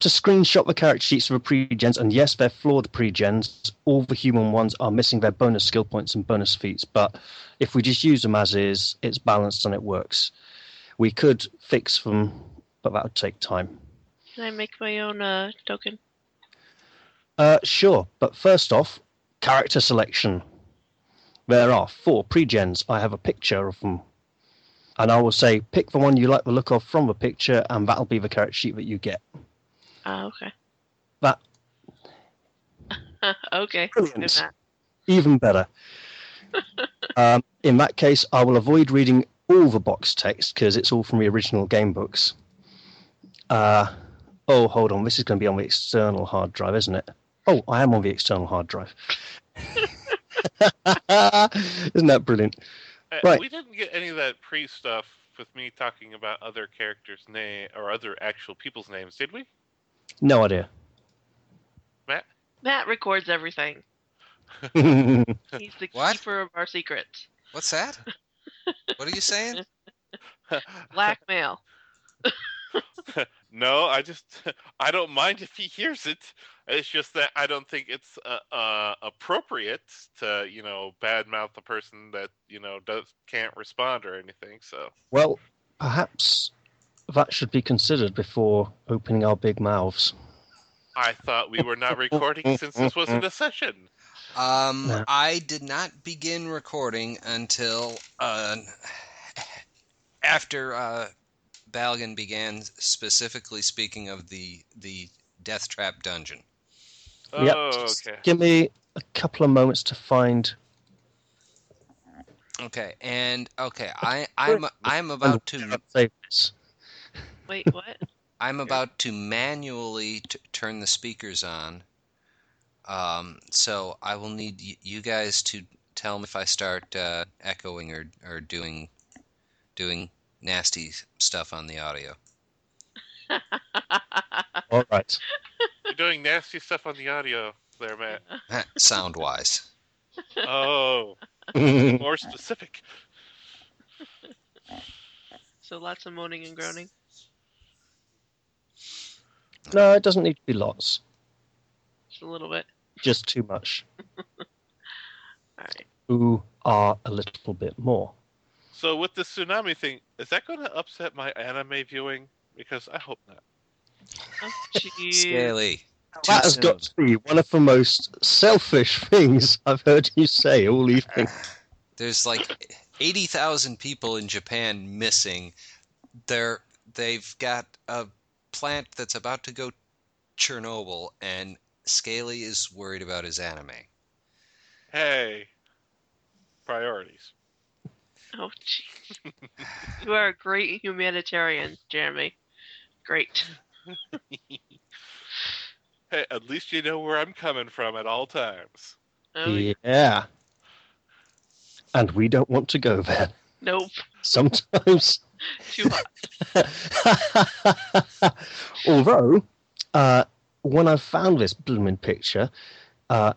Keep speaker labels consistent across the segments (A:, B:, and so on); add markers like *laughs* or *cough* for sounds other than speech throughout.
A: to screenshot the character sheets for the pre-gens, and yes, they're flawed pre-gens. All the human ones are missing their bonus skill points and bonus feats, but if we just use them as is, it's balanced and it works. We could fix them, but that would take time.
B: Can I make my own uh, token?
A: Uh, sure, but first off, character selection. There are four pre-gens. I have a picture of them. And I will say, pick the one you like the look of from the picture, and that'll be the character sheet that you get.
B: Ah, okay.
A: That
B: *laughs* okay.
A: Brilliant.
B: Good math.
A: even better. um, in that case, I will avoid reading all the box text because it's all from the original game books. Uh, oh, hold on. This is going to be on the external hard drive, isn't it? Oh, I am on the external hard drive. *laughs* isn't that brilliant?
C: Uh,
A: Right.
C: We didn't get any of that pre stuff with me talking about other characters' name or other actual people's names, did we? *laughs*
A: No idea. *laughs*
B: Matt records everything.
A: Matt
B: He's the
D: What?
B: keeper of our secrets.
D: What's that? what are you saying?
B: Blackmail.
C: *laughs* no, I just *laughs* I don't mind if he hears it. It's just that I don't think it's uh, uh, appropriate to you know badmouth the person that you know does can't respond or anything. So
A: Well, perhaps that should be considered before opening our big mouths.
C: I thought we were
A: *laughs*
C: not recording since this wasn't a session.
D: Um,
A: No.
D: I did not begin recording until uh, *sighs* after uh, Balgan began specifically speaking of the the Death Trap dungeon.
A: Yep.
C: Oh,
D: Just-
C: okay.
A: Give me a couple of moments to find.
D: Okay, and okay, I I'm I'm about to
A: Save this.
B: Wait, what? *laughs*
D: I'm about to manually t- turn the speakers on. Um, so I will need y- you guys to tell me if I start uh, echoing or, or doing doing nasty s- stuff on the audio. *laughs*
A: All right.
C: You're doing nasty stuff on the audio
A: *laughs*
C: there, Matt.
D: Sound wise.
C: Oh, more specific.
B: so lots of moaning and groaning.
A: No, it doesn't need to be lots.
B: Just a little bit.
A: Just too much.
B: All right.
A: Ooh, are a little bit more.
C: So with the tsunami thing, is that going to upset my anime viewing? Because I hope not.
B: Oh, jeez.
D: Scaly.
A: That has got to be one of the most selfish *laughs* things I've heard you say all evening.
D: There's like 80,000 people in Japan missing. They're, they've got a plant that's about to go Chernobyl, and Scaly is worried about his anime.
C: Hey, priorities.
B: Oh, jeez. you are a great humanitarian, Jeremy. Great.
C: Hey, at least you know where I'm coming from at all times.
B: Oh,
A: Yeah. And we don't want to go there. *laughs*
B: Nope.
A: Sometimes.
B: Too hot.
A: *laughs* Although, uh, when I found this blooming picture, uh,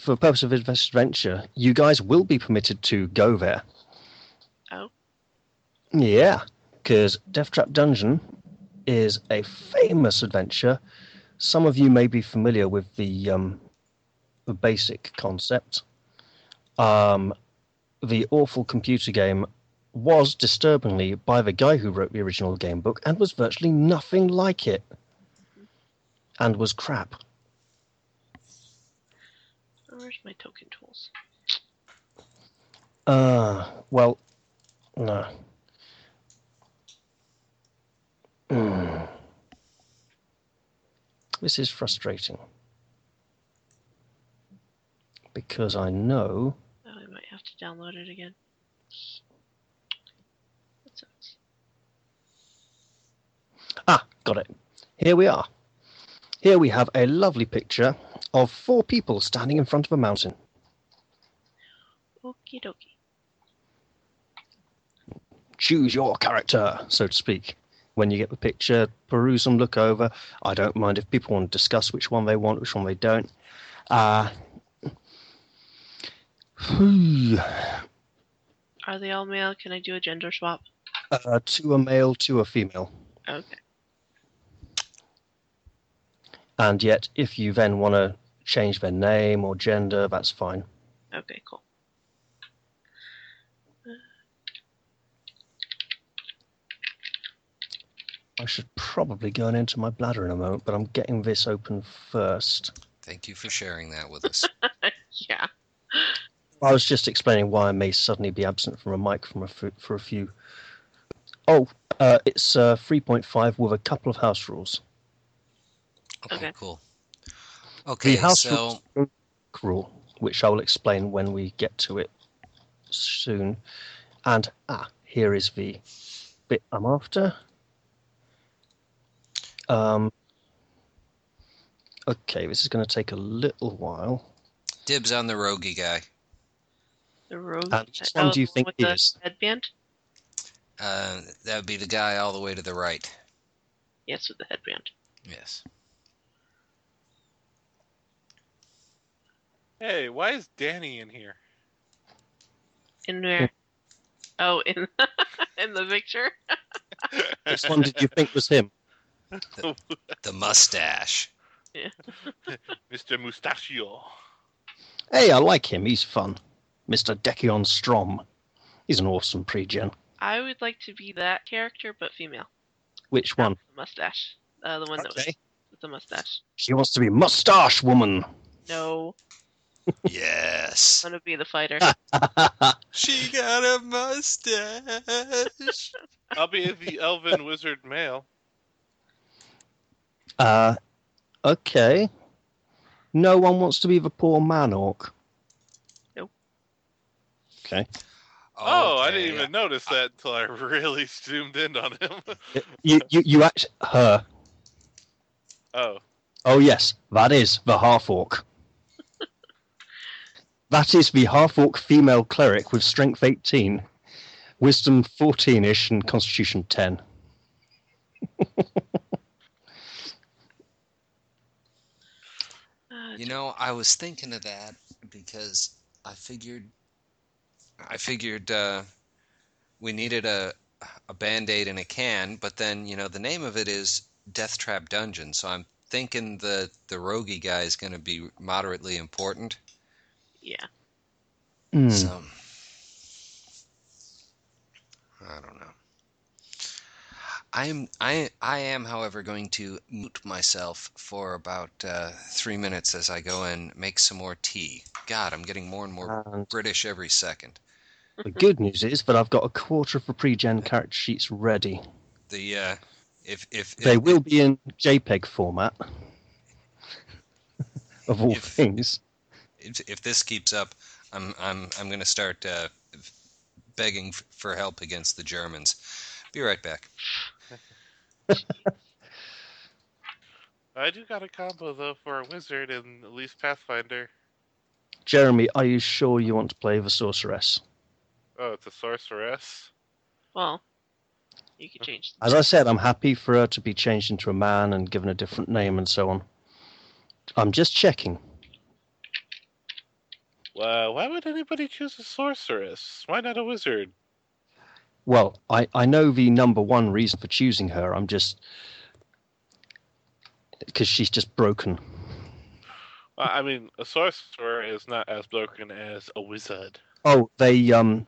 A: for the purpose of this adventure, you guys will be permitted to go there.
B: Oh.
A: Yeah, because Death Trap Dungeon is a famous adventure. Some of you may be familiar with the um, the basic concept. Um, the awful computer game was disturbingly by the guy who wrote the original game book and was virtually nothing like it and was crap.
B: Where's my token tools?
A: Uh, well, no. Hmm. This is frustrating because I know
B: Oh, I might have to download it again. That sucks.
A: Ah, got it. Here we are. Here we have a lovely picture of four people standing in front of a mountain.
B: Okie dokie.
A: Choose your character, so to speak. When you get the picture, peruse them, look over. I don't mind if people want to discuss which one they want, which one they don't. Uh, *sighs*
B: Are they all male? Can I do a gender swap?
A: uh, two are male, two are female.
B: Okay.
A: And yet, if you then want to change their name or gender, that's fine.
B: Okay, cool.
A: I should probably go and enter my bladder in a moment, but I'm getting this open first.
D: Thank you for sharing that with
C: *laughs*
D: us.
B: Yeah.
A: I was just explaining why I may suddenly be absent from a mic from a f- for a few. Oh, uh, it's uh, 3.5 with a couple of house rules.
D: Okay,
B: Okay.
D: cool. Okay,
A: house
D: so
A: Rule, which I will explain when we get to it soon. And ah, here is the bit I'm after. Um, okay, this is going to take a little while.
D: dibs on the roguey guy.
B: The rogue.
A: And Uh, which one do you think
B: Um, with the
A: is?
B: headband?
D: Uh, that would be the guy all the way to the right.
B: Yes, with the headband.
D: Yes.
C: Hey, why is Danny in here?
B: In where? Oh, in *laughs* in the picture.
A: Which one
C: *laughs*
A: did you think was him?
D: The mustache.
C: Mr. Mustachio.
A: Hey, I like him. He's fun. Mr. Decion Strom. He's an awesome pre-gen.
B: I would like to be that character, but female.
A: Which one?
B: The mustache. Uh, the one that was
A: Okay.
B: with the mustache.
A: She wants to be Mustache Woman. *laughs*
B: No,
D: Yes.
C: *laughs*
B: I'm gonna be the fighter.
A: Ah,
D: she got a mustache.
C: I'll be the elven wizard male.
A: Uh, okay. No one wants to be the poor man orc.
B: Nope.
A: Okay.
C: Oh, I didn't
D: Okay.
C: even notice that until I really zoomed in on him. *laughs*
A: You, you, you act her.
C: oh,
A: Oh yes, that is the half orc. that is the half orc female cleric with strength eighteen, wisdom fourteen ish, and constitution ten.
B: Uh,
D: You know, I was thinking of that because I figured, I figured uh, we needed a a band aid and a can, but then you know the name of it is Death Trap Dungeon, so I'm thinking the the roguey guy is going to be moderately important.
B: yeah.
A: Hmm.
D: So I don't know. I'm I I am, however, going to mute myself for about uh, three minutes as I go and make some more tea. God, I'm getting more and more
A: And
D: British every second.
A: the good news is that I've got a quarter of the pre-gen character sheets ready.
D: The uh, if if if,
A: They will be in JPEG format. of all
D: If-
A: things.
D: if, if this keeps up, I'm I'm I'm going to start uh, begging f- for help against the Germans. Be right back.
C: I do got a combo though for a wizard and at least Pathfinder.
A: Jeremy, are you sure you want to play the sorceress?
C: Oh, it's a sorceress.
B: Well, you could change.
A: As I said, I'm happy for her to be changed into a man and given a different name and so on. I'm just checking.
C: Well, why would anybody choose a sorceress? Why not a wizard?
A: Well, I, I know the number one reason for choosing her. I'm just. Because she's just broken.
C: Well, I mean, a sorcerer is not as broken as a wizard.
A: Oh, they um,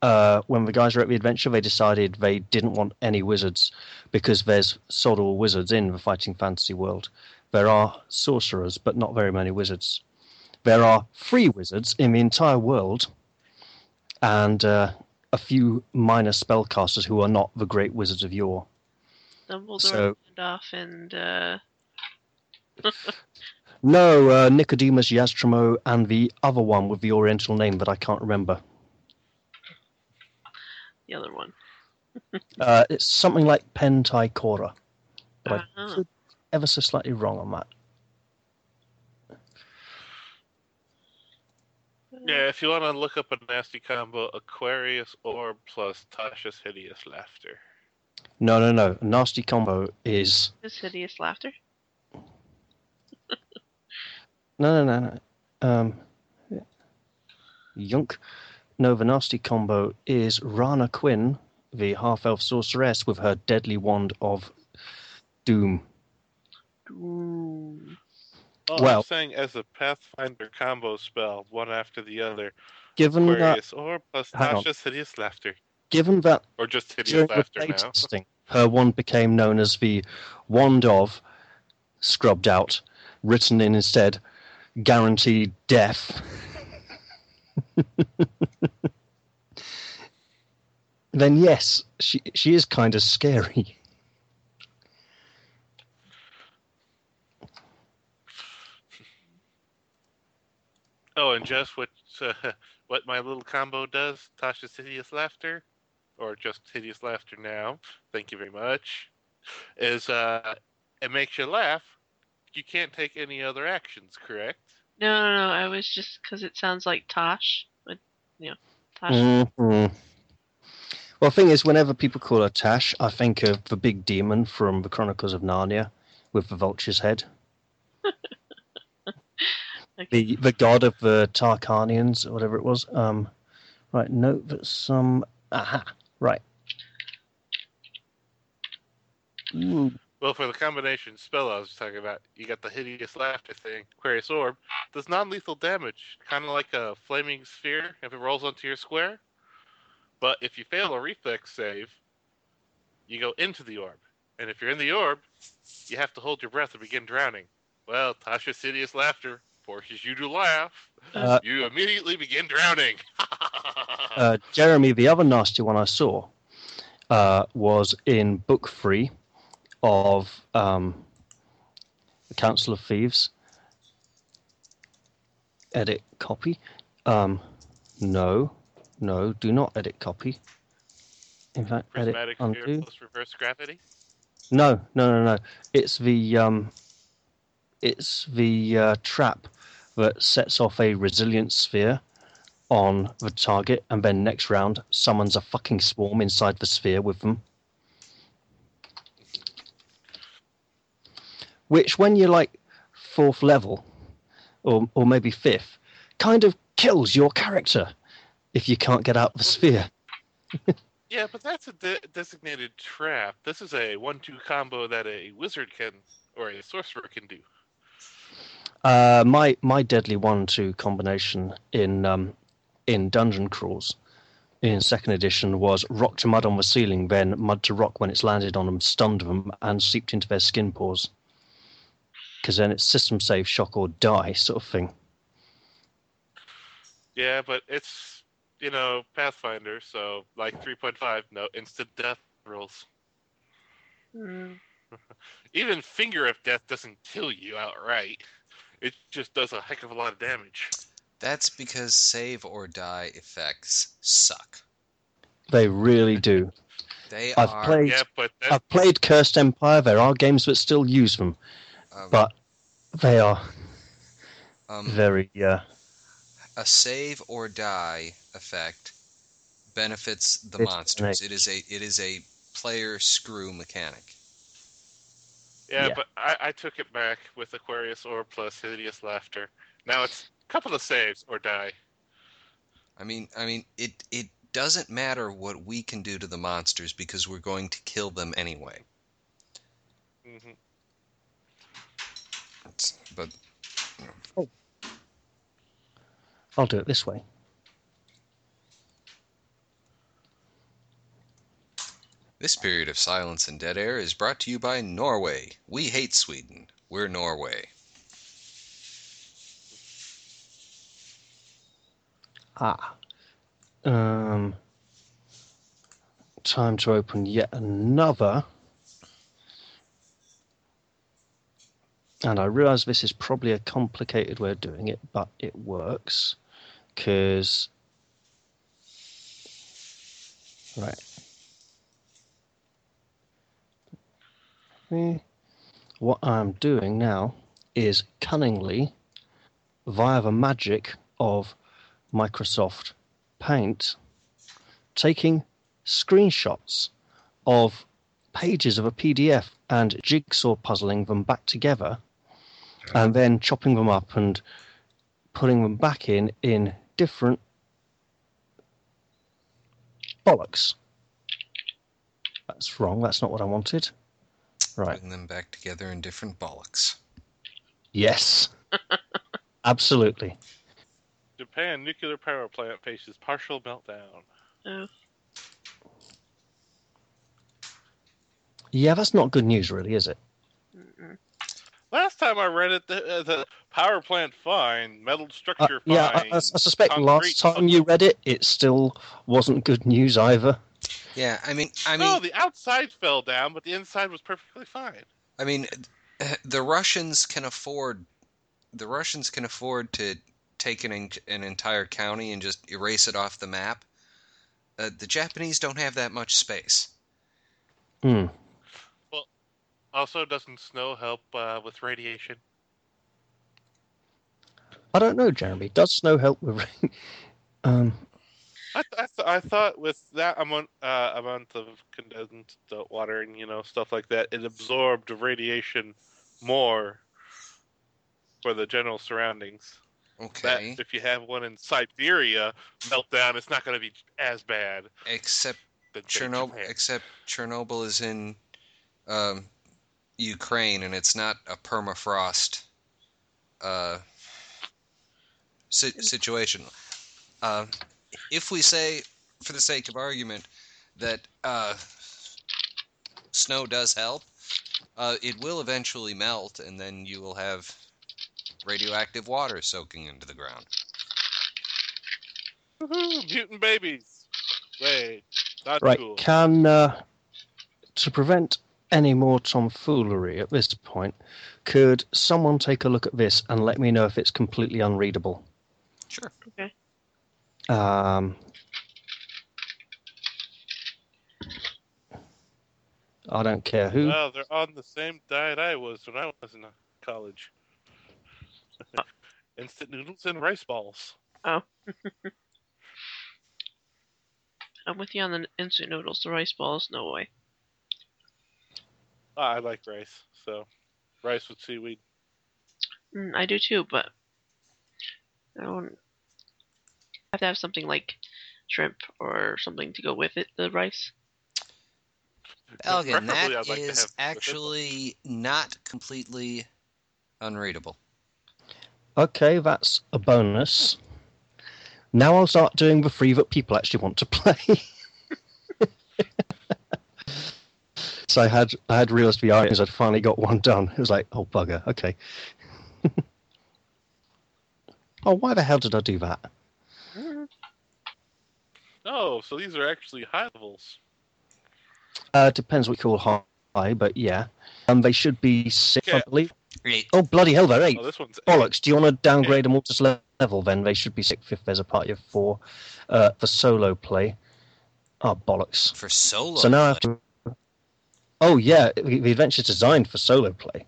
A: uh, when the guys wrote the adventure, they decided they didn't want any wizards because there's sod all wizards in the fighting fantasy world. There are sorcerers, but not very many wizards. There are three wizards in the entire world, and uh, a few minor spellcasters who are not the great wizards of yore.
B: Dumbledore
A: So-
B: Gandalf, and uh,
A: No, uh, Nicodemus Yastramo and the other one with the Oriental name that I can't remember.
B: the other one.
A: Uh, it's something like Pentai Cora. But I
B: Uh-huh.
A: could ever so slightly wrong on that.
C: Yeah, if you want to look up a nasty combo, Aquarius Orb plus Tasha's Hideous Laughter.
A: No, no, no. Nasty combo is
B: His hideous laughter.
A: no, no, no, no. Um, yunk. No, the nasty combo is Rana Quinn, the half-elf sorceress, with her deadly wand of doom.
B: Ooh.
C: Well,
A: Well-
C: I'm saying as a Pathfinder combo spell, one after the other,
A: Given that,
C: Aquarius or plus
A: hang on.
C: Tasha's hideous laughter,
A: given that
C: or just
A: during
C: hideous
A: the
C: laughter now.
A: playtesting, her wand became known as the Wand of, scrubbed out, written in instead, guaranteed death. *laughs* then yes, she she is kind of scary.
C: Oh, and just what uh, *laughs* what my little combo does, Tasha's hideous laughter, or just hideous laughter now. Thank you very much. Is uh, it makes you laugh. You can't take any other actions, correct?
B: No, no, no. I was just because it sounds like Tosh. But, you know, Tosh.
A: Mhm. Well, the thing is, whenever people call her Tash, I think of the big demon from the Chronicles of Narnia with the vulture's head.
B: Okay.
A: the the god of the Tarkanians or whatever it was. Um, right, no, that's some. Aha, right. Mm,
C: Well, for the combination spell I was talking about, you got the hideous laughter thing. Aquarius orb does non-lethal damage, kind of like a flaming sphere if it rolls onto your square. But if you fail a reflex save, you go into the orb, and if you're in the orb, you have to hold your breath and begin drowning. Well, Tasha's hideous laughter forces you to laugh.
A: Uh,
C: you immediately begin drowning. *laughs*
A: uh, Jeremy, the other nasty one I saw uh, was in book three of um, the Council of Thieves. Edit copy. Um, no, no, do not edit copy. In fact, edit
C: Prismatic sphere
A: undo.
C: plus reverse gravity.
A: No, no, no, no. It's the um, it's the uh, trap that sets off a resilience sphere on the target, and then next round summons a fucking swarm inside the sphere with them. Which, when you're like fourth level, or or maybe fifth, kind of kills your character if you can't get out of the sphere.
C: Yeah, but that's a de- designated trap. This is a one-two combo that a wizard can or a sorcerer can do.
A: Uh, my my deadly one two combination in um, in dungeon crawls in second edition was rock to mud on the ceiling, then mud to rock when it's landed on them, stunned them, and seeped into their skin pores. Because then it's system save, shock or die sort of thing.
C: Yeah, but it's you know Pathfinder, so like three point five, no instant death rolls.
A: Mm-hmm.
B: Mm.
C: Even finger of death doesn't kill you outright. It just does a heck of a lot of damage.
D: That's because save or die effects suck.
A: They really do.
D: They
A: I've
D: are.
A: played-
C: Yeah, but that,
A: I've played Cursed Empire. There are games that still use them,
D: um,
A: but they are
D: um,
A: very. Uh,
D: a save or die effect benefits the
A: It's
D: monsters. It is a it is a player screw mechanic.
C: yeah,
A: yeah.
C: but I, I took it back with Aquarius or plus hideous laughter. Now it's a couple of saves or die.
D: I mean, I mean, it it doesn't matter what we can do to the monsters because we're going to kill them anyway.
C: hmm
D: It's- but
A: I'll do it this way.
D: this period of silence and dead air is brought to you by Norway. We hate Sweden. We're Norway.
A: Ah. Um, time to open yet another. And I realize this is probably a complicated way of doing it, but it works. Because. Right. Eh. What I'm doing now is cunningly, via the magic of Microsoft Paint taking screenshots of pages of a PDF and jigsaw puzzling them back together and then chopping them up and putting them back in in different bollocks. That's wrong. That's not what I wanted. Right.
D: Putting them back together in different bollocks.
C: *laughs*
A: Yes. Absolutely.
C: Japan nuclear power plant faces partial meltdown.
A: Yeah, that's not good news, really, is it?
B: Mm-mm.
C: Last time I read it, the, uh, the power plant fine, metal
A: Uh,
C: structure fine.
A: yeah, I, I- I suspect last
C: concrete-
A: time you read it, it still wasn't good news either.
D: Yeah, I mean, I mean,
C: no, the outside fell down, but the inside was perfectly fine.
D: I mean, *sighs* uh, the Russians can afford the Russians can afford to take an en- an entire county and just erase it off the map. Uh, the Japanese don't have that much space.
A: Hmm.
C: Also, doesn't snow help uh, with radiation?
A: I don't know, Jeremy. Does snow help with rain? *laughs* Um,
C: I, th- I, th- I thought with that amount uh, amount of condensed uh, water and you know stuff like that, it absorbed radiation more for the general surroundings. That
D: Okay,
C: if you have one in Siberia melt down, it's not going to be as bad.
D: except
C: Than say,
D: Chernobyl.
C: Japan.
D: Except Chernobyl is in um, Ukraine, and it's not a permafrost uh, si- situation. Uh, if we say, for the sake of argument, that uh, snow does help, uh, it will eventually melt, and then you will have radioactive water soaking into the ground.
C: Woohoo, mutant babies. Wait, not
A: right.
C: cool.
A: Can uh, to prevent any more tomfoolery at this point, could someone take a look at this and let me know if it's completely unreadable?
D: Sure.
A: Um, I don't care who.
C: Well, they're on the same diet I was when I was in
A: *laughs*
C: college. Instant noodles and rice balls.
B: I'm with you on the instant noodles, the rice balls, no way.
C: Ah, I like rice, so rice with seaweed.
B: Mm, I do too, but I don't I have to have something like shrimp or something to go with it, the rice.
D: Elgin, that
C: Preferably,
D: is
C: I'd like to have-
D: actually not completely unreadable.
A: Okay, that's a bonus. Now I'll start doing the three that people actually want to play. *laughs* so I had I had realised the items. I'd finally got one done. It was like, oh bugger, okay. *laughs* oh, why the hell did I do that?
C: Oh, so these are actually high levels.
A: Uh, depends what you call high, but yeah. Um, they should be six, I
C: Okay.
A: believe.
D: Great.
A: Oh bloody hell, they're eight.
C: Oh, this one's
A: Bollocks! Do you want to downgrade them all to s- level? Then they should be six if there's a party of four uh, for solo play. Oh bollocks!
D: for solo.
A: So now I have
D: play.
A: to. Oh yeah, the the adventure's designed for solo play.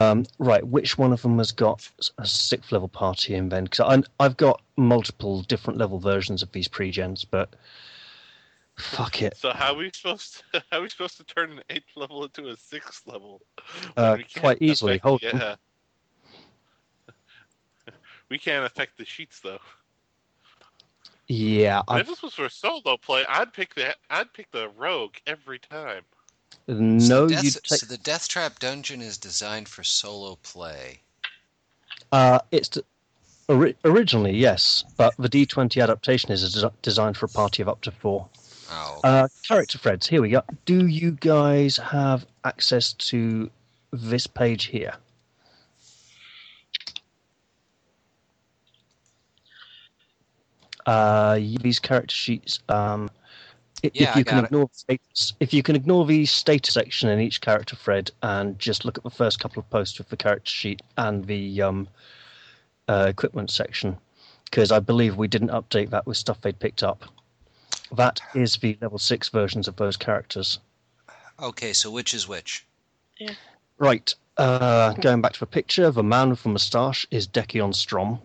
A: Um, right, which one of them has got a sixth level party in then? Because I've got multiple different level versions of these pre-gens, but fuck it.
C: So how are we supposed to *laughs* how are we supposed to turn an eighth level into a sixth level? when
A: Uh,
C: we can't
A: quite easily,
C: affect-
A: hold on.
C: yeah. *laughs* We can't affect the sheets though.
A: Yeah,
C: But if
A: I've,
C: this was for solo play, I'd pick the I'd pick the rogue every time.
A: no,
D: so the, death,
A: you take.
D: so the Death Trap dungeon is designed for solo play.
A: Uh, it's d- ori- originally yes, but the D20 adaptation is des- designed for a party of up to four.
D: Oh,
A: Uh, character threads. Here we go. Do you guys have access to this page here? Uh, you- these character sheets. Um, i- if,
D: Yeah, I
A: you can
D: got it.
A: ignore status, if you can ignore the status section in each character thread and just look at the first couple of posts with the character sheet and the um, uh, equipment section, because I believe we didn't update that with stuff they'd picked up. That is the level six versions of those characters.
D: okay. So which is which?
A: Right. Uh, going back to the picture, the man with the moustache is Decion Strom.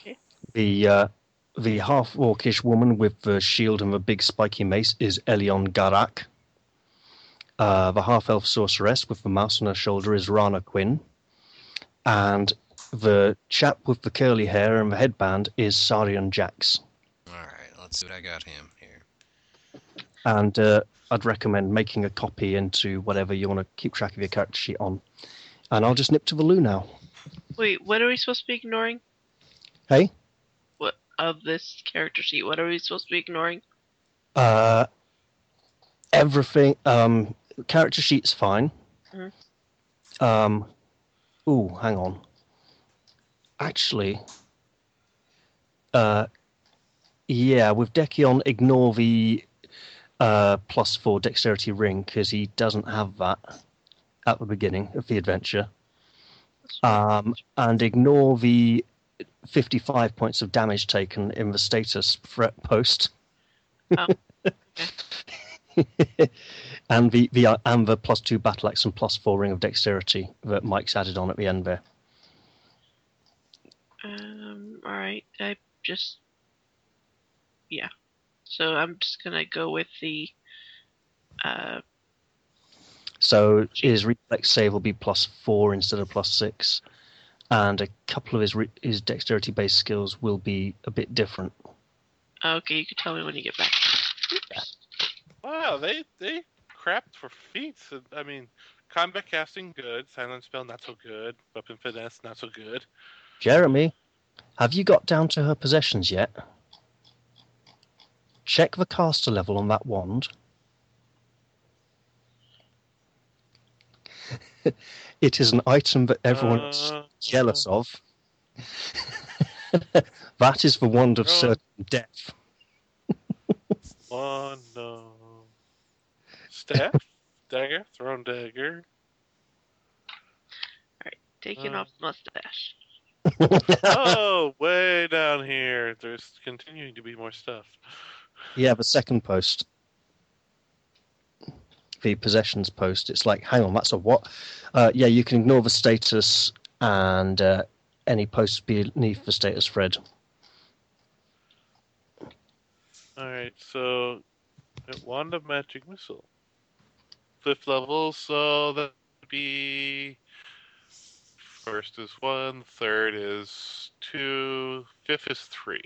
B: Okay.
A: The uh, the half orcish woman with the shield and the big spiky mace is Elion Garak. Uh, the half elf sorceress with the mouse on her shoulder is Rana Quinn. And the chap with the curly hair and the headband is Sarion Jax.
D: All right. Let's see what I got him here.
A: and uh, I'd recommend making a copy into whatever you want to keep track of your character sheet on. And I'll just nip to the loo now.
B: Wait, what are we supposed to be ignoring?
A: Hey?
B: What of this character sheet? What are we supposed to be ignoring?
A: Uh, everything. Um, character sheet's fine.
B: Mhm.
A: Um, ooh, hang on. Actually, uh, yeah, with Decion, ignore the uh, plus four dexterity ring because he doesn't have that at the beginning of the adventure. Um, and ignore the 55 points of damage taken in the status threat post.
B: Oh,
A: *laughs* and the, the and the plus two battle axe and plus four ring of dexterity that Mike's added on at the end there.
B: Um. All right. I just. Yeah. So I'm just gonna go with the. Uh.
A: So his reflex save will be plus four instead of plus six, and a couple of his re- his dexterity based skills will be a bit different.
B: Okay, you can tell me when you get back. Oops.
C: Wow, they they crapped for feats. I mean, combat casting good, silent spell not so good, weapon finesse not so good.
A: Jeremy, have you got down to her possessions yet? Check the caster level on that wand. *laughs* it is an item that everyone is
C: Uh,
A: jealous of. *laughs* that is the wand of
C: Oh.
A: certain death.
C: One no. *laughs* Staff, dagger, thrown *laughs* dagger.
B: Taking
C: Uh.
B: off mustache.
C: Oh, way down here. There's continuing to be more stuff.
A: *laughs* Yeah, the second post. The possessions post. It's like, hang on, that's a what? Uh, yeah, you can ignore the status and uh, any posts beneath the status thread.
C: All right, so wand of magic missile, fifth level. So that would be first is one, third is two, fifth is three.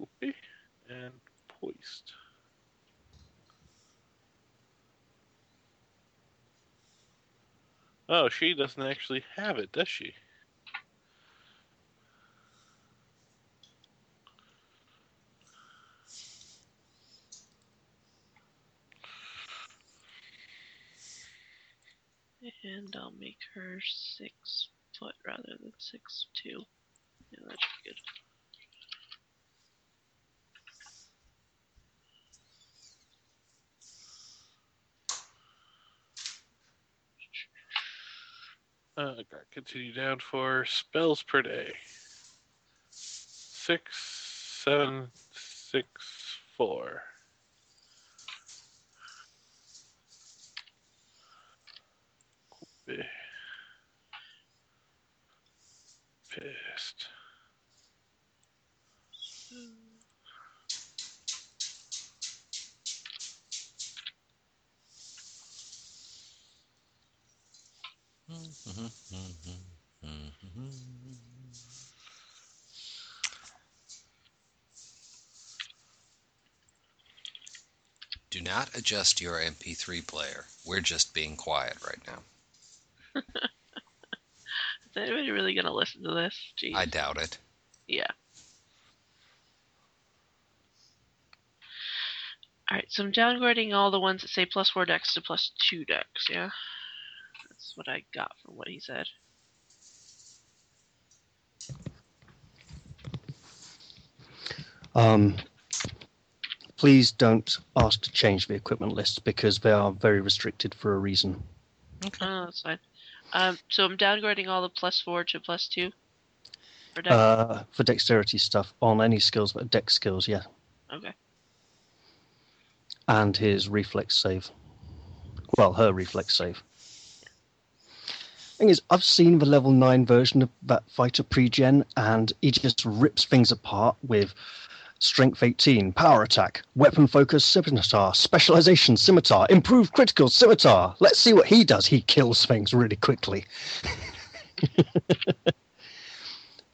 C: Okay, And poised. Oh, she doesn't actually have it, does she?
B: And I'll make her six foot rather than six two. Yeah, that should be good.
C: Uh, got continue down for spells per day. Six, seven, six, four. Copy. Pissed.
D: Do not adjust your MP3 player. We're just being quiet right now.
B: Is anybody really gonna listen to this? Jeez.
D: I doubt it.
B: Yeah. Alright, so I'm downgrading all the ones that say plus four decks to plus two decks, yeah? That's what I got from what he said.
A: Um, please don't ask to change the equipment list because they are very restricted for a reason.
B: Oh, that's fine. Um, so I'm downgrading all the plus four to plus two. For deck.
A: Uh, for dexterity stuff on any skills but dex skills, yeah,
B: okay.
A: and his reflex save. Well, her reflex save. Thing is, I've seen the level nine version of that fighter pre-gen, and he just rips things apart with strength 18, power attack, weapon focus, scimitar, specialization scimitar, improved critical scimitar. Let's see what he does. He kills things really quickly.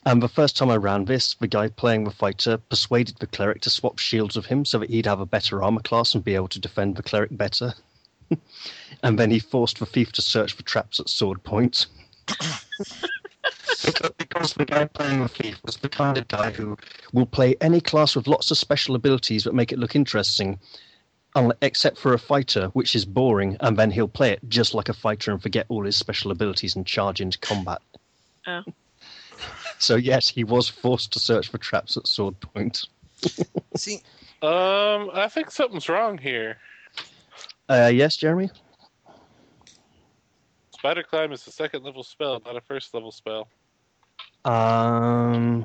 A: And the first time I ran this, the guy playing the fighter persuaded the cleric to swap shields with him so that he'd have a better armor class and be able to defend the cleric better. *laughs* and then he forced the thief to search for traps at sword *laughs* point. because, because the guy playing the thief was the kind of guy who will play any class with lots of special abilities that make it look interesting, unle- except for a fighter, which is boring, and then he'll play it just like a fighter and forget all his special abilities and charge into combat.
B: Oh.
A: so, yes, he was forced to search for traps at sword point.
D: See,
C: Um, I think something's wrong here.
A: Uh, yes, Jeremy?
C: Spider climb is a second level spell, not a first level spell.
A: Um,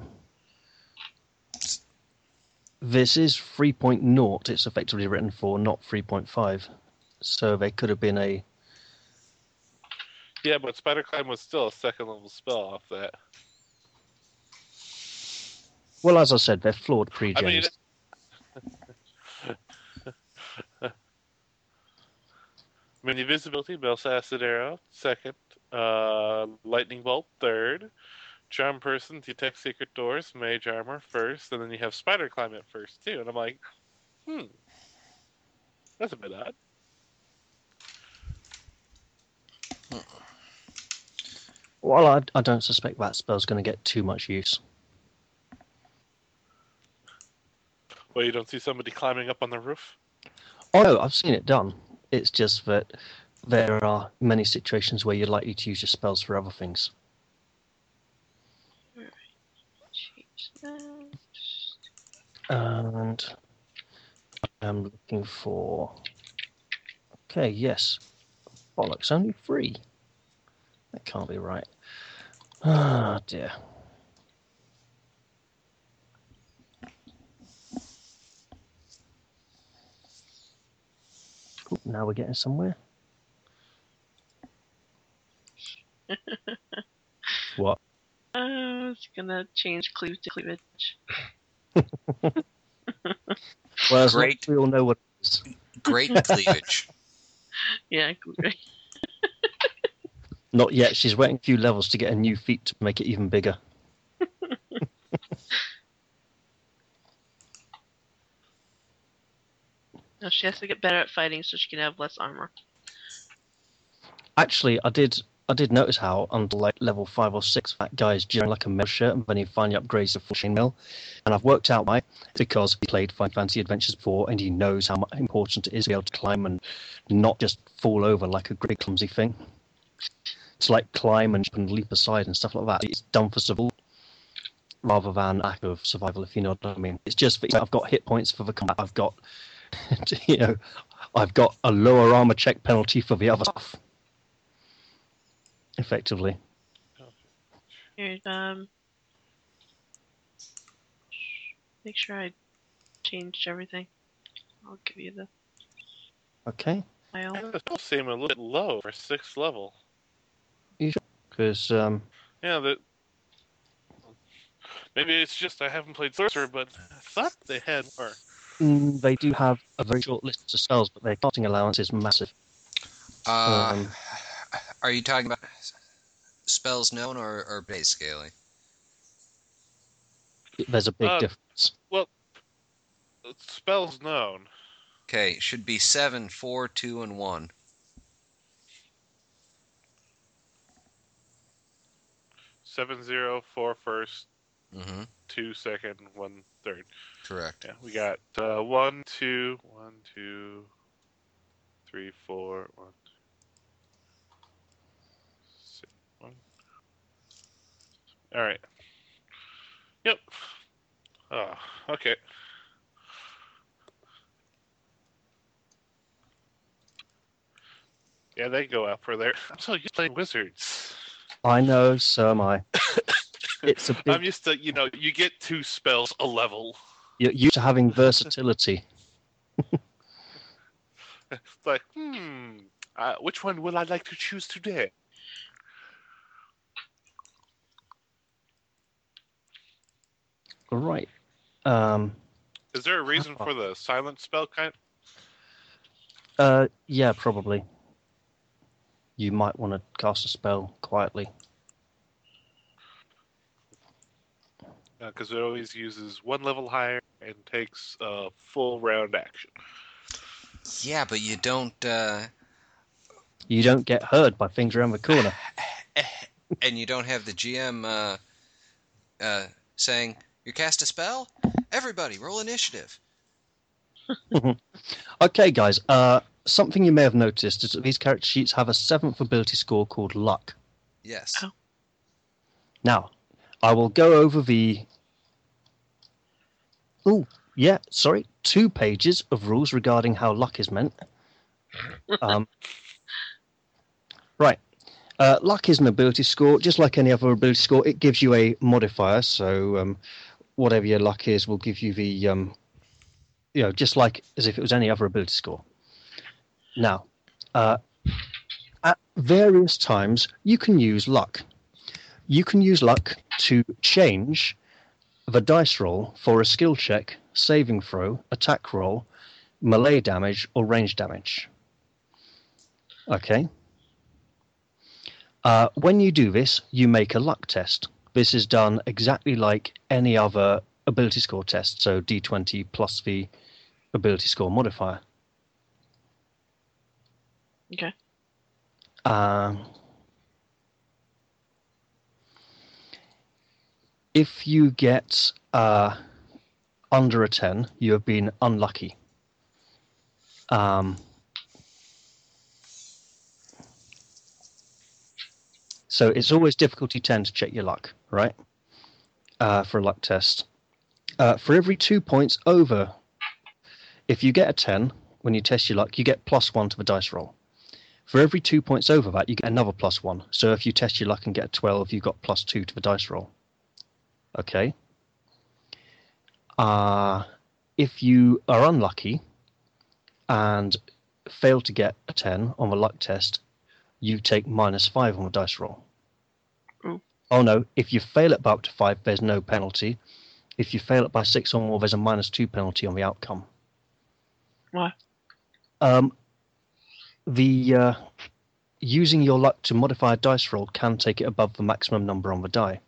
A: this is 3.0. It's effectively written for, not 3.5. So there could have been a.
C: Yeah, but spider climb was still a second level spell off that.
A: Well, as I said, they're flawed pre
C: I mean,
A: gens.
C: I mean, invisibility, Mel's acid arrow, second. Uh, lightning bolt, third. Charm person, detect secret doors, mage armor, first. And then you have spider climb at first, too. And I'm like, hmm. That's a bit odd.
A: Well, I, I don't suspect that spell's going to get too much use.
C: Well, you don't see somebody climbing up on the roof?
A: Oh, no, I've seen it done. It's just that there are many situations where you're likely to use your spells for other things.
B: Change that.
A: And I'm looking for. Okay, yes. Bollocks, only three. That can't be right. Ah, dear. Oop, now we're getting somewhere. what?
B: I was Uh, gonna change cleave to cleavage.
A: Well, as long
D: Great.
A: as we all know what it is. *laughs*
D: great cleavage.
B: Yeah, cleavage.
A: Not yet. She's waiting a few levels to get a new feat to make it even bigger.
B: *laughs* No, she has to get better at fighting so she can have less armor.
A: Actually, I did. I did notice how under like level five or six, that guy is wearing like a metal shirt, and then he finally upgrades to full chainmail. And I've worked out why, because he played Final Fantasy Adventures before, and he knows how mu- important it is to be able to climb and not just fall over like a great clumsy thing. It's like climb and jump and leap aside and stuff like that. It's done for survival, rather than lack of survival. If you know what I mean, it's just that I've got hit points for the combat. I've got, *laughs* you know, I've got a lower armor check penalty for the other stuff effectively.
B: Here, um, make sure I changed everything. I'll give you the
A: Okay,
B: file.
C: And the spells seem a little bit low for sixth level.
A: because um,
C: Yeah, that. Maybe it's just I haven't played Sorcerer, but I thought they had more.
A: mm, they do have a very short list of spells, but their casting allowance is massive.
D: Uh,
A: Um,
D: are you talking about spells known or, or base scaling?
A: There's a big
C: Uh,
A: difference.
C: Spells known.
D: Okay, should be seven, four, two, and one.
C: Seven zero, four first,
D: Mm-hmm.
C: two second, one third.
D: Correct.
C: Yeah, we got uh, one, two, one, two, three, four, one, six, one. All right. Yep. Oh, okay. Yeah, they go out for there. I'm so used to playing wizards.
A: I know, so am I. it's a big.
C: I'm used to, you know, you get two spells a level.
A: You're used to having versatility.
C: It's like, hmm, uh, which one will I like to choose today?
A: right. Um,
C: Is there a *laughs* reason for the silent spell kind?
A: uh, yeah, probably. You might want to cast a spell quietly.
C: because Uh, it always uses one level higher and takes uh, full round action.
D: Yeah, but you don't, uh,
A: You don't get heard by things around the corner.
D: and you don't have the GM uh, uh, saying you cast a spell. Everybody, roll initiative.
A: Okay, guys. Uh, something you may have noticed is that these character sheets have a seventh ability score called luck.
D: Yes.
B: Oh.
A: Now, I will go over the. Oh, yeah, sorry. Two pages of rules regarding how luck is meant. Um, right. Uh, luck is an ability score, just like any other ability score. It gives you a modifier, so um, whatever your luck is will give you the. Um, you know, just like as if it was any other ability score. Now, uh, at various times, you can use luck you can use luck to change the dice roll for a skill check, saving throw, attack roll, melee damage, or range damage. Okay. Uh, when you do this, you make a luck test. This is done exactly like any other ability score test, so d20 plus the ability score modifier.
B: Okay.
A: Um, if you get uh, under a 10, you have been unlucky. Um, so it's always difficulty 10 to check your luck, right? Uh, for a luck test. Uh, for every two points over, if you get a 10 when you test your luck, you get plus one to the dice roll. For every two points over that, you get another plus one. So if you test your luck and get a 12, you've got plus two to the dice roll. Okay. Uh, if you are unlucky and fail to get a 10 on the luck test, you take minus 5 on the dice roll.
B: Ooh.
A: Oh no, if you fail it by up to 5, there's no penalty. If you fail it by 6 or more, there's a minus 2 penalty on the outcome.
B: Why?
A: Um, the uh, using your luck to modify a dice roll can take it above the maximum number on the die.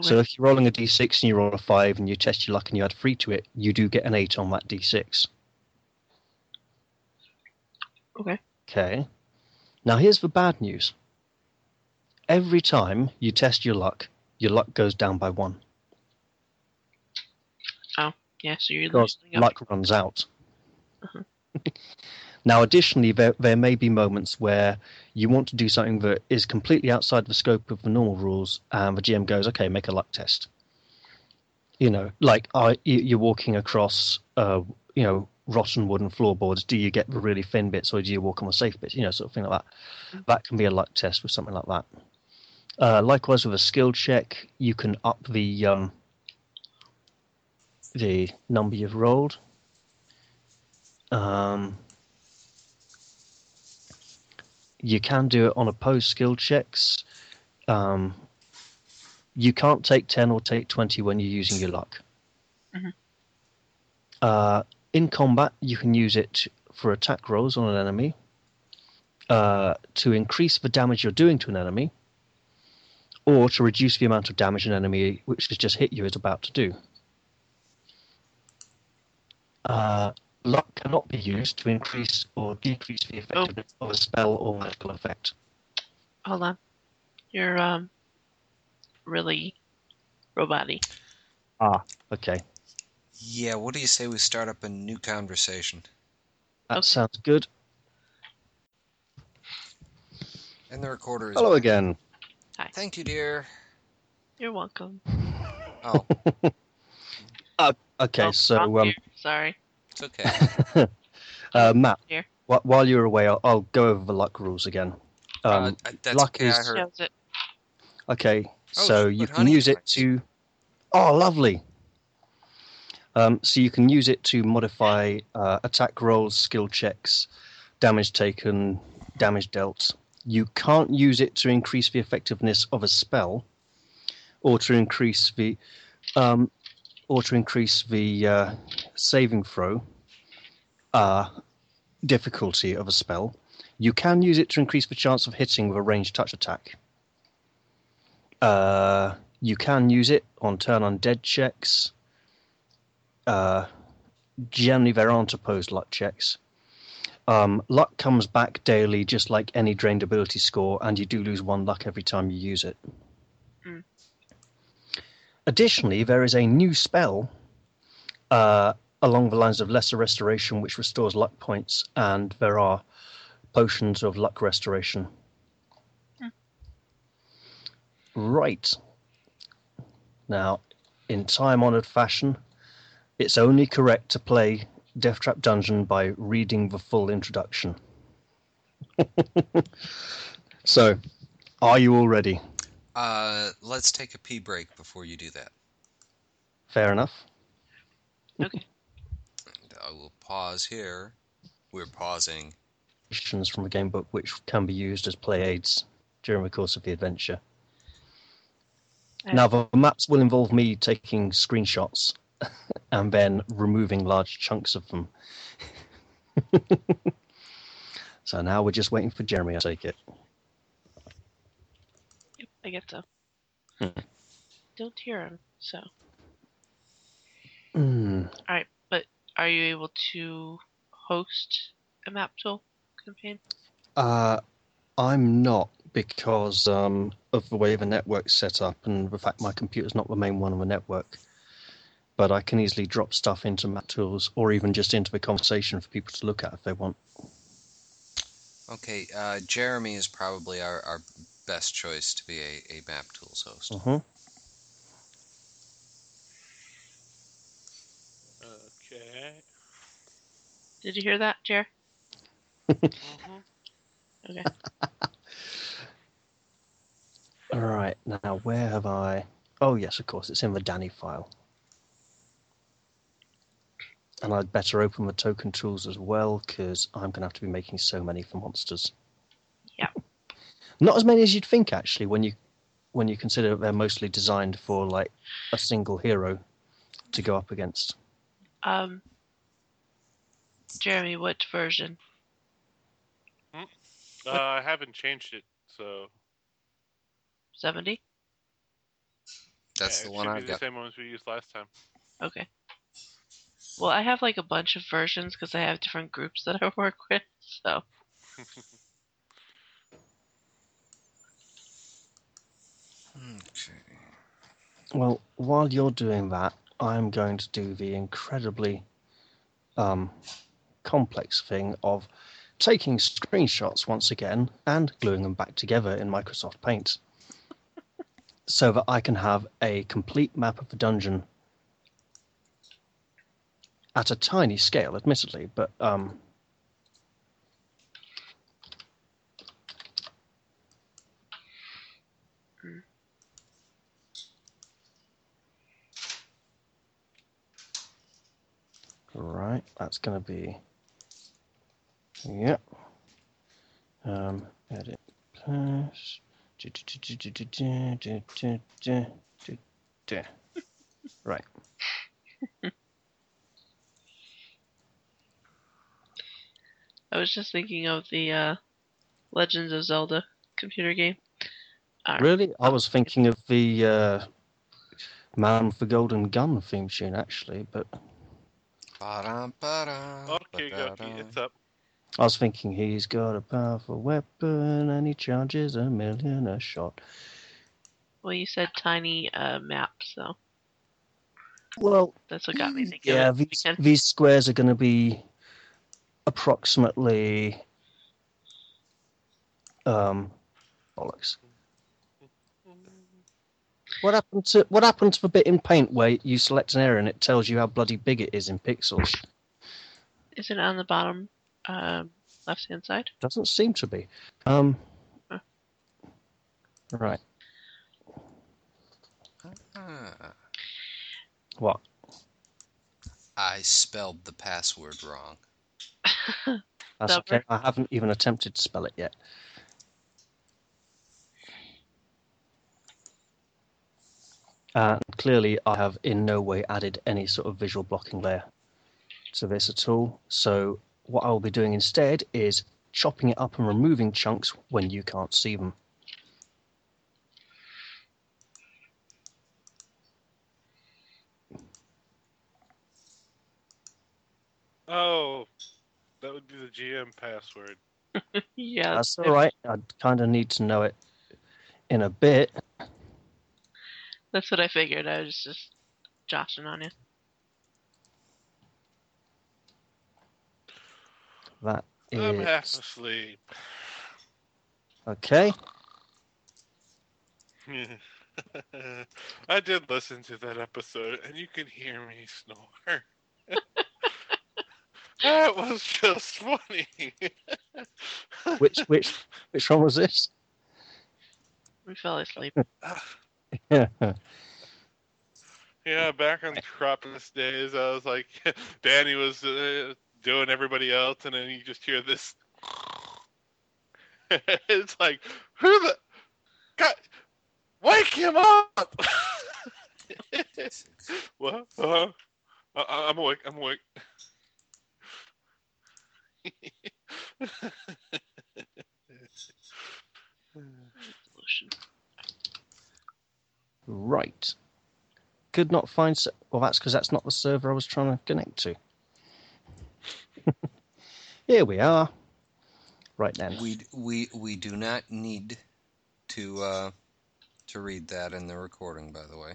A: So
B: Oh, Wait,
A: if you're rolling a d6 and you roll a 5 and you test your luck and you add 3 to it, you do get an 8 on that d6.
B: Okay.
A: Okay. Now here's the bad news. Every time you test your luck, your luck goes down by 1
B: yeah, so you're
A: because
B: losing up.
A: luck runs out. *laughs* now additionally, there, there may be moments where you want to do something that is completely outside the scope of the normal rules and the GM goes, okay, make a luck test. you know, like are you- you're walking across, uh, you know, rotten wooden floorboards. Do you get the really thin bits, or do you walk on the safe bits? You know, sort of thing like that. That can be a luck test with something like that. Uh, likewise, with a skill check, you can up the um, the number you've rolled. Um, you can do it on opposed skill checks. Um, you can't take 10 or take 20 when you're using your luck.
B: Mhm.
A: Uh, in combat, you can use it for attack rolls on an enemy, uh, to increase the damage you're doing to an enemy, or to reduce the amount of damage an enemy which has just hit you is about to do. Uh, luck cannot be used to increase or decrease the effectiveness of a spell or magical effect.
B: Hold on. You're um really roboty.
A: Okay.
D: Yeah. What do you say we start up a new conversation?
A: That
B: Okay.
A: sounds good.
D: And the recorder is.
A: Hello again.
D: Thank you, dear.
B: You're welcome.
A: *laughs*
D: Oh,
A: Uh, Okay,
B: Oh, wrong
A: so um,
B: ear. sorry.
D: it's okay.
A: Uh, Matt,
B: Here.
A: wh- while you're away, I'll, I'll go over the luck rules again. *laughs* Um,
D: uh, that's
A: luck
D: okay. I
A: is-
D: heard.
B: Yeah, that's it.
A: okay,
D: Oh,
A: so
D: you
A: you can
D: put honey
A: use
D: in
A: it to. Oh, lovely. Um, so you can use it to modify uh, attack rolls, skill checks, damage taken, damage dealt. You can't use it to increase the effectiveness of a spell, or to increase the, um, or to increase the uh, saving throw uh, difficulty of a spell. You can use it to increase the chance of hitting with a ranged touch attack. Uh, you can use it on turn undead checks. Uh, generally, there aren't opposed luck checks. Um, luck comes back daily, just like any drained ability score, and you do lose one luck every time you use it.
B: Mm.
A: Additionally, there is a new spell uh, along the lines of Lesser Restoration, which restores luck points, and there are potions of luck restoration. Right. Now, in time honored fashion, it's only correct to play Death Trap Dungeon by reading the full introduction. so, are you all ready?
D: Uh, let's take a pee break before you do that.
A: Fair enough.
D: I will pause here. We're pausing.
A: Questions from the game book which can be used as play aids during the course of the adventure.
B: Uh,
A: Now, the maps will involve me taking screenshots *laughs* and then removing large chunks of them. *laughs* so now we're just waiting for Jeremy to take it.
B: Yep, I guess so.
A: Hmm.
B: Don't hear him. So,
A: *clears throat* Hmm.
B: are you able to host a map tool campaign?
A: Uh, I'm not because um, of the way the network's set up and the fact my computer's not the main one on the network. But I can easily drop stuff into map tools or even just into the conversation for people to look at if they want.
D: Okay, uh, Jeremy is probably our, our best choice to be a, a map tools host.
A: Mhm.
C: Okay.
B: Did you hear that,
A: *laughs*
B: Jer? Mm-hmm.
C: Mhm.
B: Okay.
A: All right, now where have I? Oh, yes, of course, it's in the Danny file. And I'd better open the token tools as well because I'm going to have to be making so many for monsters.
B: Yeah.
A: Not as many as you'd think, actually, when you when you consider that they're mostly designed for like a single hero to go up against.
B: Um, Jeremy, what version?
C: Uh, I haven't changed it, so
B: Seventy.
D: That's
C: yeah,
D: the
C: it
D: one
C: should
D: I've
C: be
D: got.
C: The same ones we used last time.
B: Okay. Well, I have like a bunch of versions because I have different groups that *laughs* I work with. So,
D: Okay.
A: Well, while you're doing that, I'm going to do the incredibly um, complex thing of taking screenshots once again and gluing them back together in Microsoft Paint so that I can have a complete map of the dungeon at a tiny scale, admittedly, but um, Right, that's going to be. Yep. Um, edit plus. Du- du- du- du- du- du- du- du- du- du- du. Right.
B: I was just thinking of the uh, Legends of Zelda computer game. Alright.
A: Really? I was thinking of the uh, Man with the Golden Gun theme tune, actually, but
D: Ba-dum, ba-dum,
C: Okay,
D: ba-da-dum.
C: Goki, it's up.
A: I was thinking he's got a powerful weapon and he charges a million a shot.
B: Well, you said tiny uh, map, so
A: Well,
B: that's what got me thinking.
A: Mm. Yeah,
B: of it.
A: these,
B: Because-
A: these squares are going to be approximately. Um, bollocks. What happened to what happened to the bit in Paint where you select an area and it tells you how bloody big it is in pixels?
B: Is it on the bottom um, left hand side?
A: Doesn't seem to be. Um,
B: Huh.
A: right.
D: Ah,
A: What?
D: I spelled the password wrong.
A: That's
B: That
A: okay.
B: works.
A: I haven't even attempted to spell it yet. And clearly, I have in no way added any sort of visual blocking layer to this at all. So, what I will be doing instead is chopping it up and removing chunks when you can't see them.
C: Oh, that would be the GM password.
B: yeah.
A: That's
B: it-
A: all right. I kind of need to know it in a bit.
B: That's what I figured. I was just joshing on you.
A: That
C: I'm half
A: is
C: asleep.
A: *laughs* okay.
C: *laughs* I did listen to that episode, and you can hear me snore. *laughs* that was just funny. *laughs*
A: Which which which one was this? *laughs*
B: We fell asleep.
C: Yeah, back on Cropinus days, I was like, *laughs* Danny was uh, doing everybody else, and then you just hear this. *laughs* it's like, who the. God, wake him up! *laughs* what? Uh-huh. I- I- I'm awake, I'm awake.
B: Solution.
A: right. Could not find. se- Well, that's because that's not the server I was trying to connect to. *laughs* Here we are. Right then.
D: We we we do not need to uh, to read that in the recording, by the way.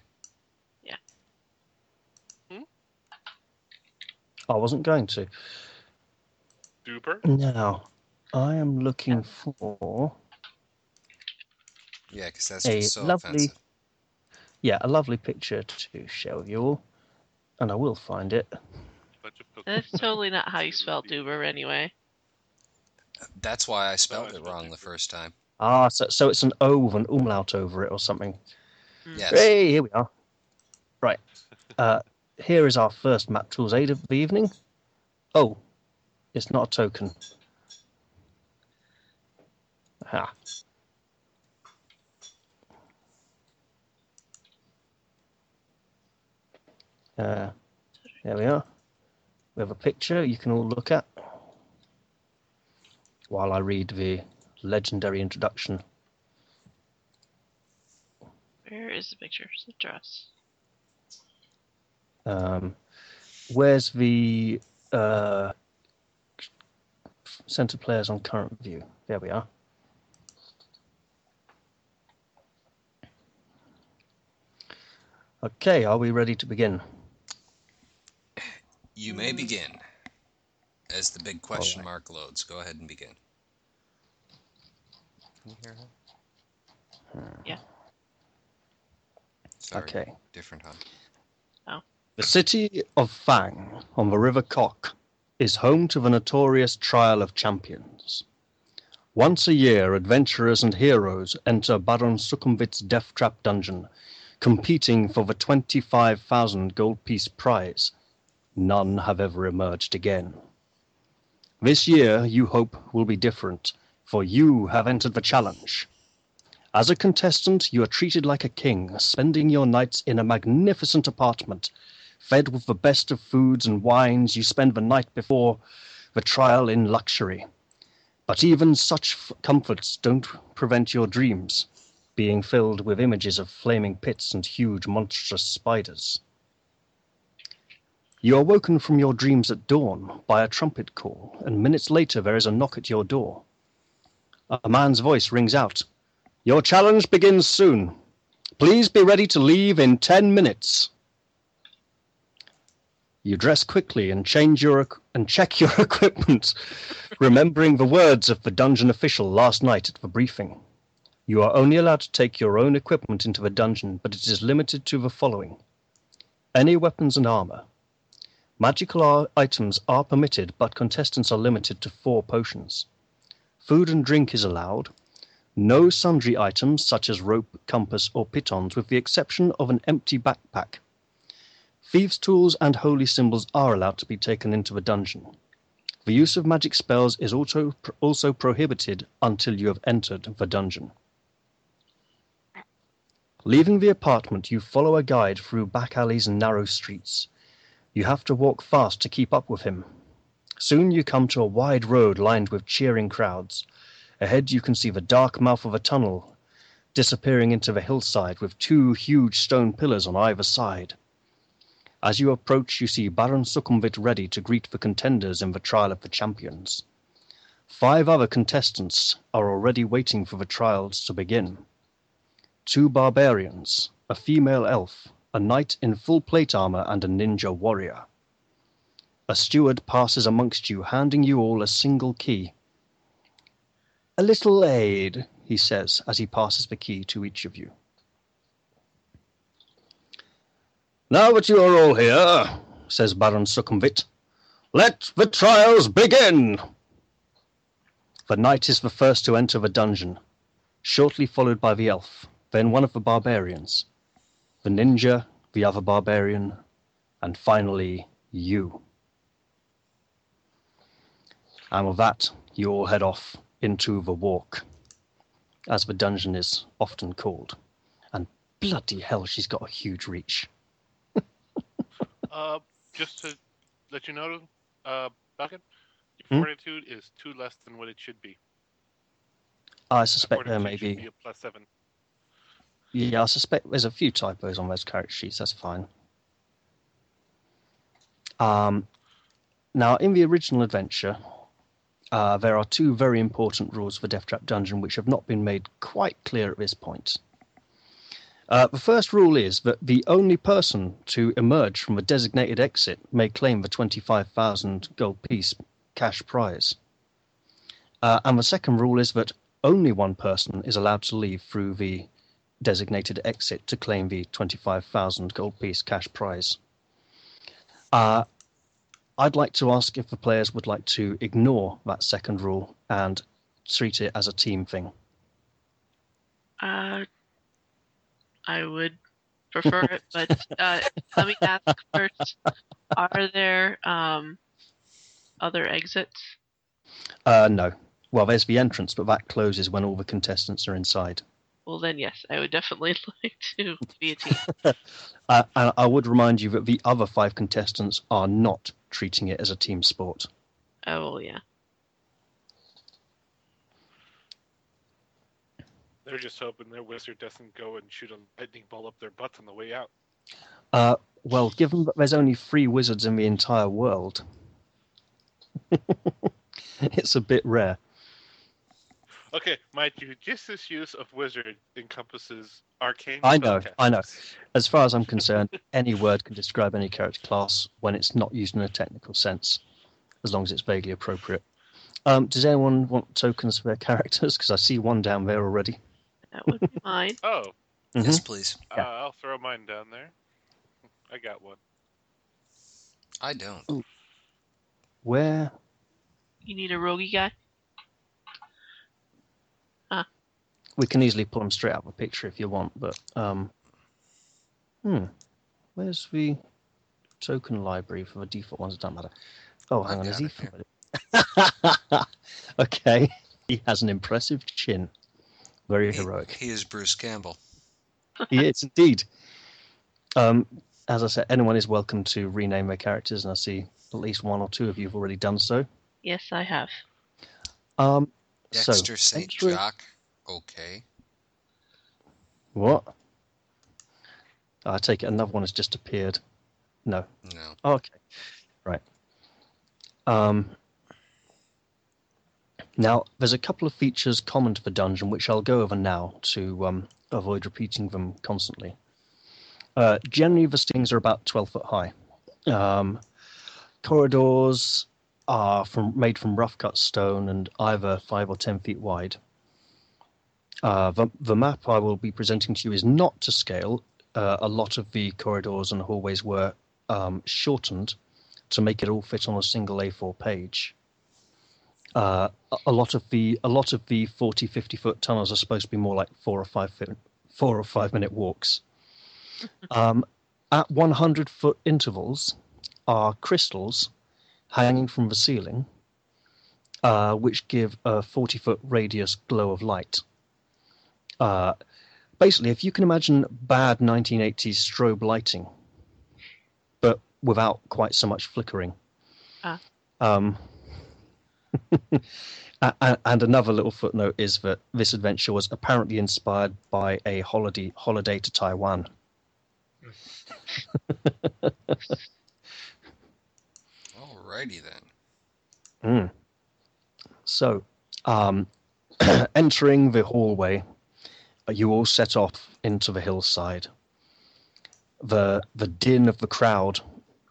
A: I wasn't going to.
C: Duper?
A: Now, I am looking for
D: Yeah, because that's
A: Hey,
D: just so
A: lovely-
D: offensive.
A: yeah a lovely picture to share with you all, and I will find it.
C: Bunch of-
B: That's totally not how you spell Duber anyway.
D: That's why I spelled
C: Oh, it's
D: it
C: not
D: wrong the
C: different.
D: first time.
A: Ah, so, so it's an O with an umlaut over it or something.
C: Hmm.
B: Mm.
D: Yes.
A: Hey, here we are. Right. *laughs* Uh, here is our first map tools aid of the evening. Oh, it's not a token. Ha. Uh, there we are. We have a picture you can all look at while I read the legendary introduction.
B: Where is the picture? Send to us.
A: Um, where's the uh, center players on current view? There we are. Okay, are we ready to begin?
D: You may
B: Mm.
D: begin. As the big question
A: Alright.
D: mark loads, go ahead and begin. Can you hear her?
B: Yeah.
D: Sorry,
A: Hmm. Okay.
D: different hon.
A: The city of Fang on the River Kok is home to the notorious Trial of Champions. Once a year, adventurers and heroes enter Baron Sukhumvit's Death Trap dungeon, competing for the 25,000 gold piece prize. None have ever emerged again. This year, you hope, will be different, for you have entered the challenge. As a contestant, you are treated like a king, spending your nights in a magnificent apartment fed with the best of foods and wines, you spend the night before the trial in luxury. But even such f- comforts don't prevent your dreams being filled with images of flaming pits and huge monstrous spiders. You are woken from your dreams at dawn by a trumpet call, and minutes later there is a knock at your door. A man's voice rings out Your challenge begins soon. Please be ready to leave in ten minutes. You dress quickly and change your equ- and check your *laughs* equipment, remembering the words of the dungeon official last night at the briefing. You are only allowed to take your own equipment into the dungeon, but it is limited to the following: any weapons and armor. Magical ar- items are permitted, but contestants are limited to four potions. Food and drink is allowed. No sundry items such as rope, compass, or pitons, with the exception of an empty backpack. Thieves' tools and holy symbols are allowed to be taken into the dungeon. The use of magic spells is also, also prohibited until you have entered the dungeon. Leaving the apartment, you follow a guide through back alleys and narrow streets. You have to walk fast to keep up with him. Soon you come to a wide road lined with cheering crowds. Ahead, you can see the dark mouth of a tunnel disappearing into the hillside with two huge stone pillars on either side. As you approach, you see Baron Sukhumvit ready to greet the contenders in the trial of the champions. Five other contestants are already waiting for the trials to begin. Two barbarians, a female elf, a knight in full plate armor, and a ninja warrior. A steward passes amongst you, handing you all a single key. A little aid, he says as he passes the key to each of you. Now that you are all here, says Baron Sukhumvit, let the trials begin. The knight is the first to enter the dungeon, shortly followed by the elf, then one of the barbarians, the ninja, the other barbarian, and finally you. And with that, you all head off into the walk, as the dungeon is often called. And bloody hell, she's got a huge reach.
C: Uh, just to let you know, uh, Falcon,
A: Hmm?
C: your fortitude is two less than what it should be.
A: I suspect there
C: Fortitude
A: may
C: should
A: be.
C: be a plus seven.
A: Yeah, I suspect there's a few typos on those character sheets. That's fine. Um, now, in the original adventure, uh, there are two very important rules for Death Trap Dungeon which have not been made quite clear at this point. Uh, the first rule is that the only person to emerge from a designated exit may claim the 25,000 gold piece cash prize. Uh, and the second rule is that only one person is allowed to leave through the designated exit to claim the 25,000 gold piece cash prize. Uh, I'd like to ask if the players would like to ignore that second rule and treat it as a team thing.
B: Uh, I would prefer it, but uh, let me ask first: Are there um, other exits?
A: Uh, no. Well, there's the entrance, but that closes when all the contestants are inside.
B: Well, then yes, I would definitely *laughs* like to be a team.
A: Uh, and I would remind you that the other five contestants are not treating it as a team sport.
B: Oh well, yeah.
C: They're just hoping their wizard doesn't go and shoot a lightning bolt up their butts on the way out.
A: Uh, well, given that there's only three wizards in the entire world, *laughs* it's a bit rare.
C: Okay, my judicious use of wizard encompasses arcane.
A: I know,
C: spell
A: I know.
C: tests.
A: As far as I'm concerned, *laughs* any word can describe any character class when it's not used in a technical sense, as long as it's vaguely appropriate. Um, does anyone want tokens for their characters? Because I see one down there already.
B: That would be mine.
C: Oh,
A: Mm-hmm.
D: Yes, please.
C: uh,
A: Yeah.
C: I'll throw mine down there. I got one.
D: I don't.
A: Where?
B: You need a roguey guy.
A: We can easily pull them straight out of a picture if you want, but. Um, hmm. Where's the token library for the default ones? It doesn't matter. Oh, hang on. Is
D: I've got
A: he.
D: it here.
A: familiar? *laughs* okay. *laughs* He has an impressive chin. Very
D: He-
A: heroic.
D: He, is Bruce Campbell.
A: he is indeed. Um, as I said, anyone is welcome to rename their characters, and I see at least one or two of you have already done so.
B: Yes, I have.
A: Um,
D: Dexter
A: so,
D: St.
A: Dexter-
D: Jock. Okay.
A: What? I take it another one has just appeared. No.
D: No.
A: Oh, Okay. Right. Um, now, there's a couple of features common to the dungeon which I'll go over now to um, avoid repeating them constantly. Uh, generally, the stings are about 12 foot high. Um, corridors are from, made from rough cut stone and either 5 or 10 feet wide. Uh, the, the map I will be presenting to you is not to scale. Uh, a lot of the corridors and hallways were um, shortened to make it all fit on a single A4 page. Uh, a- a lot of the a lot of the 40, 50 foot tunnels are supposed to be more like four or five fit, four or five minute walks. Um, at 100 foot intervals are crystals hanging from the ceiling, uh, which give a 40 foot radius glow of light. Uh, basically, if you can imagine bad 1980s strobe lighting, but without quite so much flickering.
B: Ah.
A: Um, *laughs* a- a- and another little footnote is that this adventure was apparently inspired by a holiday holiday to Taiwan.
D: Alrighty then.
A: Mm. So, um, *clears throat* entering the hallway, you all set off into the hillside. The, the din of the crowd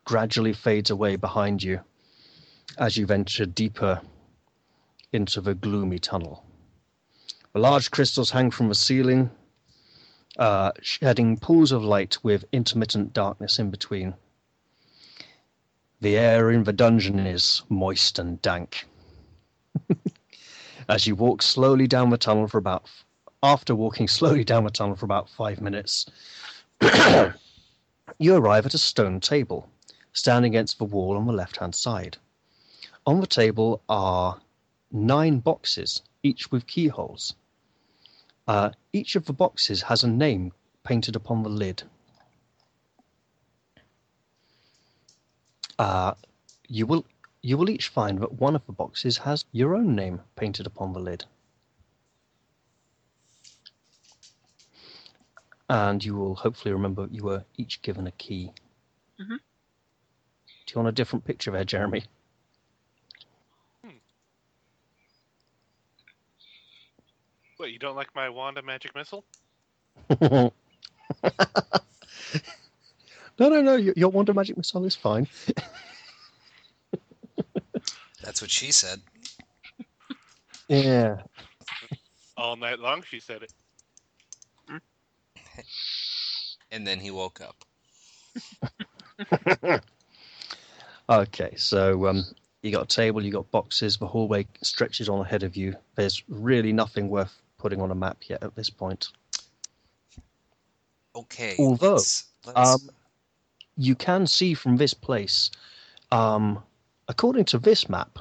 A: gradually fades away behind you as you venture deeper into the gloomy tunnel. The large crystals hang from the ceiling, uh, shedding pools of light with intermittent darkness in between. The air in the dungeon is moist and dank. As you walk slowly down the tunnel for about, after walking *laughs* slowly down the tunnel for about five minutes, *coughs* you arrive at a stone table standing against the wall on the left hand side. On the table are nine boxes, each with keyholes. Uh, each of the boxes has a name painted upon the lid. Uh, you will you will each find that one of the boxes has your own name painted upon the lid. And you will hopefully remember you were each given a key.
B: Mhm.
A: Do you want a different picture there, Jeremy? *laughs*
C: What, you don't like my wand and magic missile?
A: no, no, no. Your, your wand of magic missile is fine.
D: That's what she said.
A: Yeah.
C: All night long, she said it.
D: And then he woke up.
A: Okay, so um, you got a table, you got boxes, the hallway stretches on ahead of you. There's really nothing worth putting on a map yet at this point.
D: Okay.
A: Although,
D: let's- let's-
A: um, You can see from this place, um, according to this map,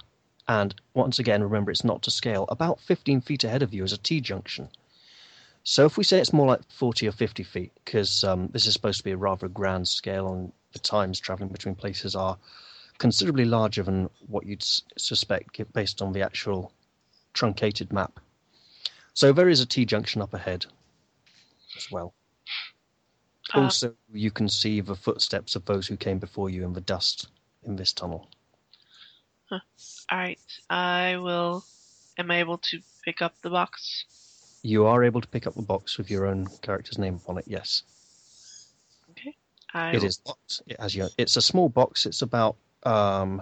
A: and once again, remember it's not to scale, about 15 feet ahead of you is a T junction. So if we say it's more like 40 or 50 feet, because um, this is supposed to be a rather grand scale, and the times traveling between places are considerably larger than what you'd s- suspect gi- based on the actual truncated map. So there is a T junction up ahead as well.
B: Uh,
A: also, you can see the footsteps of those who came before you in the dust in this tunnel.
B: All right, I will. Am I able to pick up the box?
A: You are able to pick up the box with your own character's name upon it. Yes,
B: I
A: it is locked. It has your. It's a small box. It's about um,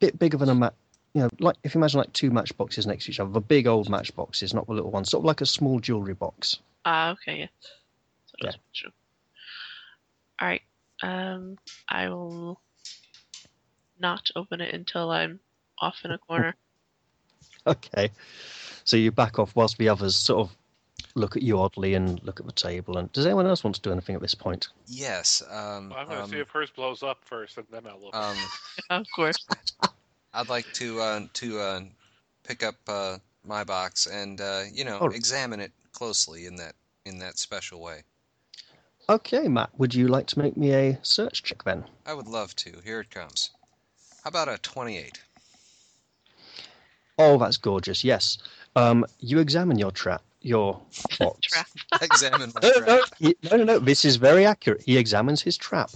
A: bit bigger than a mat. You know, like if you imagine like two matchboxes next to each other, the big old matchboxes, not the little ones, sort of like a small jewelry box. *laughs*
B: Ah, okay, yeah. So
A: Yeah.
B: that's true. All right. Um, I will not open it until I'm off in a
A: *laughs*
B: corner.
A: Okay, so you back off whilst the others sort of look at you oddly and look at the table. And does anyone else want to do anything at this point?
D: yes. Um,
C: Well, I'm gonna
D: um,
C: see if hers blows up first, and then I'll look.
D: um,
B: of course.
D: I'd like to uh, to uh, pick up uh, my box and uh, you know
A: All right.
D: examine it closely in that in that special way.
A: Okay, Matt, would you like to make me a search check then?
D: I would love to. Here it comes. How about a twenty-eight?
A: Oh, that's gorgeous. Yes. Um, you examine your trap, your box.
B: Trap.
D: Examine my
A: No, no, no,
D: trap.
A: he- no, no, no. This is very accurate. He examines his trap.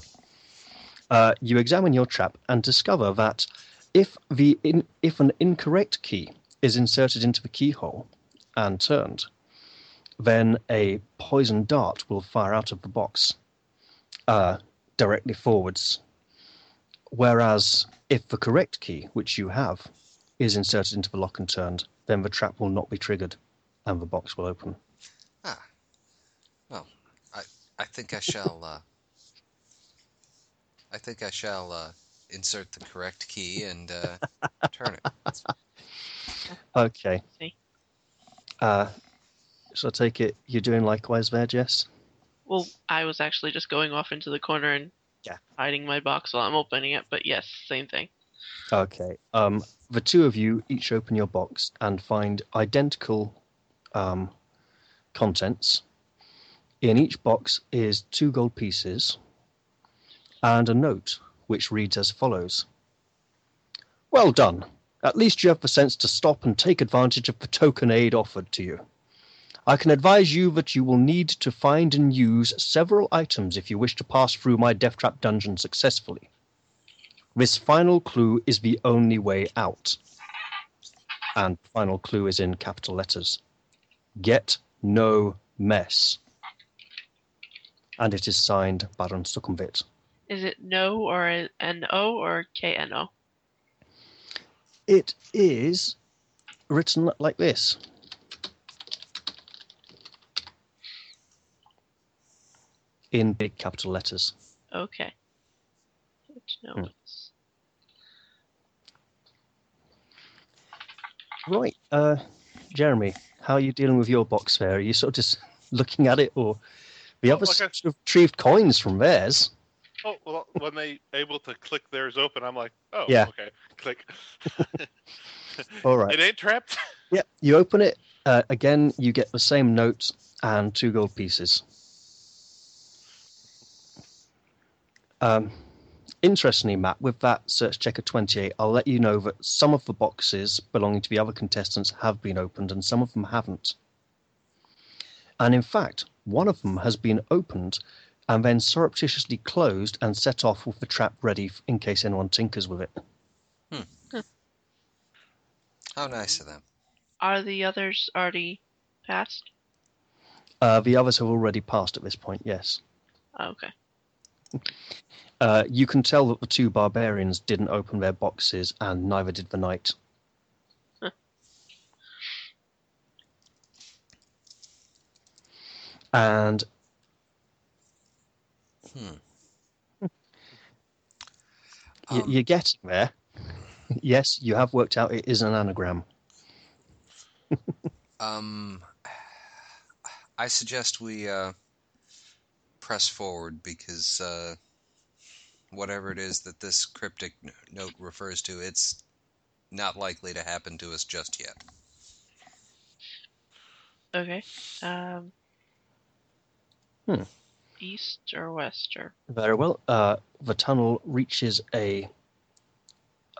A: Uh, you examine your trap and discover that if the in, if an incorrect key is inserted into the keyhole and turned, then a poison dart will fire out of the box uh, directly forwards. Whereas if the correct key, which you have, is inserted into the lock and turned, then the trap will not be triggered, and the box will open.
D: I think I shall. Uh, I think I shall uh, insert the correct key and uh, turn it.
A: Okay.
B: See.
A: Uh, so I take it you're doing likewise there, Jess?
B: Well, I was actually just going off into the corner and
A: Yeah.
B: hiding my box while I'm opening it. But yes, same thing.
A: Okay. Um, the two of you each open your box and find identical um, contents. In each box is two gold pieces and a note which reads as follows Well done. At least you have the sense to stop and take advantage of the token aid offered to you. I can advise you that you will need to find and use several items if you wish to pass through my Death Trap dungeon successfully. This final clue is the only way out. And final clue is in capital letters. Get no mess. And it is signed Baron Sukhumvit.
B: Is it no or a- an O or K N O?
A: It is written like this. In big capital letters.
B: Okay. Good to know.
A: Hmm. Right, uh, Jeremy, how are you dealing with your box there? Are you sort of just looking at it, or the
C: Oh,
A: other
C: like I-
A: sort of retrieved coins from theirs?
C: Oh well, when they able to click theirs open, I'm like, oh
A: Yeah.
C: okay, click.
A: All right.
C: It ain't trapped. *laughs*
A: Yeah, you open it. Uh, again, you get the same note and two gold pieces. Um, interestingly, Matt, with that search check of 28, I'll let you know that some of the boxes belonging to the other contestants have been opened and some of them haven't. And in fact, one of them has been opened and then surreptitiously closed and set off with the trap ready f- in case anyone tinkers with it.
D: How nice of them.
B: Are the others already passed?
A: Uh, the others have already passed at this point, yes.
B: Oh, okay.
A: Uh, you can tell that the two barbarians didn't open their boxes, and neither did the knight.
B: Huh.
A: and
D: Hmm.
A: y-
D: Um,
A: you're getting there. yes, you have worked out it is an anagram.
D: Um, I suggest we uh, press forward because uh, whatever it is that this cryptic n- note refers to, it's not likely to happen to us just yet.
B: Okay. Um.
A: Hmm.
B: East or west or
A: Very well. Uh, the tunnel reaches a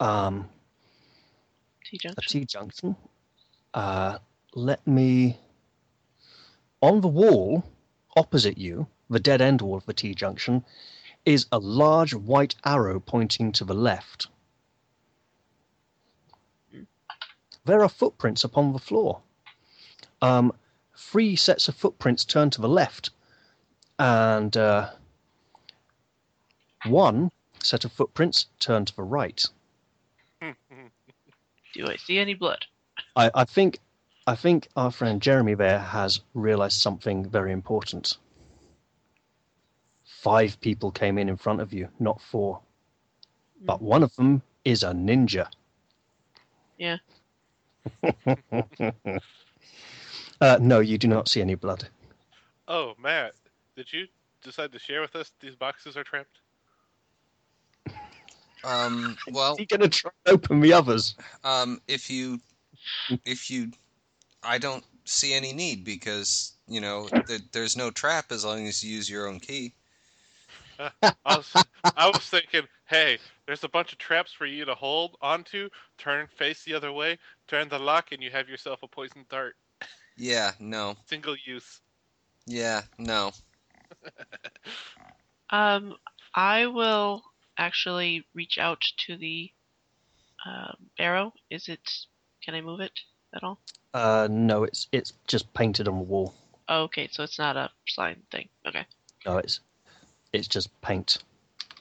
A: um,
B: T
A: a
B: junction?
A: T junction. Uh, let me. On the wall opposite you, the dead end wall of the T junction, is a large white arrow pointing to the left. There are footprints upon the floor. Um, three sets of footprints turn to the left, and uh, one set of footprints turn to the right. e-
B: Do I see any blood?
A: I, I think I think our friend Jeremy there has realized something very important. Five people came in in front of you, not four. But one of them is a ninja.
B: Yeah.
A: *laughs* uh, no, you do not see any blood.
C: Oh Matt, did you decide to share with us these boxes are trapped?
D: Um, well,
A: You're going to try and open the others.
D: um, if you, if you, I don't see any need because you know there, there's no trap as long as you use your own key.
C: I was, I was thinking, hey, there's a bunch of traps for you to hold onto, turn face the other way, turn the lock, and you have yourself a poison dart.
D: Yeah, no,
C: Single use.
D: yeah, no.
B: Um, I will actually reach out to the um, arrow. Is it? Can I move it at all?
A: Uh, no, it's it's just painted on the wall.
B: Oh, okay, so it's not a sign thing. Okay.
A: No, it's it's just paint.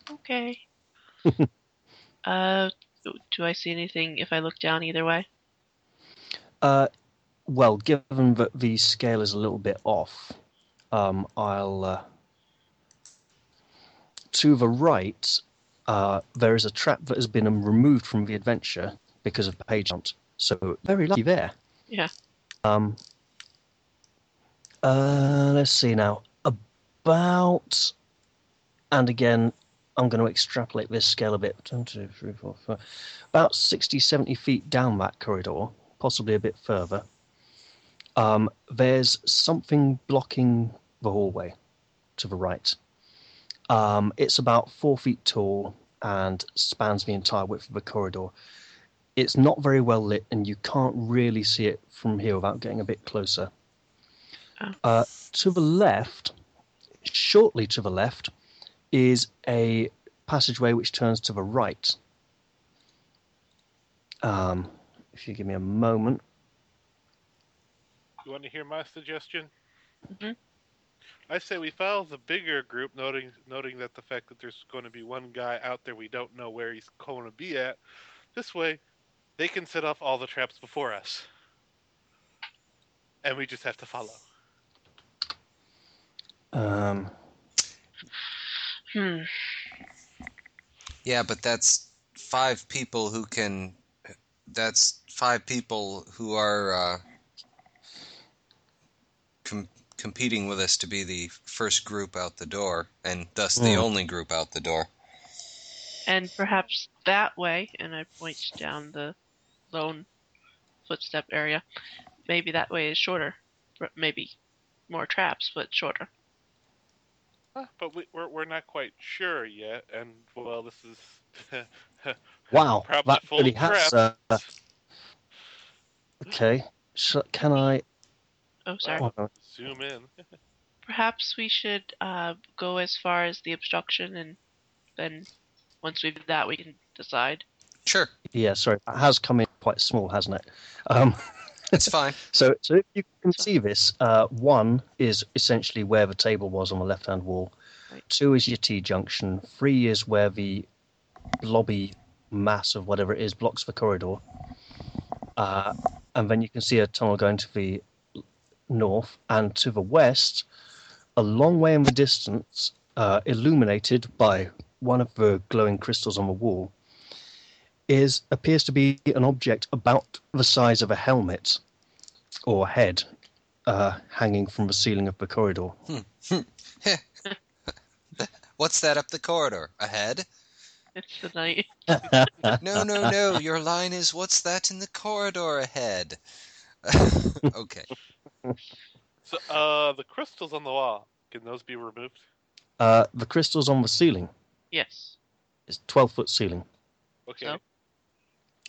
B: Okay. uh, do I see anything if I look down either way?
A: Uh, well, given that the scale is a little bit off, um, I'll. Uh, to the right, uh, there is a trap that has been um, removed from the adventure because of page count. So very lucky there.
B: Yeah.
A: Um, uh, let's see now. About, and again, I'm going to extrapolate this scale a bit. One, two, three, four, five. About 60, 70 feet down that corridor, possibly a bit further. Um, there's something blocking the hallway to the right. Um, it's about four feet tall and spans the entire width of the corridor it's not very well lit and you can't really see it from here without getting a bit closer.
B: Oh.
A: Uh, to the left, shortly to the left, is a passageway which turns to the right. Um, if you give me a moment.
C: You want to hear my suggestion?
B: Mhm.
C: I say we file the bigger group, noting noting that the fact that there's going to be one guy out there we don't know where he's going to be at. This way, they can set off all the traps before us, and we just have to follow.
A: Um,
B: Hmm.
D: Yeah, but that's five people who can. That's five people who are uh, com- competing with us to be the first group out the door, and thus the
A: Hmm.
D: only group out the door.
B: And perhaps that way, and I point down the lone footstep area, maybe that way is shorter. R- Maybe more traps, but shorter.
C: Huh, Ah, But we, we're we're not quite sure yet, and well, this is *laughs*
A: wow,
C: Perhaps
A: that
C: full
A: really
C: of
A: has. Uh,
C: traps.
A: okay, Sh can I?
B: Oh, sorry.
A: hold on.
C: zoom in.
B: Perhaps we should uh, go as far as the obstruction, and then once we've done that, we can decide.
D: Sure,
A: Yeah, sorry, that has come in quite small, hasn't it? Um, *laughs*
D: it's fine.
A: So, so if you can see this, uh, one is essentially where the table was on the left-hand wall.
B: Right.
A: Two is your T junction. Three is where the blobby mass of whatever it is blocks the corridor. Uh, and then you can see a tunnel going to the north and to the west, a long way in the distance, uh, illuminated by one of the glowing crystals on the wall, is appears to be an object about the size of a helmet or head uh, hanging from the ceiling of the corridor.
D: What's that up the corridor? Ahead?
B: It's the night. *laughs*
D: No, no,
A: *laughs*
D: no. Your line is what's that in the corridor ahead? *laughs* okay.
C: So, uh, the crystals on the wall can those be removed?
A: Uh, the crystal's on the ceiling.
B: Yes.
A: It's 12 foot ceiling.
C: Okay,
B: No.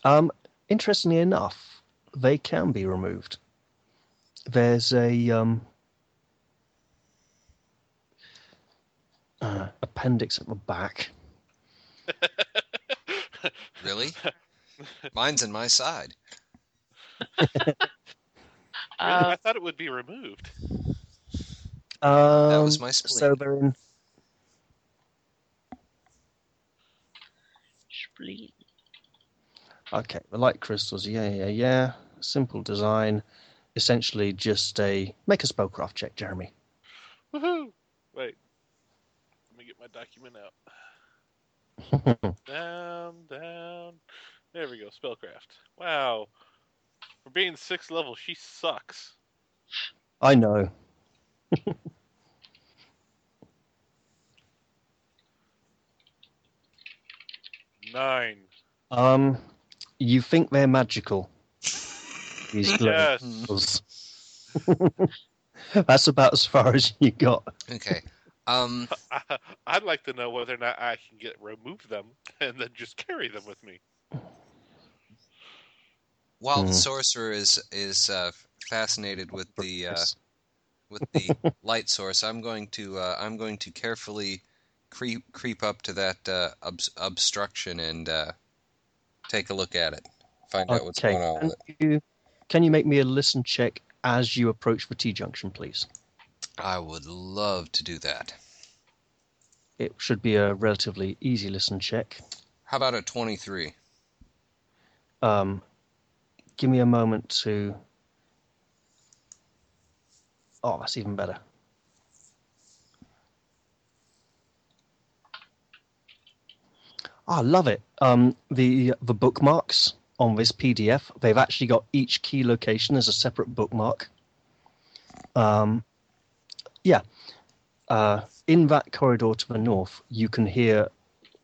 A: Um, interestingly enough, they can be removed. There's a um, uh, appendix at the back.
D: Really? Mine's in my side.
C: Really?
B: Uh,
C: I thought it would be removed.
A: Um,
D: That was my spleen.
A: So they're in.
B: spleen.
A: Okay, the light crystals. Yeah, yeah, yeah. Simple design. Essentially, just a make a spellcraft check, Jeremy.
C: Woohoo! Wait. Let me get my document out.
A: *laughs*
C: Down, down. There we go. Spellcraft. Wow. For being sixth level, she sucks.
A: I know.
C: Nine.
A: Um, you think they're magical?
C: *laughs*
A: These glowing
C: Yes.
A: crystals. *laughs* That's about as far as you got.
D: Okay. Um,
C: I, I'd like to know whether or not I can get remove them *laughs* and then just carry them with me.
D: while the
A: Hmm.
D: sorcerer is is uh, fascinated with the uh, with the
A: *laughs*
D: light source, I'm going to uh, I'm going to carefully creep creep up to that uh, obs- obstruction and uh, take a look at it, find out what's
A: okay.
D: going on with it.
A: Can you, can you make me a listen check as you approach the T junction, please?
D: I would love to do that.
A: It should be a relatively easy listen check.
D: How about a 23?
A: Um, give me a moment to. Oh, that's even better. Ah, I love it. Um, the the bookmarks on this PDF, they've actually got each key location as a separate bookmark. Um, yeah. Uh, in that corridor to the north, you can hear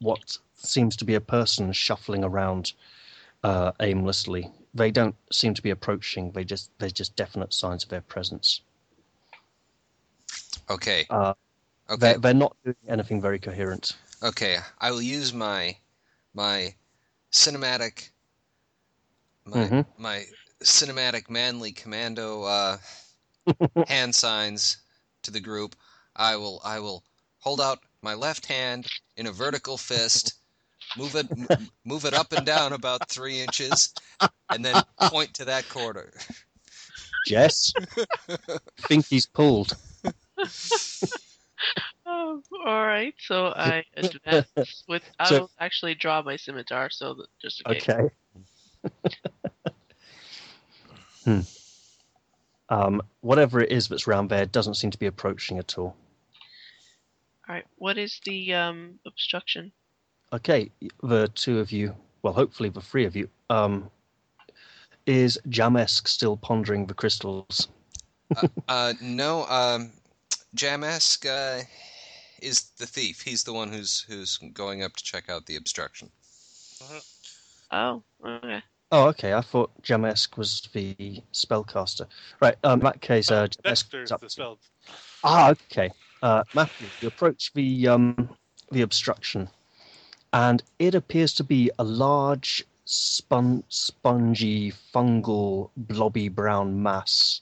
A: what seems to be a person shuffling around uh, aimlessly. They don't seem to be approaching. They just there's just definite signs of their presence.
D: Okay.
A: Uh,
D: Okay.
A: They're, they're not doing anything very coherent.
D: Okay. I will use my my cinematic my
A: Mhm.
D: my cinematic manly commando uh, hand signs to the group. I will I will hold out my left hand in a vertical fist, move it m- move it up and down about three inches, and then point to that quarter.
A: Jess, think he's pulled.
B: Oh, all right.
A: *laughs*
B: So I advance with. I
A: So-
B: will actually draw my scimitar, so that just in case.
A: Okay. *laughs* hmm. Um, whatever it is that's round there doesn't seem to be approaching at all.
B: All right. What is the um obstruction?
A: Okay, the two of you, well, hopefully the three of you, um, is Jamesk still pondering the crystals?
D: Uh, no, um, Jamask uh, is the thief. He's the one who's who's going up to check out the obstruction.
B: Oh, okay.
A: Oh, okay. I thought Jamesk was the spellcaster. Right. Um, in that case, uh, Jamesk
C: Dexter's
A: is up
C: the
A: to-
C: spell.
A: Ah, okay. Uh, Matthew, you approach the um, the obstruction, and it appears to be a large, spon- spongy, fungal, blobby brown mass.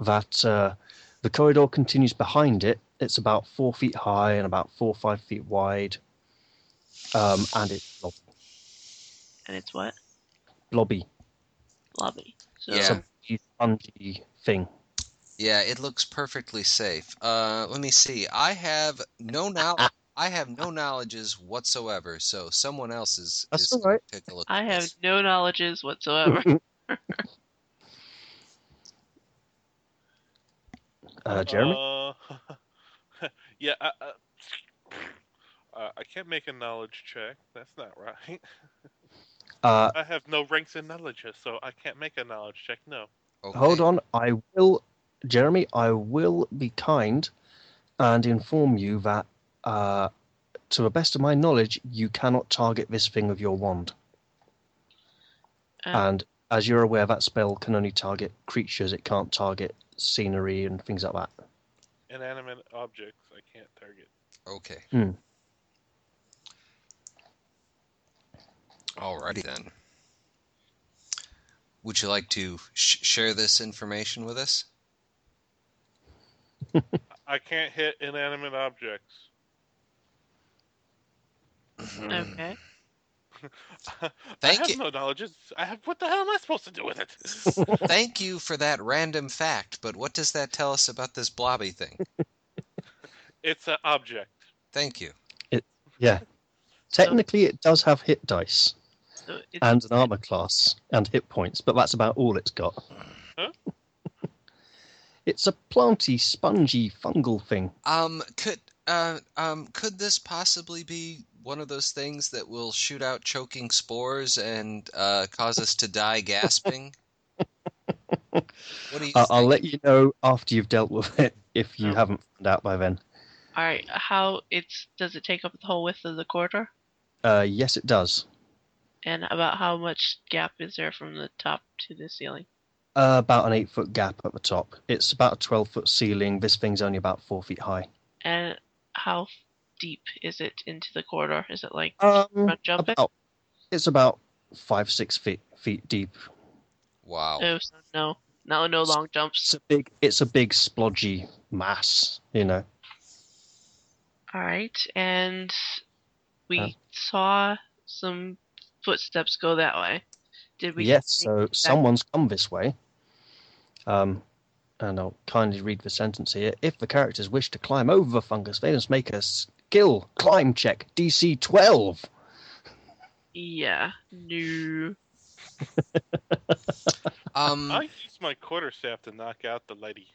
A: That uh, the corridor continues behind it. It's about four feet high and about four or five feet wide, um, and it's blob-
B: And it's what
A: blobby,
B: lobby. So
D: Yeah.
A: spongy thing.
D: Yeah, it looks perfectly safe. Uh, let me see. I have
A: *laughs*
D: no now. I have no knowledges whatsoever. So someone else is.
A: That's
D: is
A: all
D: gonna
A: right.
D: Take a look.
B: I
D: at
B: have
D: this.
B: no
A: *laughs*
B: knowledges whatsoever.
A: *laughs* Uh, Jeremy.
C: Uh, *laughs* yeah. I, uh, *laughs* uh, I can't make a knowledge check. That's not right.
A: Uh,
C: I have no ranks in knowledge, so I can't make a knowledge check. No.
D: Okay.
A: Hold on, I will, Jeremy. I will be kind and inform you that, uh, to the best of my knowledge, you cannot target this thing with your wand.
B: Oh.
A: And as you're aware, that spell can only target creatures. It can't target scenery and things like that.
C: Inanimate objects. I can't target.
D: Okay.
A: Hmm.
D: Alrighty then. Would you like to sh- share this information with us?
C: I can't hit inanimate objects. *laughs*
B: okay.
C: I
D: Thank
C: have
D: you.
C: no knowledge. It's- I have. What the hell am I supposed to do with
D: *laughs*
C: it?
D: *laughs* Thank you for that random fact, but what does that tell us about this blobby thing?
C: it's an object.
D: Thank you.
A: Yeah. Technically, it does have hit dice
B: So it's,
A: and an armor class and hit points, but that's about all it's got.
C: Huh?
A: it's a planty, spongy, fungal thing.
D: Um, could uh, um, could this possibly be one of those things that will shoot out choking spores and uh, cause us to die gasping? What do you?
A: I I'll let you know after you've dealt with it if you
B: Oh.
A: haven't found out by then.
B: all right. How it's does it take up the whole width of the corridor?
A: Uh, yes, it does.
B: And about how much gap is there from the top to the ceiling?
A: Uh, about an eight foot gap at the top. It's about a 12 foot ceiling. This thing's only about four feet high.
B: And how deep is it into the corridor? Is it like
A: Um,
B: front jumping?
A: about, it's about five, six feet, feet deep.
D: Wow.
B: Oh, so no, no, no long jumps.
A: It's a big, it's a big splodgy mass, you know.
B: All right, and we
A: Huh?
B: saw some footsteps go that way. Did we?
A: yes, so someone's come this way. Um, and I'll kindly read the sentence here. If the characters wish to climb over the fungus, they must make a skill climb check, DC 12.
B: Yeah. No.
D: Um,
C: I use my quarterstaff to knock out the lady.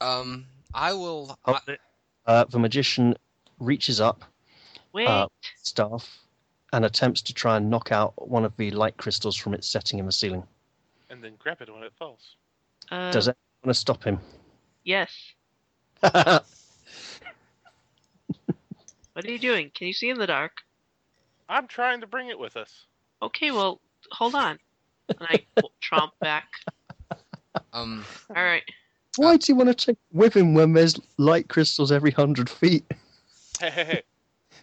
D: um, I will. I,
A: Hold it. Uh, the magician reaches up,
B: Wait.
A: Uh, staff, and attempts to try and knock out one of the light crystals from its setting in the ceiling.
C: And then grab it when it falls.
B: Uh,
A: Does anyone want to stop him? *laughs*
B: Yes. What are you doing? Can you see in the dark?
C: I'm trying to bring it with us.
B: Okay. Well, hold on. And
A: *laughs*
B: I w- tromp back.
D: um,
B: All right.
A: Why do you want to take with him when there's light crystals every hundred feet?
C: Hey, hey, hey.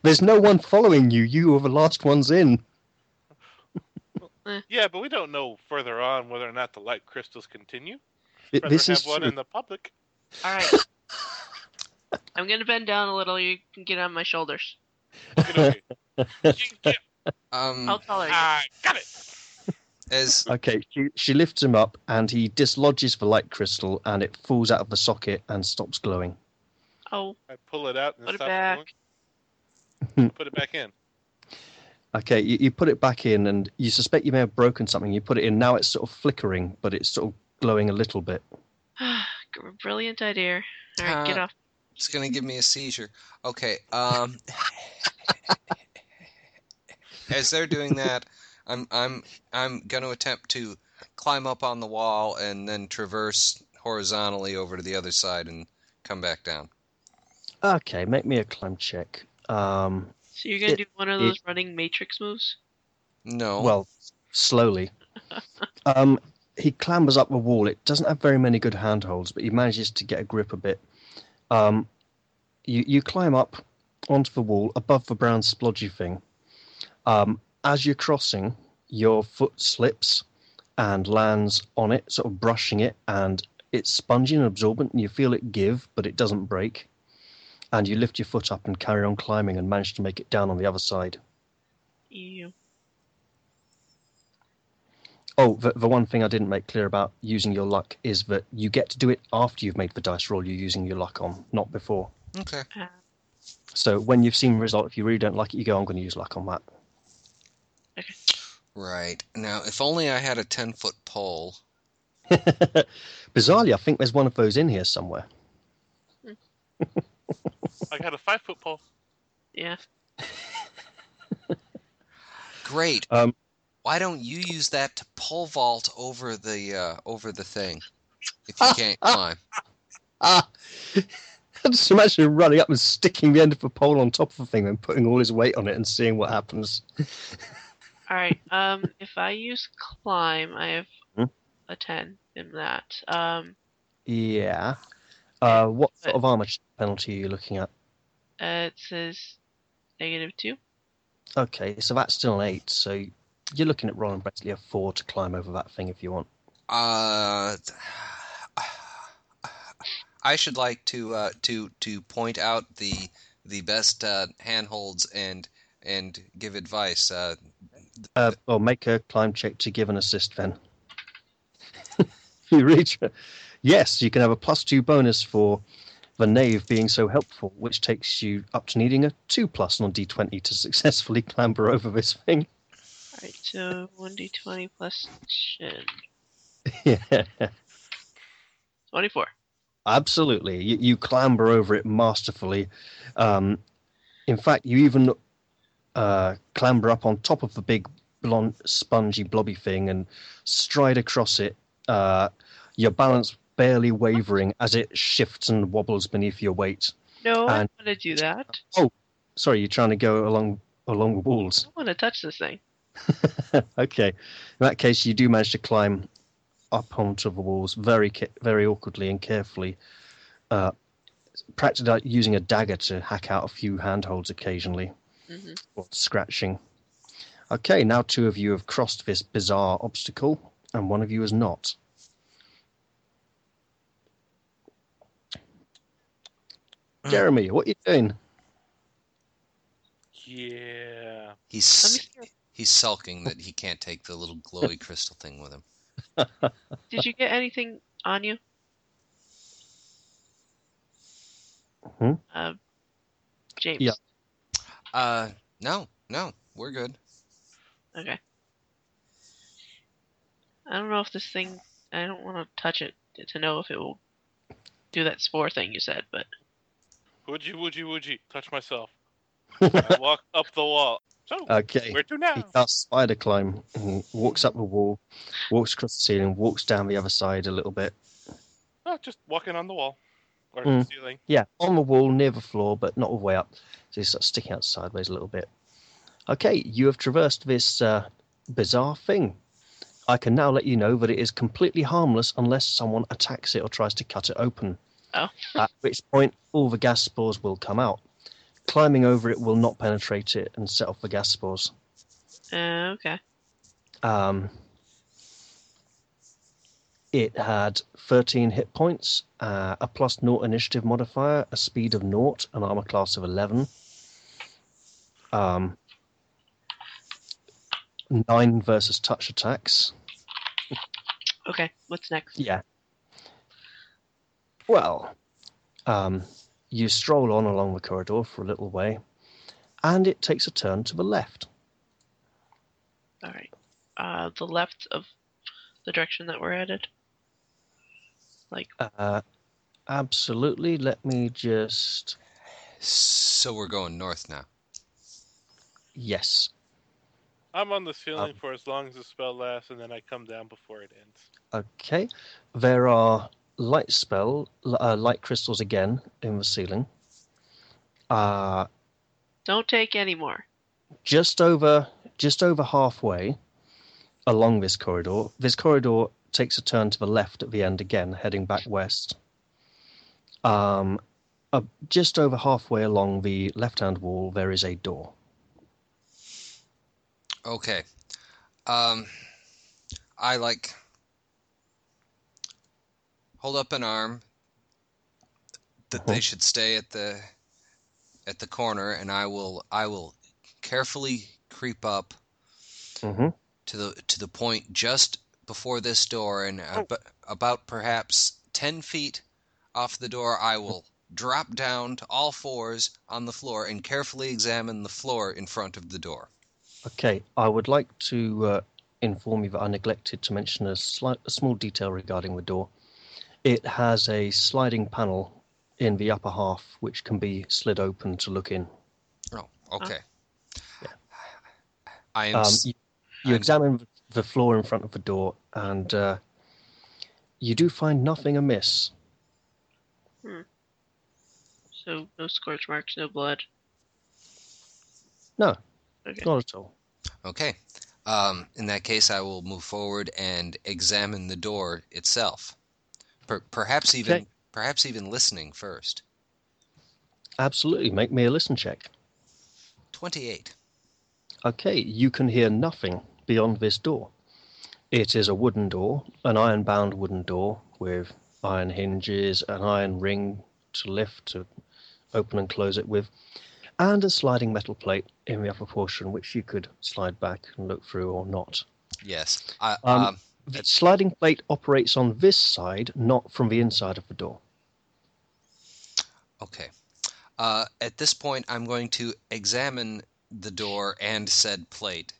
A: There's no one following you. You are the last ones in.
C: Yeah, but we don't know further on whether or not the light crystals continue.
A: Th-
C: Rather
A: this
C: have
A: is
C: one
A: true.
C: in the public.
B: All right.
A: *laughs*
B: I'm gonna bend down a little. You can get on my shoulders.
A: *laughs*
C: Okey-dokey. Yeah,
D: Um,
B: I'll tolerate it.
C: I Ah, got it.
D: as
A: Okay, she, she lifts him up and he dislodges the light crystal and it falls out of the socket and stops glowing.
B: Oh,
C: I pull it out and
B: Put it
C: stop
B: back.
C: going. Put it back in.
A: Okay, you, you put it back in and you suspect you may have broken something. You put it in, now it's sort of flickering, but it's sort of glowing a little bit.
B: *sighs* brilliant idea. All right, get
D: Uh,
B: off.
D: it's gonna give me a seizure. Okay. Um, *laughs* as they're doing that, I'm I'm I'm gonna attempt to climb up on the wall and then traverse horizontally over to the other side and come back down.
A: Okay, make me a climb check. Um,
B: So you're gonna
A: it-
B: do one of
A: it-
B: those running matrix moves?
D: No.
A: well, slowly. um, he clambers up the wall. It doesn't have very many good handholds, but he manages to get a grip a bit. Um, you, you climb up onto the wall above the brown splodgy thing. Um, as you're crossing, your foot slips and lands on it, sort of brushing it, and it's spongy and absorbent, and you feel it give, but it doesn't break. And you lift your foot up and carry on climbing and manage to make it down on the other side.
B: Ew.
A: Oh, the, the one thing I didn't make clear about using your luck is that you get to do it after you've made the dice roll you're using your luck on, not before.
D: Okay.
B: Uh,
A: So when you've seen the result, if you really don't like it, you go, I'm going to use luck on that.
D: Right. Now, if only I had a 10 foot pole.
A: *laughs* Bizarrely, I think there's one of those in here somewhere.
C: I got a five foot pole.
B: yeah.
D: Great.
A: Um,
D: Why don't you use that to pole vault over the uh, over the thing if
A: *laughs*
D: you can't climb?
A: Ah! *laughs* I just imagine him running up and sticking the end of a pole on top of the thing and putting all his weight on it and seeing what happens.
B: All right. Um, if I use climb, I have
A: Hmm?
B: a ten in that. Um,
A: Yeah. Uh, what sort of armor penalty are you looking at?
B: uh, it says negative two.
A: Okay, so that's still an 8, so you're looking at rolling basically a 4 to climb over that thing if you want.
D: Uh, *sighs* I should like to uh, to to point out the the best uh, handholds and and give advice. Uh,
A: Uh, well, make a climb check to give an assist then. *laughs* you reach. Yes, you can have a plus two bonus for the knave being so helpful, which takes you up to needing a two plus on d20 to successfully *laughs* clamber over this thing.
B: All right. So one d twenty plus ten.
A: yeah,
B: Twenty four.
A: absolutely. You, you clamber over it masterfully. Um, in fact, you even uh, clamber up on top of the big blonde, spongy, blobby thing and stride across it. Uh, your balance barely wavering as it shifts and wobbles beneath your weight.
B: No, I
A: And-
B: don't want to do that.
A: Sorry, you're trying to go along along the walls.
B: I want to touch this thing.
A: okay, in that case, you do manage to climb up onto the walls very ca- very awkwardly and carefully. Uh, practically like using a dagger to hack out a few handholds occasionally.
B: hmm
A: or scratching. Okay, now two of you have crossed this bizarre obstacle, and one of you has not. Jeremy, what are you doing?
C: Yeah.
B: Let me
D: he's
B: see. your-
D: he's sulking that he can't take the
B: *laughs*
D: little glowy crystal thing with him.
B: Did you get anything on you?
A: Hmm?
B: Uh, James.
A: Yeah.
D: Uh, no, no, we're good.
B: Okay. I don't know if this thing. I don't want to touch it to know if it will do that spore thing you said, but
C: Would you, would you, would you
A: *laughs*
C: touch myself? I walk up the wall. So,
A: Okay,
C: where to
A: he
C: now?
A: casts spider climb. He walks up the wall, walks across the ceiling, walks down the other side a little bit.
C: Oh, just walking on the wall or
A: Mm.
C: the ceiling.
A: Yeah, on the wall, near the floor, but not all the way up. So he's sort of sticking out sideways a little bit. Okay, you have traversed this uh, bizarre thing. I can now let you know that it is completely harmless unless someone attacks it or tries to cut it open.
B: Oh.
A: At which point, all the gas spores will come out. Climbing over it will not penetrate it and set off the gas spores.
B: uh, okay.
A: Um, It had 13 hit points, uh, a plus naught initiative modifier, a speed of naught, an armor class of 11. Um, nine versus touch attacks.
B: Okay, what's next?
A: Yeah. Well, um, you stroll on along the corridor for a little way, and it takes a turn to the left.
B: All right. Uh, the left of the direction that we're headed. Like,
A: Uh, absolutely. Let me just.
D: So we're going north now.
A: Yes.
C: I'm on this feeling
A: Um.
C: for as long as the spell lasts, and then I come down before it ends.
A: Okay. There are light spell l- uh, light crystals again in the ceiling. Uh,
B: don't take any more.
A: just over just over halfway along this corridor. This corridor takes a turn to the left at the end again, heading back west. Um, uh, just over halfway along the left-hand wall, there is a door.
D: Okay. Um, I like hold up an arm that they
A: Uh-huh.
D: should stay at the at the corner, and I will I will carefully creep up
A: hmm
D: to the to the point just before this door, and ab- about perhaps ten feet off the door, I will drop down to all fours on the floor and carefully examine the floor in front of the door.
A: Okay, I would like to uh, inform you that I neglected to mention a, slight, a small detail regarding the door. It has a sliding panel in the upper half, which can be slid open to look in.
D: Oh, okay. *sighs* I am.
A: Um,
D: s-
A: you you
D: I'm-
A: examine the floor in front of the door, and uh, you do find nothing amiss.
B: So, no scorch marks, no blood.
A: No,
B: Okay.
A: not at all.
D: Okay. Um, in that case, I will move forward and examine the door itself. Per- perhaps even
A: Okay.
D: perhaps even listening first.
A: Absolutely, make me a listen check.
D: Twenty-eight.
A: Okay, you can hear nothing beyond this door. It is a wooden door, an iron bound wooden door with iron hinges, an iron ring to lift to open and close it with, and a sliding metal plate in the upper portion which you could slide back and look through or not.
D: Yes. I, um,
A: Um, The sliding plate operates on this side, not from the inside of the door.
D: okay. Uh, at this point, I'm going to examine the door and said plate.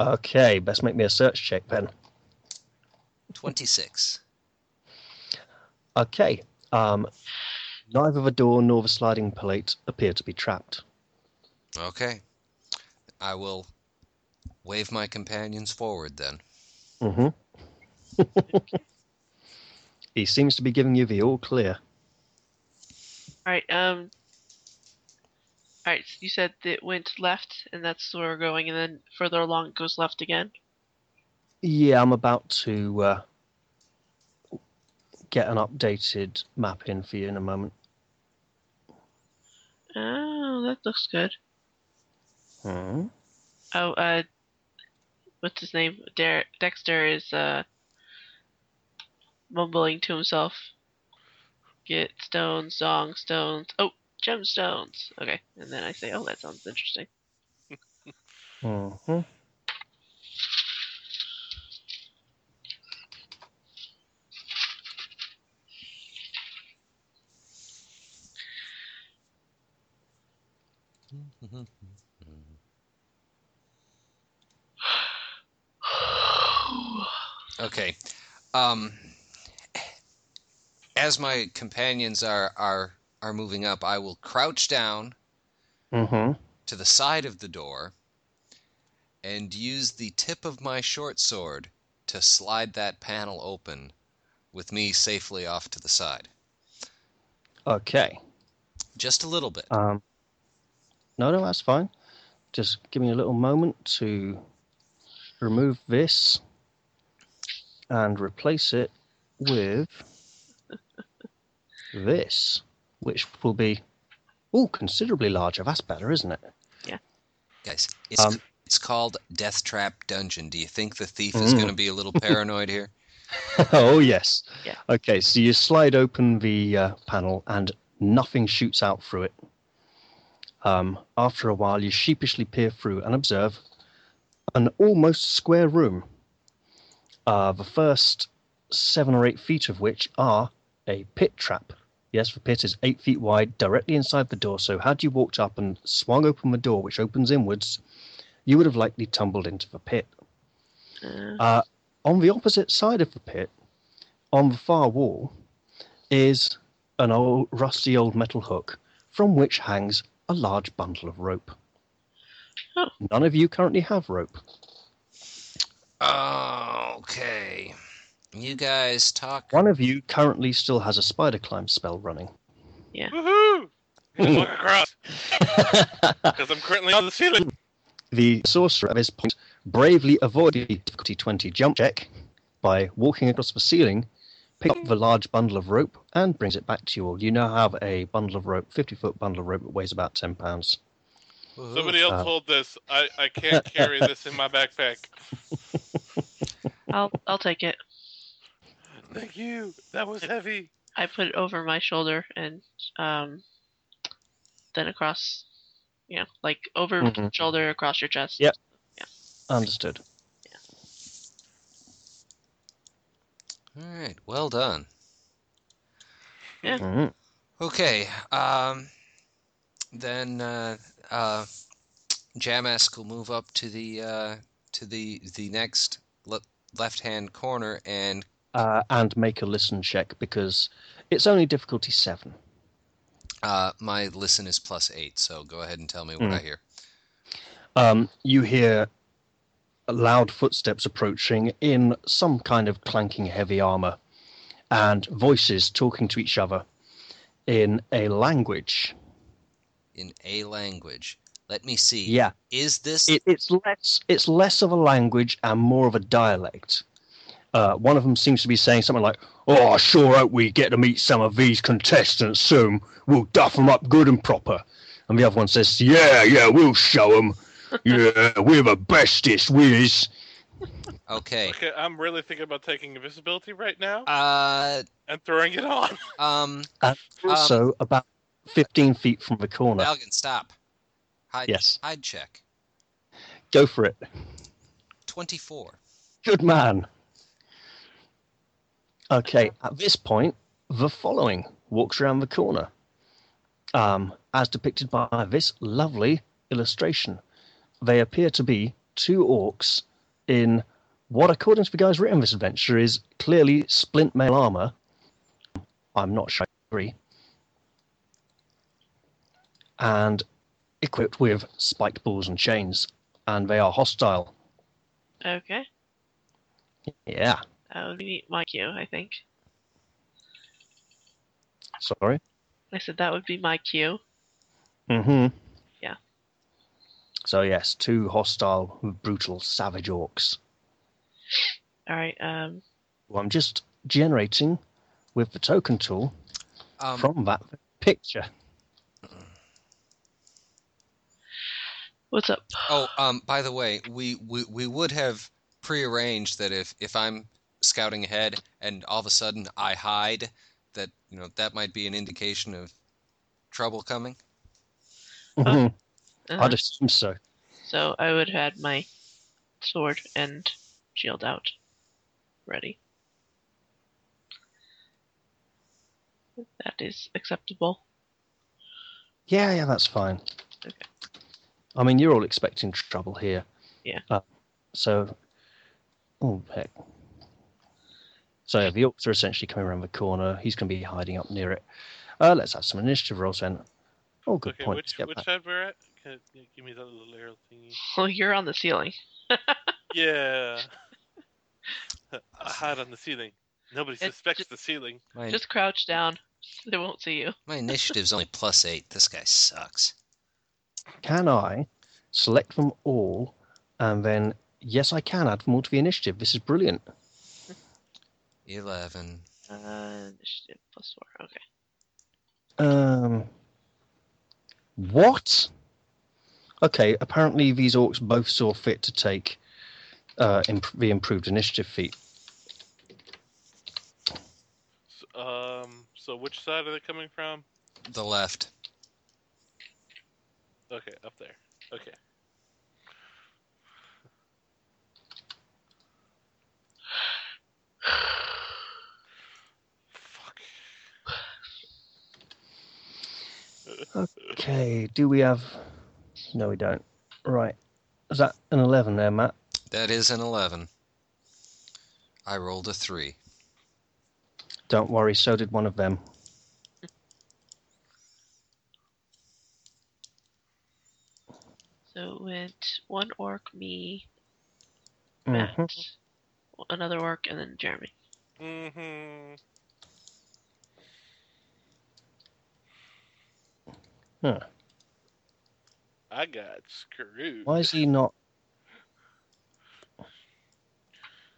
A: Okay, best make me a search check then.
D: Twenty-six.
A: Okay, um, neither the door nor the sliding plate appear to be trapped.
D: Okay. I will wave my companions forward then.
A: Mm-hmm. *laughs* he seems to be giving you the all clear.
B: All right. Um. All right. So you said that it went left, and that's where we're going, and then further along it goes left again.
A: Yeah, I'm about to uh, get an updated map in for you in a moment.
B: Oh, that looks good.
A: Hmm.
B: Oh, uh, what's his name? Der- Dexter is uh mumbling to himself. Get stones, song stones. Oh, gemstones. Okay, and then I say, oh, that sounds interesting. *sighs*
A: Mhm. Mm-hmm.
D: Okay. Um, as my companions are, are are moving up, I will crouch down
A: Mhm.
D: to the side of the door and use the tip of my short sword to slide that panel open with me safely off to the side.
A: Okay.
D: Just a little bit.
A: Um, no, no, that's fine. Just give me a little moment to remove this and replace it with this, which will be oh considerably larger. That's better, isn't it?
D: Guys, it's
A: um,
D: it's called Death Trap Dungeon. Do you think the thief is
A: Mm. *laughs*
D: going to be a little paranoid here?
A: oh yes.
B: Yeah.
A: Okay, so you slide open the uh, panel and nothing shoots out through it. Um, after a while, you sheepishly peer through and observe an almost square room. Uh, the first seven or eight feet of which are a pit trap. Yes, the pit is eight feet wide, directly inside the door. So, had you walked up and swung open the door, which opens inwards, you would have likely tumbled into the pit.
B: Uh,
A: Uh, on the opposite side of the pit, on the far wall, is an old rusty old metal hook from which hangs a large bundle of rope.
B: Oh.
A: None of you currently have rope.
D: Okay. You guys talk.
A: One of you currently still has a spider climb spell running.
C: Woohoo! Look across
A: *laughs*
C: because I'm currently on the ceiling.
A: the sorcerer at this point bravely avoided the difficulty 20 jump check by walking across the ceiling, picks up the large bundle of rope, and brings it back to you all. You now have a bundle of rope, 50 foot bundle of rope that weighs about 10 pounds.
D: Woohoo.
C: Somebody else
A: Uh.
C: hold this. I, I can't carry this in my backpack.
B: I'll I'll take it.
C: Thank you. That was heavy.
B: I put it over my shoulder and um, then across, you know, like over
A: Mhm.
B: shoulder across your chest.
A: Yep. Understood.
D: All right. Well done.
A: Mhm.
D: Okay. Um, then uh, uh, Jamask will move up to the uh, to the the next le- left hand corner and
A: Uh, and make a listen check because it's only difficulty 7.
D: Uh, my listen is plus eight, so go ahead and tell me what
A: Hmm.
D: I hear.
A: Um, you hear loud footsteps approaching in some kind of clanking heavy armor and voices talking to each other in a language.
D: In a language. Let me see.
A: Yeah,
D: Is this
A: it, it's less it's less of a language and more of a dialect. Uh, one of them seems to be saying something like, "Oh, I sure hope we get to meet some of these contestants soon. We'll duff 'em up good and proper." And the other one says, "Yeah, yeah, we'll show 'em. *laughs* Yeah, we're the bestest, we is."
D: okay?
C: Okay, I'm really thinking about taking invisibility right now
D: Uh,
C: and throwing it on.
D: um,
A: Also, about fifteen feet from the corner.
D: Algin, stop. Hide,
A: Yes.
D: hide check.
A: Go for it.
D: Twenty-four.
A: Good man. Okay, at this point, the following walks around the corner, um, as depicted by this lovely illustration. They appear to be two orcs in what, according to the guys written this adventure, is clearly splint mail armor. I'm not sure I agree. And equipped with spiked balls and chains, and they are hostile.
B: Okay.
A: Yeah,
B: That would be my cue, I think.
A: sorry.
B: I said that would be my cue.
A: Mm-hmm.
B: Yeah.
A: So yes, two hostile, brutal, savage orcs.
B: All right. Um,
A: Well, I'm just generating with the token tool
D: Um,
A: from that picture.
B: what's up?
D: oh, um, by the way, we, we we would have prearranged that if if I'm scouting ahead and all of a sudden I hide, that you know that might be an indication of trouble coming.
A: Mhm.
B: Uh,
A: I'd assume so.
B: So I would have had my sword and shield out, ready. That is acceptable. *laughs*
A: Yeah, yeah, that's fine.
B: Okay.
A: I mean, you're all expecting trouble here.
B: Yeah.
A: Uh, so, oh heck. So yeah, the orcs are essentially coming around the corner. He's going to be hiding up near it. Uh, let's have some initiative rolls then. Oh, good
C: okay,
A: point.
C: which
A: Let's get
C: which
A: back.
C: side we're at? Can, you give me that little arrow thingy.
B: Well, you're on the ceiling.
C: Yeah. *laughs* I hide on the ceiling. Nobody
B: It's
C: suspects
B: just-
C: the ceiling.
D: My
B: Just crouch down. *laughs* They won't see you.
D: my initiative's only plus eight. This guy sucks.
A: can I select them all and then yes I can add them all to the initiative. This is brilliant.
D: Eleven.
B: Uh, initiative plus four. Okay.
A: Um What? Okay, apparently these orcs both saw fit to take uh, imp- the improved initiative feat.
C: Um. So which side are they coming from?
D: The left.
C: Okay, up there. Okay. *sighs* Fuck.
A: Okay, do we have. No, we don't. Right. Is that an 11 there, Matt?
D: That is an 11. I rolled a 3.
A: Don't worry, so did one of them.
B: So it went one orc, me, Matt,
A: Mhm.
B: another orc, and then Jeremy.
C: Mm-hmm.
A: Huh.
C: I got screwed.
A: Why is he not.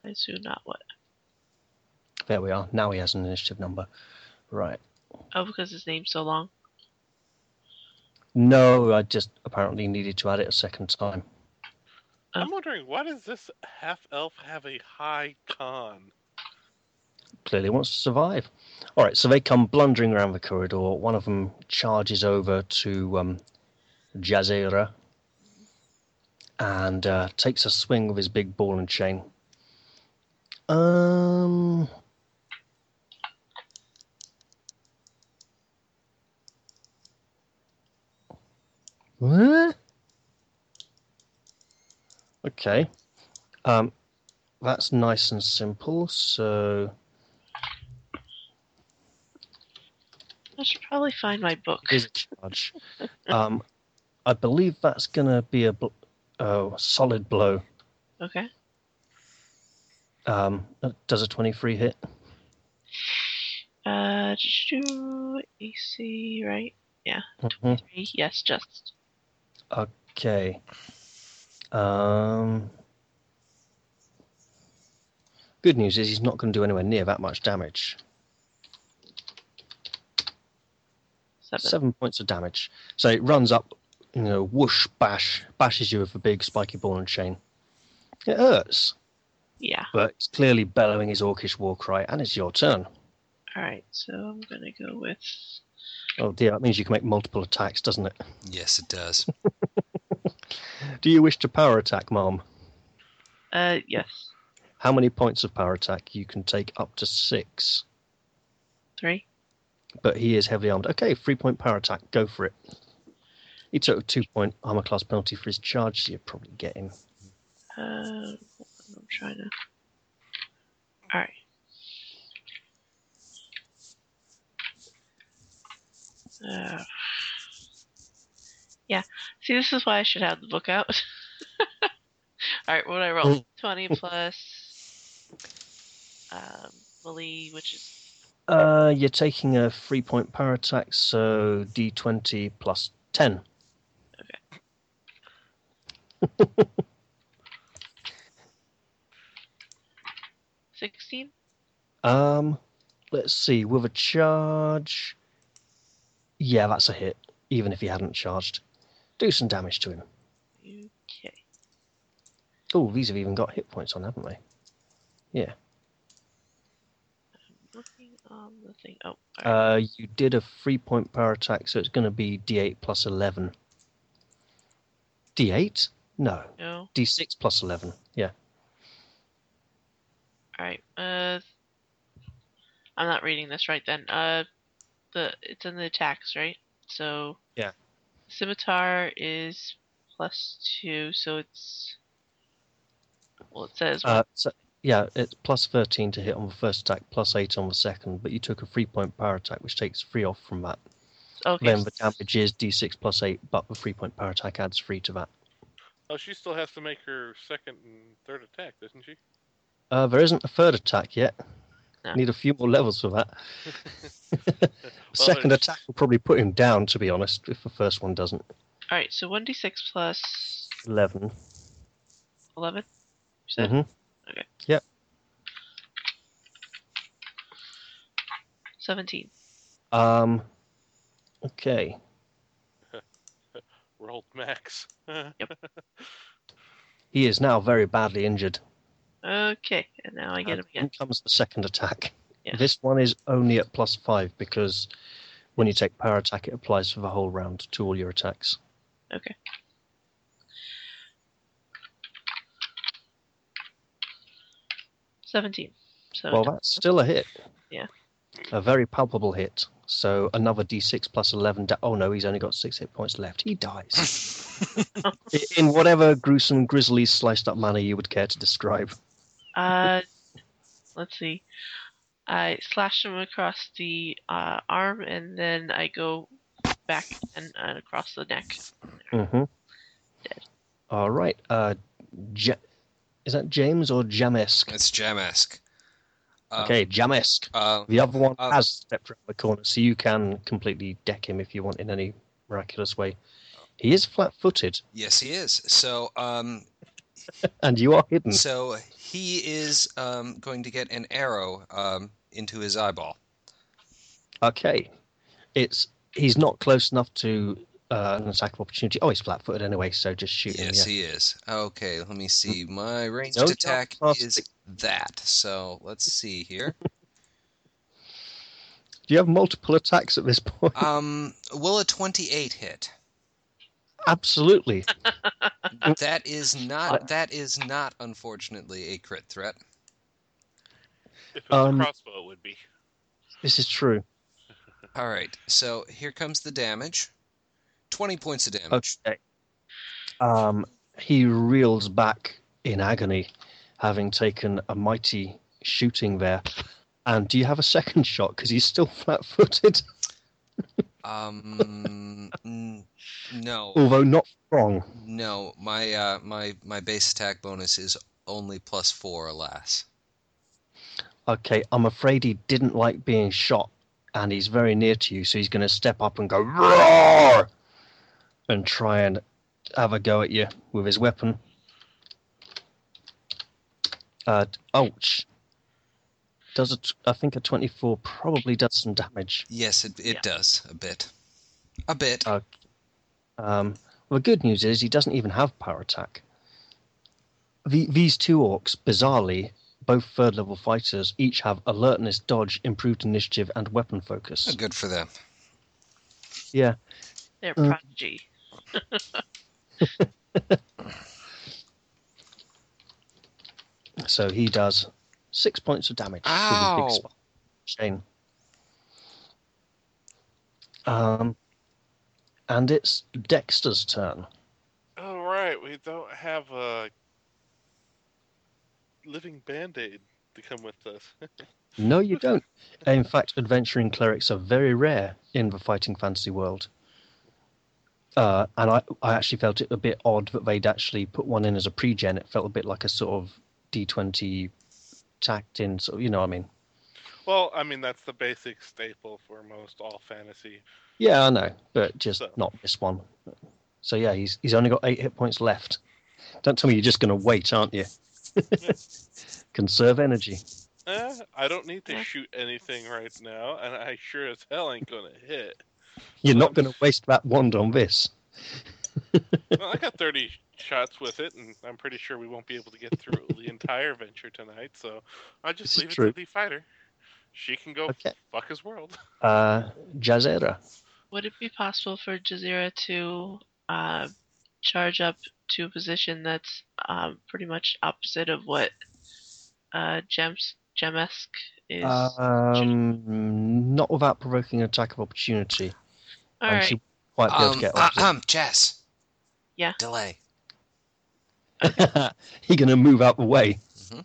B: I assume not what.
A: There we are. Now he has an initiative number. Right.
B: Oh, because his name's so long.
A: No, I just apparently needed to add it a second time.
C: I'm wondering why does this half elf have a high con?
A: clearly wants to survive. All right, so they come blundering around the corridor. One of them charges over to um, Jazeera and uh, takes a swing with his big ball and chain. Um. What? Okay. Um, that's nice and simple. So.
B: I should probably find my book.
A: is a charge. um, I believe that's going to be a bl- oh, solid blow.
B: Okay.
A: Um, does a 23 hit?
B: Uh, do AC, right?
A: Mhm.
B: Three. Yes, just.
A: Okay. Um, good news is he's not going to do anywhere near that much damage.
B: Seven.
A: Seven points of damage. So it runs up, you know, whoosh, bash, bashes you with a big spiky ball and chain. It hurts,
B: Yeah.
A: but it's clearly bellowing his orcish war cry, and it's your turn.
B: All right. So I'm gonna go with.
A: Oh dear, that means you can make multiple attacks, doesn't it?
D: Yes, it does.
A: Do you wish to power attack, Mom?
B: Uh, yes.
A: How many points of power attack? You can take up to six,
B: Three.
A: but he is heavily armed. Okay, three point power attack. Go for it. He took a two point armor class penalty for his charge, so you're probably getting.
B: Uh, I'm trying to. All right. Uh, yeah. See, this is why I should have the book out. *laughs* All right. What would I roll? Twenty plus. Um, melee, which is
A: Uh, you're taking a three point power attack, so d20 plus 10.
B: sixteen.
A: Um, let's see, with a charge. Yeah, that's a hit, even if he hadn't charged. Do some damage to him.
B: Okay.
A: Oh, these have even got hit points on, haven't they?
B: Looking on the thing. Oh. all right.
A: Uh, you did a three point power attack, so it's going to be d8 plus 11. d8? No.
B: No.
A: d6 plus 11. Yeah.
B: All right. Uh, I'm not reading this right then. Uh, the it's in the attacks, right? So
A: Yeah.
B: Scimitar is plus two, so it's well, it says
A: Uh, so, yeah, it's plus 13 to hit on the first attack, plus 8 on the second, but you took a three point power attack, which takes 3 off from that.
B: okay.
A: Then the damage is d6 plus 8, but the three point power attack adds 3 to that.
C: Oh, she still has to make her second and third attack, doesn't she?
A: Uh, there isn't a third attack yet.
B: No.
A: Need a few more levels for that.
C: Well,
A: *laughs* Second
C: there's-
A: attack will probably put him down, to be honest, if the first one doesn't.
B: All right. So one d six plus
A: 11.
B: eleven.
A: Mhm.
B: Okay.
A: Yep.
B: Seventeen.
A: Um, okay.
C: Rolled max. *laughs*
A: He is now very badly injured.
B: Okay, and now I get
A: And
B: him
A: in
B: again.
A: comes the second attack.
B: Yeah.
A: This one is only at plus five because when you take power attack, it applies for the whole round to all your attacks.
B: Okay. Seventeen. So
A: Well, that's still a hit.
B: Yeah.
A: A very palpable hit. So another d6 plus 11. Da- oh no, he's only got six hit points left. He
B: *laughs*
A: dies. I- In whatever gruesome, grisly, sliced up manner you would care to describe.
B: Uh, let's see. I slash him across the uh, arm, and then I go back and, and across the neck.
A: Mm-hmm. All right. Uh, Ja- is that James or Jamesk?
D: It's Jamesk. Um,
A: Okay, Jamesk.
D: Uh,
A: The other one
D: uh,
A: has stepped around the corner, so you can completely deck him if you want in any miraculous way. He is flat footed,
D: yes, he is. So, um,
A: and you are hidden.
D: so he is um, going to get an arrow um, into his eyeball.
A: Okay. It's he's not close enough to uh, an attack of opportunity. Oh, he's flat footed anyway, so just shoot him.
D: Yes,
A: yeah. Hmm.
D: he is. Okay, let me see. My ranged
A: No jump
D: attack
A: plus
D: is
A: six.
D: that. So let's see here.
A: Do you have multiple attacks at this point?
D: Um, will a twenty-eight hit?
A: *laughs* Absolutely.
D: That is not. That is not, unfortunately, a crit threat.
C: If it was
A: Um,
C: a crossbow, it would be.
A: This is true.
D: All right. So here comes the damage. Twenty points of damage.
A: Okay. Um, he reels back in agony, having taken a mighty shooting there. And do you have a second shot? Because he's still *laughs* flat footed,
D: Um, n- no,
A: although not wrong.
D: no. My uh, my my base attack bonus is only plus four or less.
A: Okay, I'm afraid he didn't like being shot, and he's very near to you, so he's going to step up and go roar, and try and have a go at you with his weapon. Uh, ouch! Does it? I think a 24 probably does some damage.
D: Yes, it it
B: Yeah.
D: does a bit, a bit.
A: Uh, Um, well, the good news is he doesn't even have power attack. The, these two orcs, bizarrely, both third level fighters, each have alertness, dodge, improved initiative, and weapon focus.
D: Good for them.
A: Yeah.
B: They're
A: Mm.
B: prodigy.
A: So he does six points of damage. with his big
D: Ow.
A: sp- chain. Um, and it's Dexter's turn.
C: All right, we don't have a living band-aid to come with us.
A: No, you don't. In fact, adventuring clerics are very rare in the fighting fantasy world. Uh, and I, I actually felt it a bit odd that they'd actually put one in as a pre-gen. It felt a bit like a sort of D20 tacked in, so you know what I mean.
C: well, I mean that's the basic staple for most all fantasy.
A: Yeah, I know, but just
C: So-
A: not this one. So yeah, he's he's only got eight hit points left. Don't tell me you're just going to wait, aren't
D: *laughs*
A: you? Conserve energy.
C: Eh, I don't need
B: Yeah.
C: to shoot anything right now, and I sure as hell ain't gonna hit.
A: You're
C: Well,
A: not going to waste that wand on this.
C: well, I got 30 shots with it, and I'm pretty sure we won't be able to get through the entire venture tonight. So I'll just
A: This is
C: leave it
A: true.
C: to the fighter. She can go
A: Okay.
C: fuck his world. *laughs*
A: Uh, Jazera.
B: Would it be possible for Jazeera to uh, charge up to a position that's um, pretty much opposite of what uh, Gems Gemesk is?
A: Uh, Um, not without provoking an attack of opportunity.
B: All
A: and
B: right.
A: she won't quite be able to
D: Um,
A: get
D: uh,
A: off.
D: um, Jess.
B: Yeah?
D: Delay. uh,
A: it. *laughs* He's going to move out the way.
D: Mhm.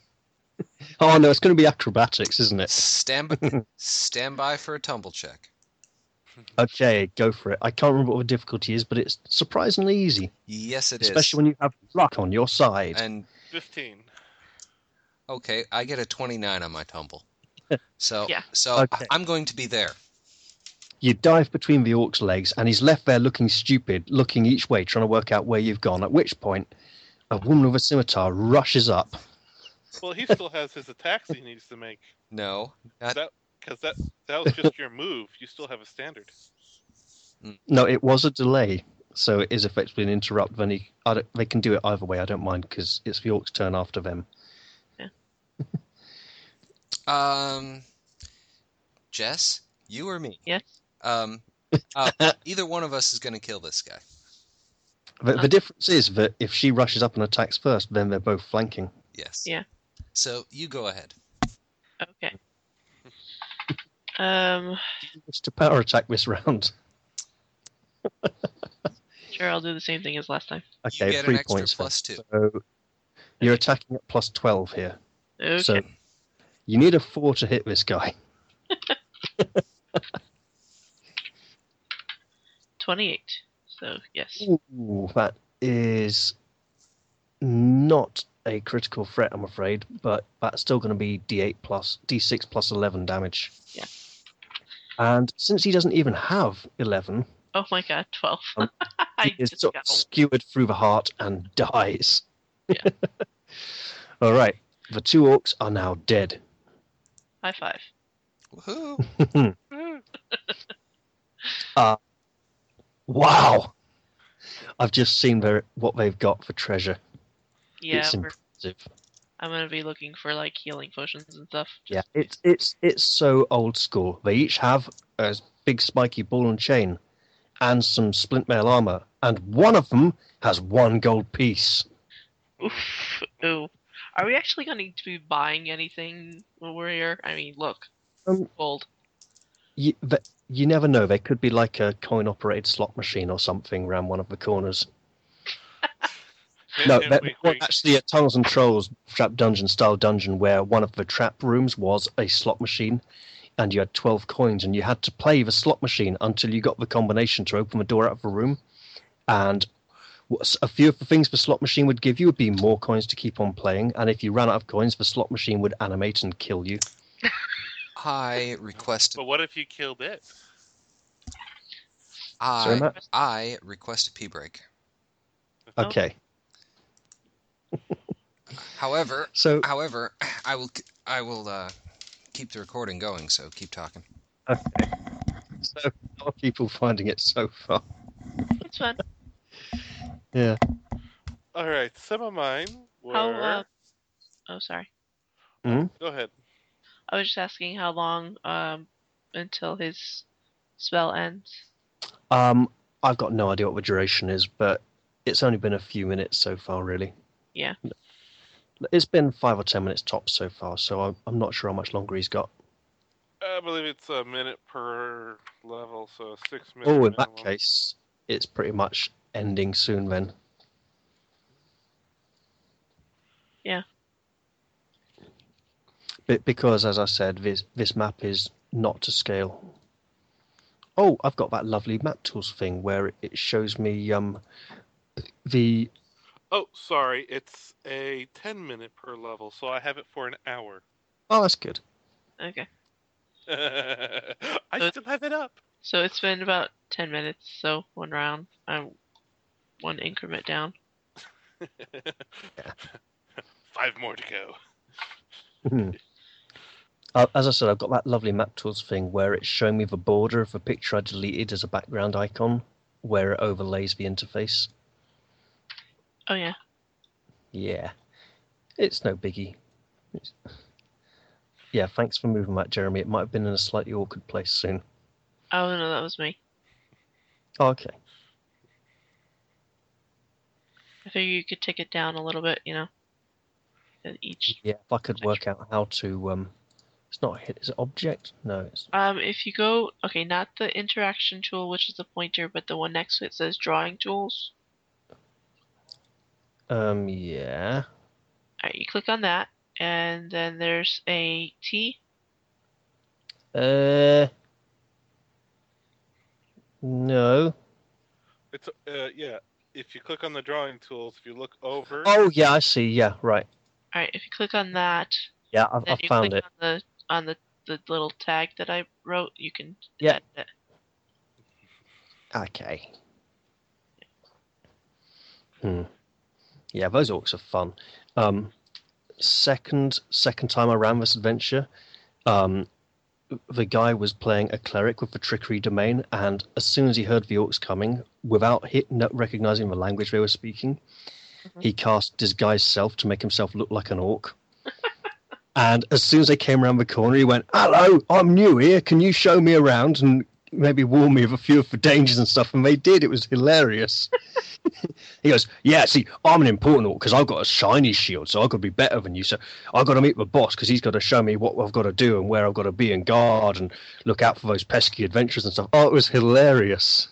A: Oh no, it's going to be acrobatics, isn't it?
D: Stand
A: *laughs*
D: by, stand by for a tumble check.
A: Okay, go for it. I can't remember what the difficulty is, but it's surprisingly easy,
D: Yes, it is.
A: especially when you have luck on your side.
D: and
C: 15.
D: okay, I get a twenty-nine on
A: *laughs*
D: my tumble. So
B: Yeah.
D: so
A: Okay.
D: I'm going to be there.
A: You dive between the orc's legs, and he's left there looking stupid, looking each way, trying to work out where you've gone. At which point, a woman with a scimitar rushes up.
C: Well, he still has his attacks he needs to make.
D: No, not,
C: That because that that was just your move. You still have a standard.
A: No, it was a delay, so it is effectively an interrupt. Then he, I don't, they can do it either way. I don't mind because it's the orc's turn after them.
D: Um, Jess, you or me?
B: Yes.
D: Um,
A: *laughs*
D: uh, either one of us is going to kill this guy.
A: The,
D: Uh-huh.
A: the difference is that if she rushes up and attacks first, then they're both flanking.
D: Yes.
B: Yeah.
D: So you go ahead.
A: *laughs*
B: Okay. Um,
A: It's to power attack this round.
B: sure, I'll do the same thing as last time.
A: Okay,
D: you get
A: three
D: an extra
A: points. then.
D: plus two.
A: So you're attacking at plus 12 here.
B: Okay.
A: So you need a 4 to hit this guy.
B: 28. So, yes.
A: Ooh, that is not a critical threat, I'm afraid, but that's still going to be D8 plus D6 plus 11 damage.
B: Yeah.
A: And since he doesn't even have 11,
B: Oh my god, 12.
A: Um,
B: *laughs* I
A: he is
B: just
A: sort
B: got
A: of skewered through the heart and *laughs* dies.
B: Yeah.
A: *laughs* All right, the two orcs are now dead. *laughs*
B: high five.
D: Woohoo!
A: Wow, I've just seen their what they've got for treasure.
B: Yeah,
A: it's
B: we're-
A: impressive.
B: I'm gonna be looking for like healing potions and stuff.
A: Yeah, it's it's it's so old school. They each have a big spiky ball and chain, and some splint mail armor, and one of them has one gold piece. *laughs*
B: Oof. Ooh. Are we actually going to need to be buying anything when we're here? I mean, look.
A: Um,
B: Gold.
A: You, but you never know. They could be like a coin-operated slot machine or something around one of the corners. No, that
C: Wink,
A: was
C: wink.
A: actually a Tunnels and Trolls trap dungeon style dungeon where one of the trap rooms was a slot machine, and you had twelve coins, and you had to play the slot machine until you got the combination to open the door out of the room, and what's- a few of the things the slot machine would give you would be more coins to keep on playing, and if you ran out of coins, the slot machine would animate and kill you.
D: I
C: *laughs*
D: request.
C: But what if you killed it?
A: Sorry,
D: I
A: Matt?
D: I request a pee break.
B: Oh.
A: Okay,
D: However,
A: so
D: however, I will I will uh, keep the recording going. So keep talking.
A: so how are people finding it so far?
B: It's fun.
A: Yeah,
C: All right, some of mine were.
B: How, uh, oh, sorry.
C: Go ahead.
B: I was just asking how long um, until his spell ends.
A: um, I've got no idea what the duration is, but it's only been a few minutes so far, really.
B: Yeah.
A: It's been five or ten minutes tops so far, so I'm, I'm not sure how much longer he's got.
C: I believe it's a minute per level, so six minutes.
A: Oh, in that
C: minimum.
A: case, it's pretty much ending soon then.
B: Yeah.
A: Be- because, as I said, this, this map is not to scale. Oh, I've got that lovely map tools thing where it, it shows me um the
C: Oh, sorry, it's a ten minute per level, so I have it for an hour. *laughs*
A: oh that's good.
B: Okay.
C: I
B: Uh,
C: still have
A: *laughs*
C: it up.
B: So it's been about 10 minutes, so one round. Um, one increment down.
C: Five more to go.
A: Mhm. Uh, As I said, I've got that lovely map tools thing where it's showing me the border of the picture I deleted as a background icon, where it overlays the interface.
B: Oh, yeah.
A: Yeah, it's no biggie. It's- Yeah, thanks for moving that, Jeremy. It might have been in a slightly awkward place soon.
B: Oh, no, that was me.
A: Oh, okay.
B: I figure you could take it down a little bit, you know? And each.
A: Yeah, if I could work out how to um, it's not a hit. Is it object? No, it's
B: Um, if you go, okay, not the interaction tool, which is the pointer, but the one next to it says drawing tools.
A: um, yeah.
B: All right, you click on that, and then there's a T.
A: Uh, no.
C: It's uh, yeah. If you click on the drawing tools, if you look over,
A: Oh yeah, I see. Yeah, right.
B: All right, if you click on that,
A: Yeah, I've,
B: then
A: I've
B: you
A: found
B: click
A: it.
B: on the on the, the little tag that I wrote. You can
A: Yeah.
B: edit it.
A: Okay. Hmm. Yeah, those orcs are fun. Um, second second time I ran this adventure, um, the guy was playing a cleric with the trickery domain, and as soon as he heard the orcs coming, without hit not recognizing the language they were speaking,
B: Mhm.
A: he cast disguise self to make himself look like an orc. *laughs* And as soon as they came around the corner, he went, Hello, I'm new here. Can you show me around and maybe warn me of a few of the dangers and stuff? And they did. It was hilarious. he goes, Yeah, see, I'm an important one because I've got a shiny shield, so I've got to be better than you. So I've got to meet my boss because he's got to show me what I've got to do and where I've got to be and guard and look out for those pesky adventures and stuff. Oh, it was hilarious.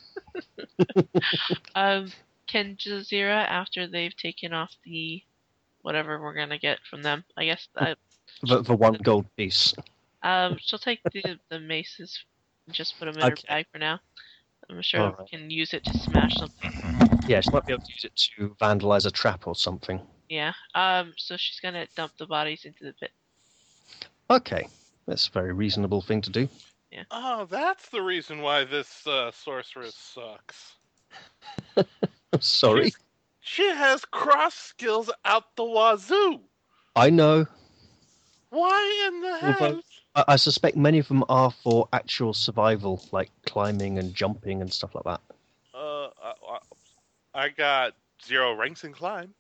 B: Um, can Jazeera, after they've taken off the whatever we're gonna get from them, I guess, uh,
A: The, the one gold piece.
B: um, she'll take the the maces, and just put them in
A: Okay.
B: her bag for now. I'm sure
A: Alright.
B: we can use it to smash something.
A: Yeah, she might be able to use it to vandalize a trap or something.
B: Yeah. Um. So she's gonna dump the bodies into the pit.
A: Okay, that's a very reasonable thing to do. *laughs*
C: Oh, that's the reason why this uh, sorceress sucks.
A: I'm sorry.
C: She has cross skills out the wazoo.
A: I know.
C: Why in the
A: Well,
C: hell?
A: I, I suspect many of them are for actual survival, like climbing and jumping and stuff like that.
C: Uh, I, I got zero ranks in climb.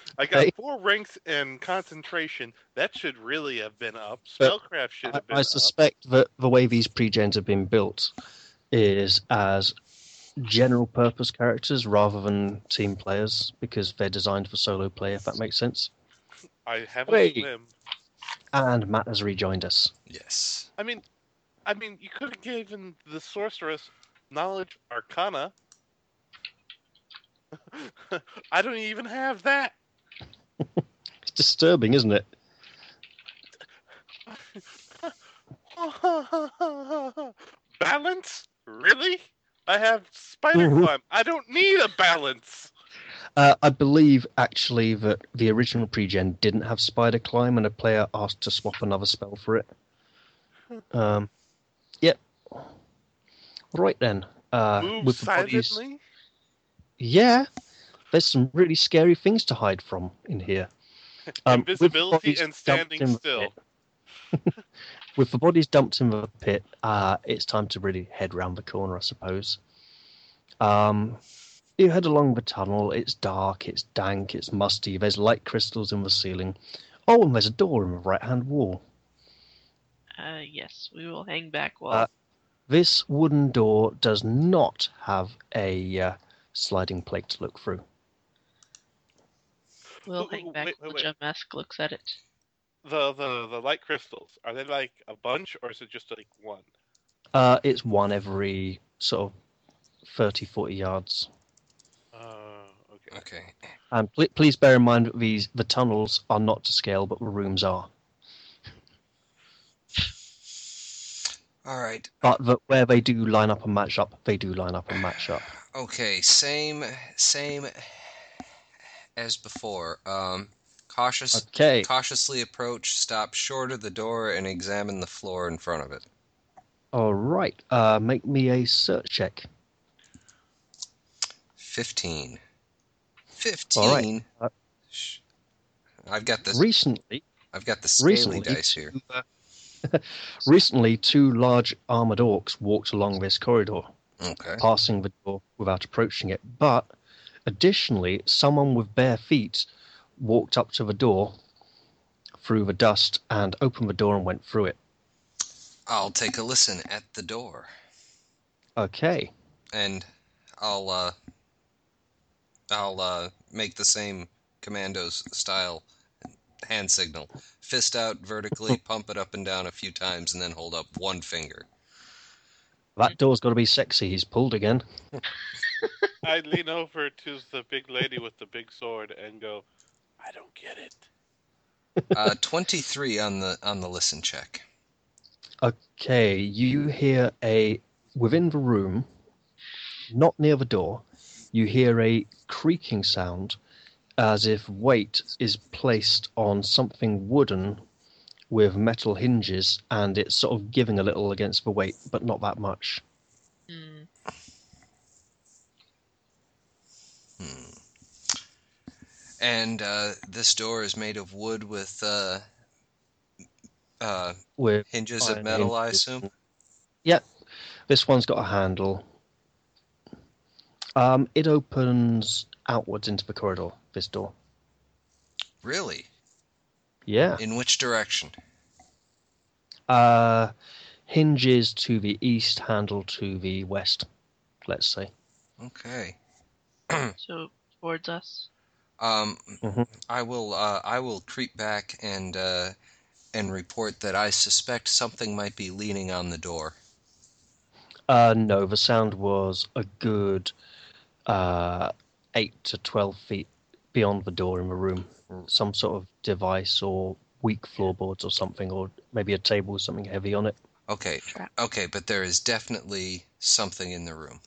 C: *laughs* I got
A: Hey.
C: four ranks in concentration. That should really have been up.
A: But
C: Spellcraft should
A: Uh, I,
C: have been
A: I
C: up.
A: suspect that the way these pre-gens have been built is as general purpose characters rather than team players because they're designed for solo play, if that makes sense.
C: I have a
A: Wait.
C: slim.
A: And Matt has rejoined us.
D: Yes.
C: I mean, I mean, you could have given the sorceress knowledge arcana. *laughs* I don't even have that. *laughs*
A: It's disturbing, isn't it?
C: balance? Really? I have spider
A: Mhm.
C: climb. I don't need a balance.
A: Uh, I believe actually that the original pre-gen didn't have spider climb, and a player asked to swap another spell for
C: *laughs*
A: it. Um, yep. Right then. Uh,
C: Move
A: with the bodies-
C: silently.
A: Yeah. There's some really scary things to hide from in
C: *laughs*
A: here. Um, with the
C: Invisibility
A: bodies
C: and
A: dumped
C: standing
A: in the
C: still.
A: pit- with the bodies dumped in the pit, uh, it's time to really head round the corner, I suppose. Um, you head along the tunnel. It's dark, it's dank, it's musty. There's light crystals in the ceiling. Oh, and there's a door in the right-hand wall.
B: Uh. Yes. We will hang back while.
A: Uh, This wooden door does not have a uh, sliding plate to look through.
B: we'll
C: oh, oh,
B: hang back
C: wait,
B: while
C: wait, wait.
B: Jim Mask looks at it.
C: The, the the light crystals are they like a bunch or is it just like one?
A: Uh, it's one every sort of 30, 40 yards.
C: Oh, okay.
D: Okay.
A: And pl- please bear in mind that these the tunnels are not to scale, but the rooms are.
D: All right.
A: But the, where they do line up and match up, they do line up and match up.
D: Okay. Same. Same as before. Um, cautious.
A: Okay.
D: Cautiously approach. Stop short of the door and examine the floor in front of it.
A: All right. Uh, make me a search check.
D: Fifteen.
A: All
D: Fifteen.
A: Uh,
D: Sh- I've got the
A: Recently,
D: I've got the scaly
A: recently-
D: dice here.
A: recently, two large armored orcs walked along this corridor.
D: Okay.
A: passing the door without approaching it. But additionally, someone with bare feet walked up to the door through the dust and opened the door and went through it.
D: I'll take a listen at the door.
A: Okay.
D: and I'll uh, I'll uh, make the same commandos style hand signal. Fist out
A: *laughs*
D: vertically, pump it up and down a few times, and then hold up one finger.
A: That door's got to be sexy. He's pulled again.
C: *laughs* I lean over to the big lady with the big sword and go, I don't get it.
D: Uh, Twenty-three on the on the listen check.
A: Okay. You hear a, within the room, not near the door, you hear a creaking sound as if weight is placed on something wooden with metal hinges and it's sort of giving a little against the weight, but not that much.
B: Hmm.
D: Hmm. And uh, this door is made of wood with uh, uh,
A: With
D: hinges
A: iron
D: of metal, I
A: hinges.
D: assume.
A: Yep. This one's got a handle. Um, it opens outwards into the corridor, this door.
D: Really?
A: Yeah.
D: In which direction?
A: Uh, hinges to the east, handle to the west, let's say.
D: Okay.
A: Hmm.
B: So towards us.
D: Um,
A: Mhm.
D: I will. Uh, I will creep back and uh, and report that I suspect something might be leaning on the door.
A: Uh, no, the sound was a good uh, 8 to 12 feet beyond the door in the room. Some sort of device or weak floorboards or something, or maybe a table with something heavy on it.
D: Okay.
B: Trap.
D: Okay, but there is definitely something in the room.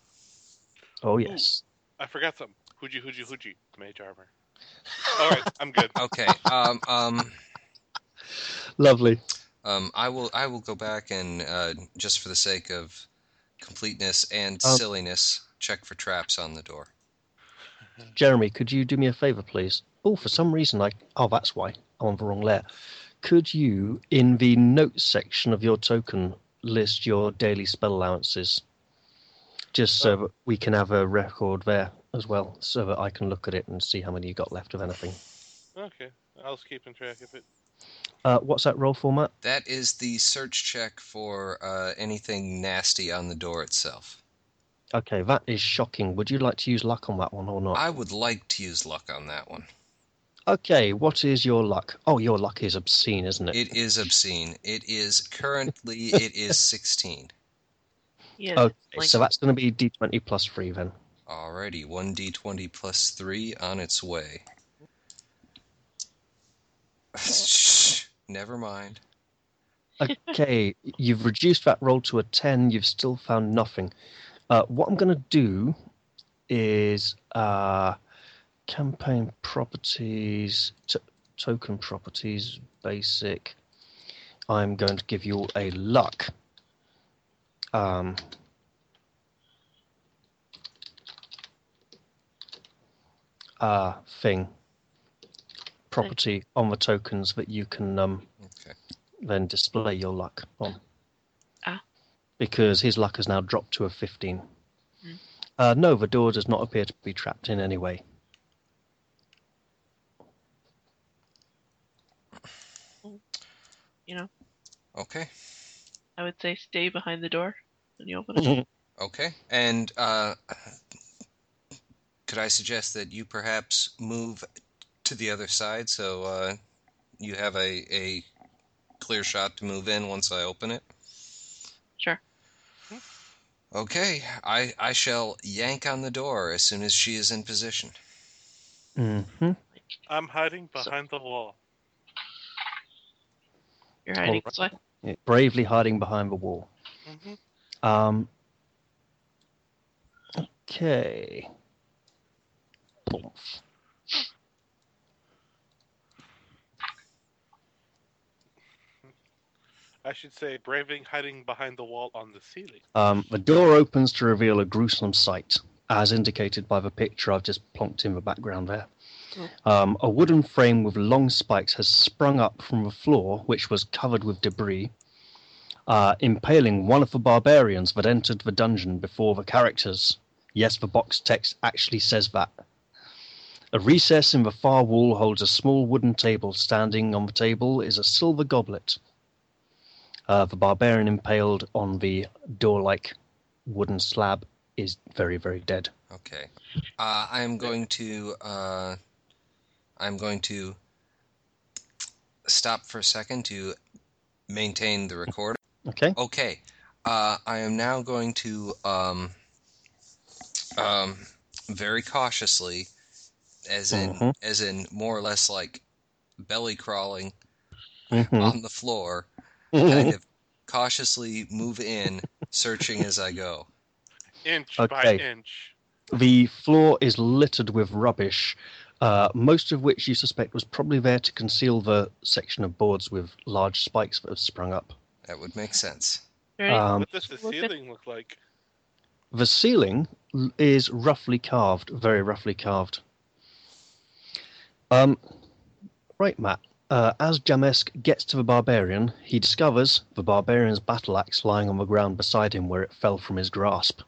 A: Oh, yes.
C: I forgot something. Hooji, hooji, hooji.
A: *laughs*
C: Mage armor. All right, I'm good.
D: Okay. Um. Um.
A: Lovely.
D: Um, I will I will go back and uh, just for the sake of completeness and
A: Um,
D: silliness, check for traps on the door.
A: Jeremy, could you do me a favor, please? Oh, for some reason, I. Oh, that's why. I'm on the wrong layer. Could you, in the notes section of your token, list your daily spell allowances? Just so that we can have a record there as well, so that I can look at it and see how many you got left of anything.
C: Okay, I was keeping track of it.
A: Uh, what's that roll format?
D: That is the search check for uh, anything nasty on the door itself.
A: Okay, that is shocking. Would you like to use luck on that one or not?
D: I would like to use luck on that one.
A: Okay, what is your luck? Oh, your luck is obscene, isn't it?
D: It is obscene. It is currently it is 16.
B: Yes.
A: Okay,
B: Lincoln.
A: so that's going to be d20 plus 3 then.
D: Alrighty, 1d20 plus 3 on its way. *sighs* Shh, Never mind.
A: Okay, you've reduced that roll to a 10, you've still found nothing. Uh, what I'm going to do is uh, campaign properties, t- token properties, basic. I'm going to give you a luck. Um, uh, thing property on the tokens that you can um,
D: Okay.
A: then display your luck on.
B: Ah.
A: Because his luck has now dropped to a 15.
B: Hmm.
A: Uh, no, the door does not appear to be trapped in any way.
B: You know,
D: Okay.
B: I would say stay behind the door when you
A: Mm-hmm.
B: open it.
D: Okay. And uh, *sighs* could I suggest that you perhaps move to the other side so uh, you have a, a clear shot to move in once I open it?
B: Sure.
D: Okay. I, I shall yank on the door as soon as she is in position.
A: Mm-hmm.
C: I'm hiding behind the wall.
B: You're hiding.
A: Alright.
B: So I-
A: Bravely hiding behind the wall.
C: Mm-hmm.
A: Um, okay. Boomf.
C: I should say braving hiding behind the wall on the ceiling.
A: Um, the door opens to reveal a gruesome sight, as indicated by the picture I've just plonked in the background there. Um, a wooden frame with long spikes has sprung up from the floor, which was covered with debris, uh, impaling one of the barbarians that entered the dungeon before the characters. Yes, the box text actually says that. A recess in the far wall holds a small wooden table. Standing on the table is a silver goblet. Uh, the barbarian impaled on the door like wooden slab is very, very dead.
D: Okay. Uh, I'm going to uh, I'm going to stop for a second to maintain the recorder.
A: Okay?
D: Okay. Uh, I am now going to um, um, very cautiously, as in
A: Mhm.
D: as in more or less like belly crawling
A: Mhm.
D: on the floor,
A: Mm-hmm.
D: kind of cautiously move in, searching as I go.
C: Inch by
A: Okay.
C: inch.
A: The floor is littered with rubbish, uh, most of which you suspect was probably there to conceal the section of boards with large spikes that have sprung up.
D: That would make sense.
B: You're hiding.
A: Um,
C: what does the
B: Look at-
C: ceiling look like?
A: the ceiling l- is roughly carved, very roughly carved. Um, right, Matt. Uh, as Jamesk gets to the barbarian, he discovers the barbarian's battle axe lying on the ground beside him where it fell from his grasp.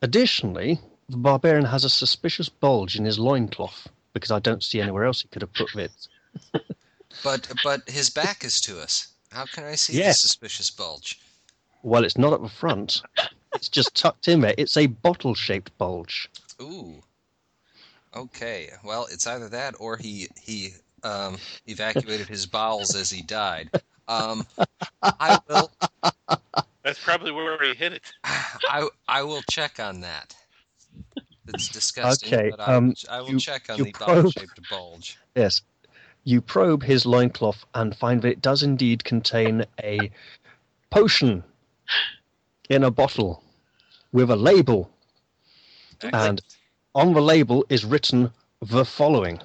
A: Additionally, the barbarian has a suspicious bulge in his loincloth because I don't see anywhere else he could have put it.
D: But but his back is to us. How can I see
A: Yes.
D: the suspicious bulge?
A: Well, it's not at the front. It's just tucked in there. It's a bottle-shaped bulge.
D: Ooh. Okay. Well, it's either that or he he um, evacuated his bowels as he died. Um, I will
C: That's probably where he hit it.
D: I I will check on that. It's disgusting.
A: Okay,
D: But I, will-
A: um,
D: I will
A: you-
D: check on
A: you
D: the
A: probe-
D: bottle-shaped bulge.
A: Yes. You probe his loincloth and find that it does indeed contain a potion in a bottle with a label. And on the label is written the following.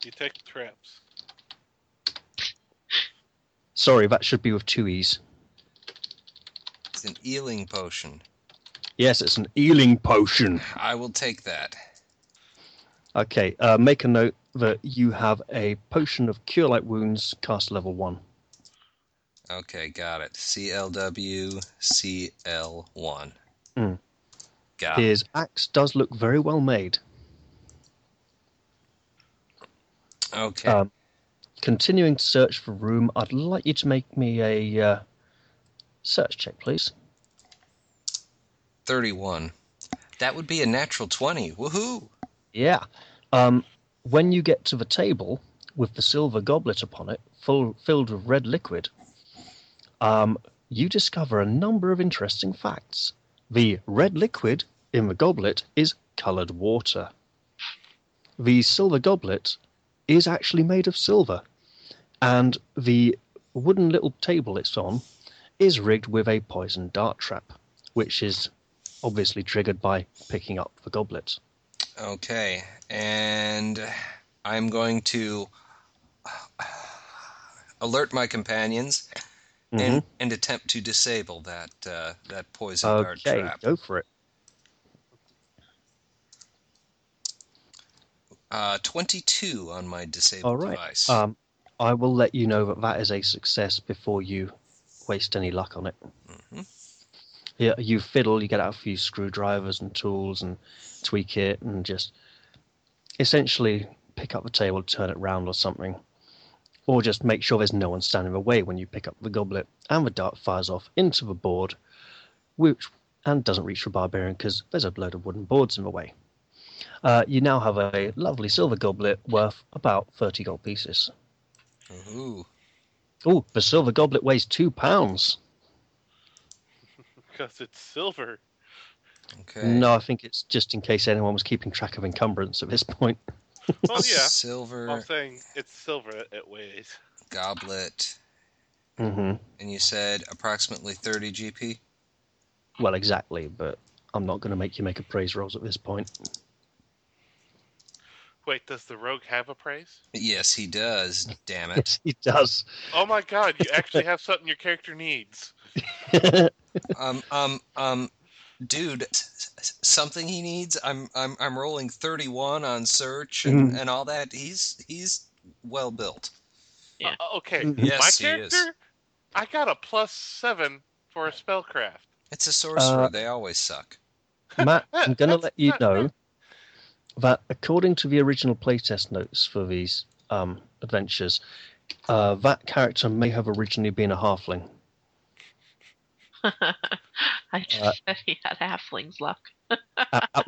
C: Detect traps.
A: Sorry, that should be with two E's.
D: It's an Ealing potion.
A: Yes, it's an Ealing potion.
D: I will take that.
A: Okay, uh, make a note that you have a potion of cure light wounds cast level one.
D: Okay, got it. CLW CL1.
A: Mm.
D: Got it.
A: His axe does look very well made.
D: Okay.
A: Um, continuing to search for room, I'd like you to make me a uh, search check, please.
D: 31. That would be a natural 20. Woohoo!
A: Yeah. Um, when you get to the table with the silver goblet upon it, full, filled with red liquid, um, you discover a number of interesting facts. The red liquid in the goblet is colored water. The silver goblet is actually made of silver. And the wooden little table it's on is rigged with a poison dart trap, which is obviously triggered by picking up the goblet.
D: Okay, and I'm going to alert my companions
A: Mm-hmm.
D: and, and attempt to disable that uh, that poison dart
A: Okay,
D: trap.
A: go for it.
D: Uh, 22 on my disabled
A: All right.
D: device.
A: Um, I will let you know that that is a success before you waste any luck on it.
D: Mhm.
A: Yeah, you fiddle, you get out a few screwdrivers and tools and tweak it and just essentially pick up the table, turn it round or something. Or just make sure there's no one standing in the way when you pick up the goblet and the dart fires off into the board, which and doesn't reach the barbarian because there's a load of wooden boards in the way. Uh, you now have a lovely silver goblet worth about 30 gold pieces.
D: Ooh,
A: Oh, the silver goblet weighs two pounds.
C: Because it's silver.
D: okay.
A: No, I think it's just in case anyone was keeping track of encumbrance at this *laughs* point.
C: *laughs* Well, Oh, yeah.
D: Silver
C: I'm saying it's silver it weighs.
D: goblet,
A: hmm
D: and you said approximately 30 GP?
A: Well, exactly, but I'm not going to make you make appraise rolls at this point.
C: Wait, does the rogue have a price?
D: Yes, he does. Damn it.
A: Yes, *laughs* he does.
C: Oh my god, you actually have something your character needs.
D: um, um, um, dude, s- s- something he needs. I'm, I'm, I'm rolling 31 on search and,
A: Mm-hmm.
D: and all that. He's, he's well built.
B: Yeah.
C: Uh, okay,
D: Yes,
C: my
D: he is.
C: character, I got a plus seven for a spellcraft.
D: It's a sorcerer.
A: Uh,
D: they always suck.
A: Matt, I'm going to let you know that according to the original playtest notes for these um, adventures, uh, that character may have originally been a halfling.
B: *laughs* I just
A: Uh,
B: said he had halfling's luck.
A: Uh, uh,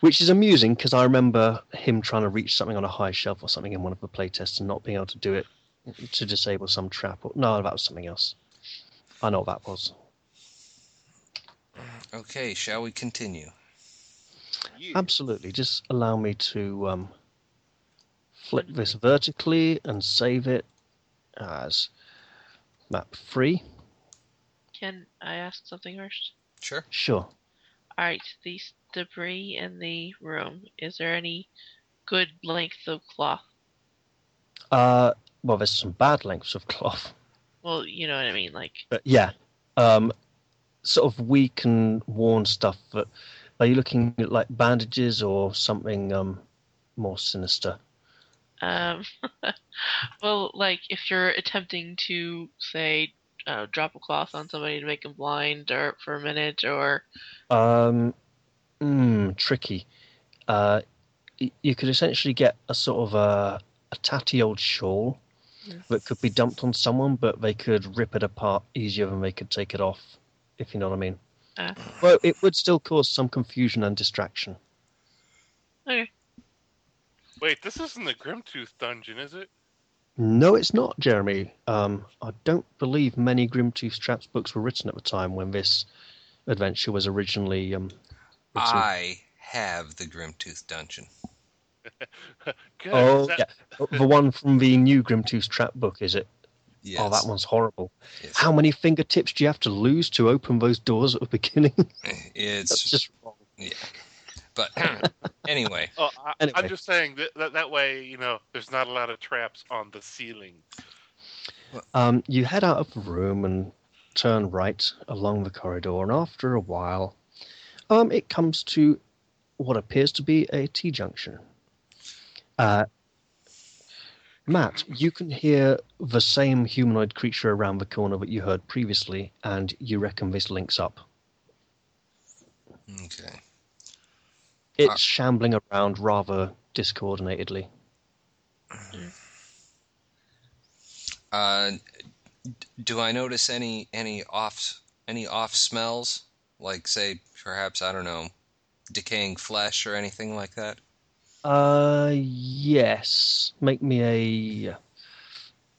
A: which is amusing because I remember him trying to reach something on a high shelf or something in one of the playtests and not being able to do it to disable some trap. Or, no, that was something else. I know what that was.
D: Okay, shall we continue?
C: You-
A: Absolutely. Just allow me to um, flip this vertically and save it as map three.
B: Can I ask something first?
D: Sure.
A: Sure.
B: All right, the s- debris in the room. Is there any good length of cloth?
A: Uh, well, there's some bad lengths of cloth.
B: Well, you know what I mean. Like,
A: but yeah, um, sort of weak and worn stuff. But are you looking at like bandages or something um, more sinister?
B: um, *laughs* well, like if you're attempting to say uh, drop a cloth on somebody to make them blind or for a minute, or
A: Um, hmm, mm, tricky. Uh, y- you could essentially get a sort of a, a tatty old shawl
B: Yes.
A: that could be dumped on someone, but they could rip it apart easier than they could take it off, if you know what I mean.
B: Uh.
A: Well, it would still cause some confusion and distraction.
B: Okay.
C: Wait, this isn't the Grimtooth dungeon, is it?
A: No, it's not, Jeremy. Um, I don't believe many Grimtooth Traps books were written at the time when this adventure was originally. Um, written.
D: I have the Grimtooth Dungeon.
C: Good.
A: oh,
C: is that-
A: yeah. The one from the new Grimtooth Trap book, is it?
D: Yes.
A: Oh, that one's horrible.
D: Yes.
A: How many fingertips do you have to lose to open those doors at the beginning? *laughs*
D: It's *laughs*
A: That's just wrong.
D: but
C: *clears throat*
D: anyway,
C: Oh, I,
A: Anyway.
C: I'm just saying that, that that way, you know, there's not a lot of traps on the ceiling.
A: Um, you head out of the room and turn right along the corridor, and after a while, um, it comes to what appears to be a T junction. Uh, Matt, you can hear the same humanoid creature around the corner that you heard previously, and you reckon this links up.
D: okay.
A: It's
D: Ah.
A: shambling around rather discoordinatedly.
D: Uh, d- do I notice any any off any off smells? Like say perhaps I don't know, decaying flesh or anything like that?
A: Uh, yes. Make me a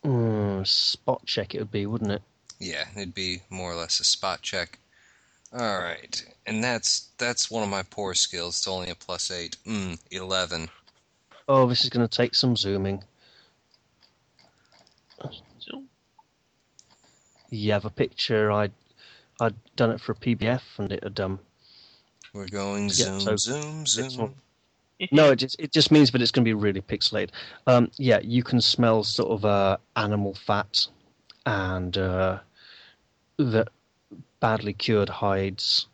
A: mm, spot check. It would be, wouldn't it?
D: Yeah, it'd be more or less a spot check. All right, and that's that's one of my poor skills. It's only a plus eight. Mm, eleven.
A: Oh, this is going to take some zooming.
B: So,
A: You have a picture. I, I'd done it for a PBF, and it had um.
D: We're going
A: Yeah,
D: zoom,
A: so
D: zoom,
A: this
D: zoom.
A: one.
B: *laughs*
A: No, it just it just means that it's going to be really pixelated. Um, yeah, you can smell sort of uh, animal fat, and uh, the badly cured hides,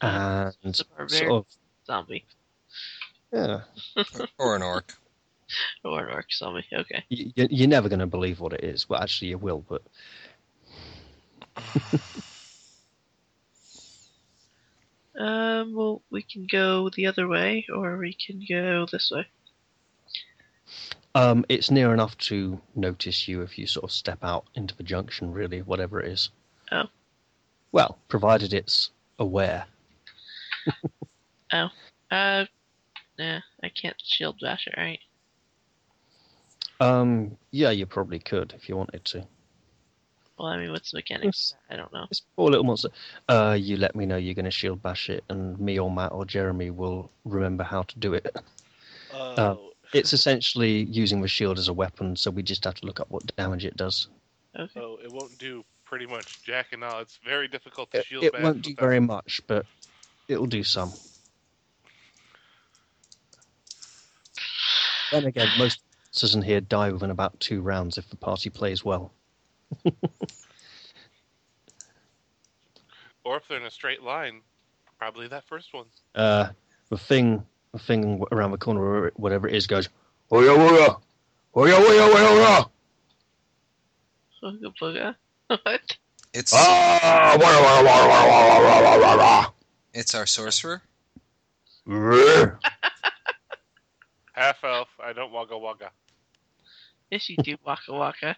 A: and
B: It's
A: sort
B: a barbarian
A: of
B: zombie
A: yeah.
D: or an orc.
B: or an orc zombie. Okay.
A: You, you- you're never going to believe what it is. Well, actually, you will, but
B: Um. Well, we can go the other way, or we can go this way.
A: Um, it's near enough to notice you if you sort of step out into the junction, really, whatever it is.
B: Oh.
A: Well, provided it's aware.
B: Uh. Nah, I can't shield bash it. Right.
A: Um, yeah, you probably could if you wanted to.
B: Well, I mean, what's the mechanics? I don't know.
A: This poor little monster. Uh, you let me know you're going to shield bash it, and me or Matt or Jeremy will remember how to do it. *laughs*
C: Oh,
A: It's essentially using the shield as a weapon, so we just have to look up what damage it does.
B: Okay.
C: oh, it won't do pretty much jack and all. It's very difficult to
A: It,
C: shield
A: it
C: bash
A: won't do
C: without-
A: very much, but it'll do some. Then again, most monsters in here die within about two rounds if the party plays well.
C: Or if they're in a straight line, probably that first one.
A: Uh, the thing, the thing around the corner, where it- whatever it is, goes. Oya, oya, oya, oya, oya, oya.
B: Ooga booga. *laughs* what?
D: It's
A: Ah, wah, wah, wah, wah, wah, wah, wah, wah, wah.
D: it's our sorcerer.
A: Rrr.
C: Half elf. I don't wagga wagga.
B: Yes, you do waka waka.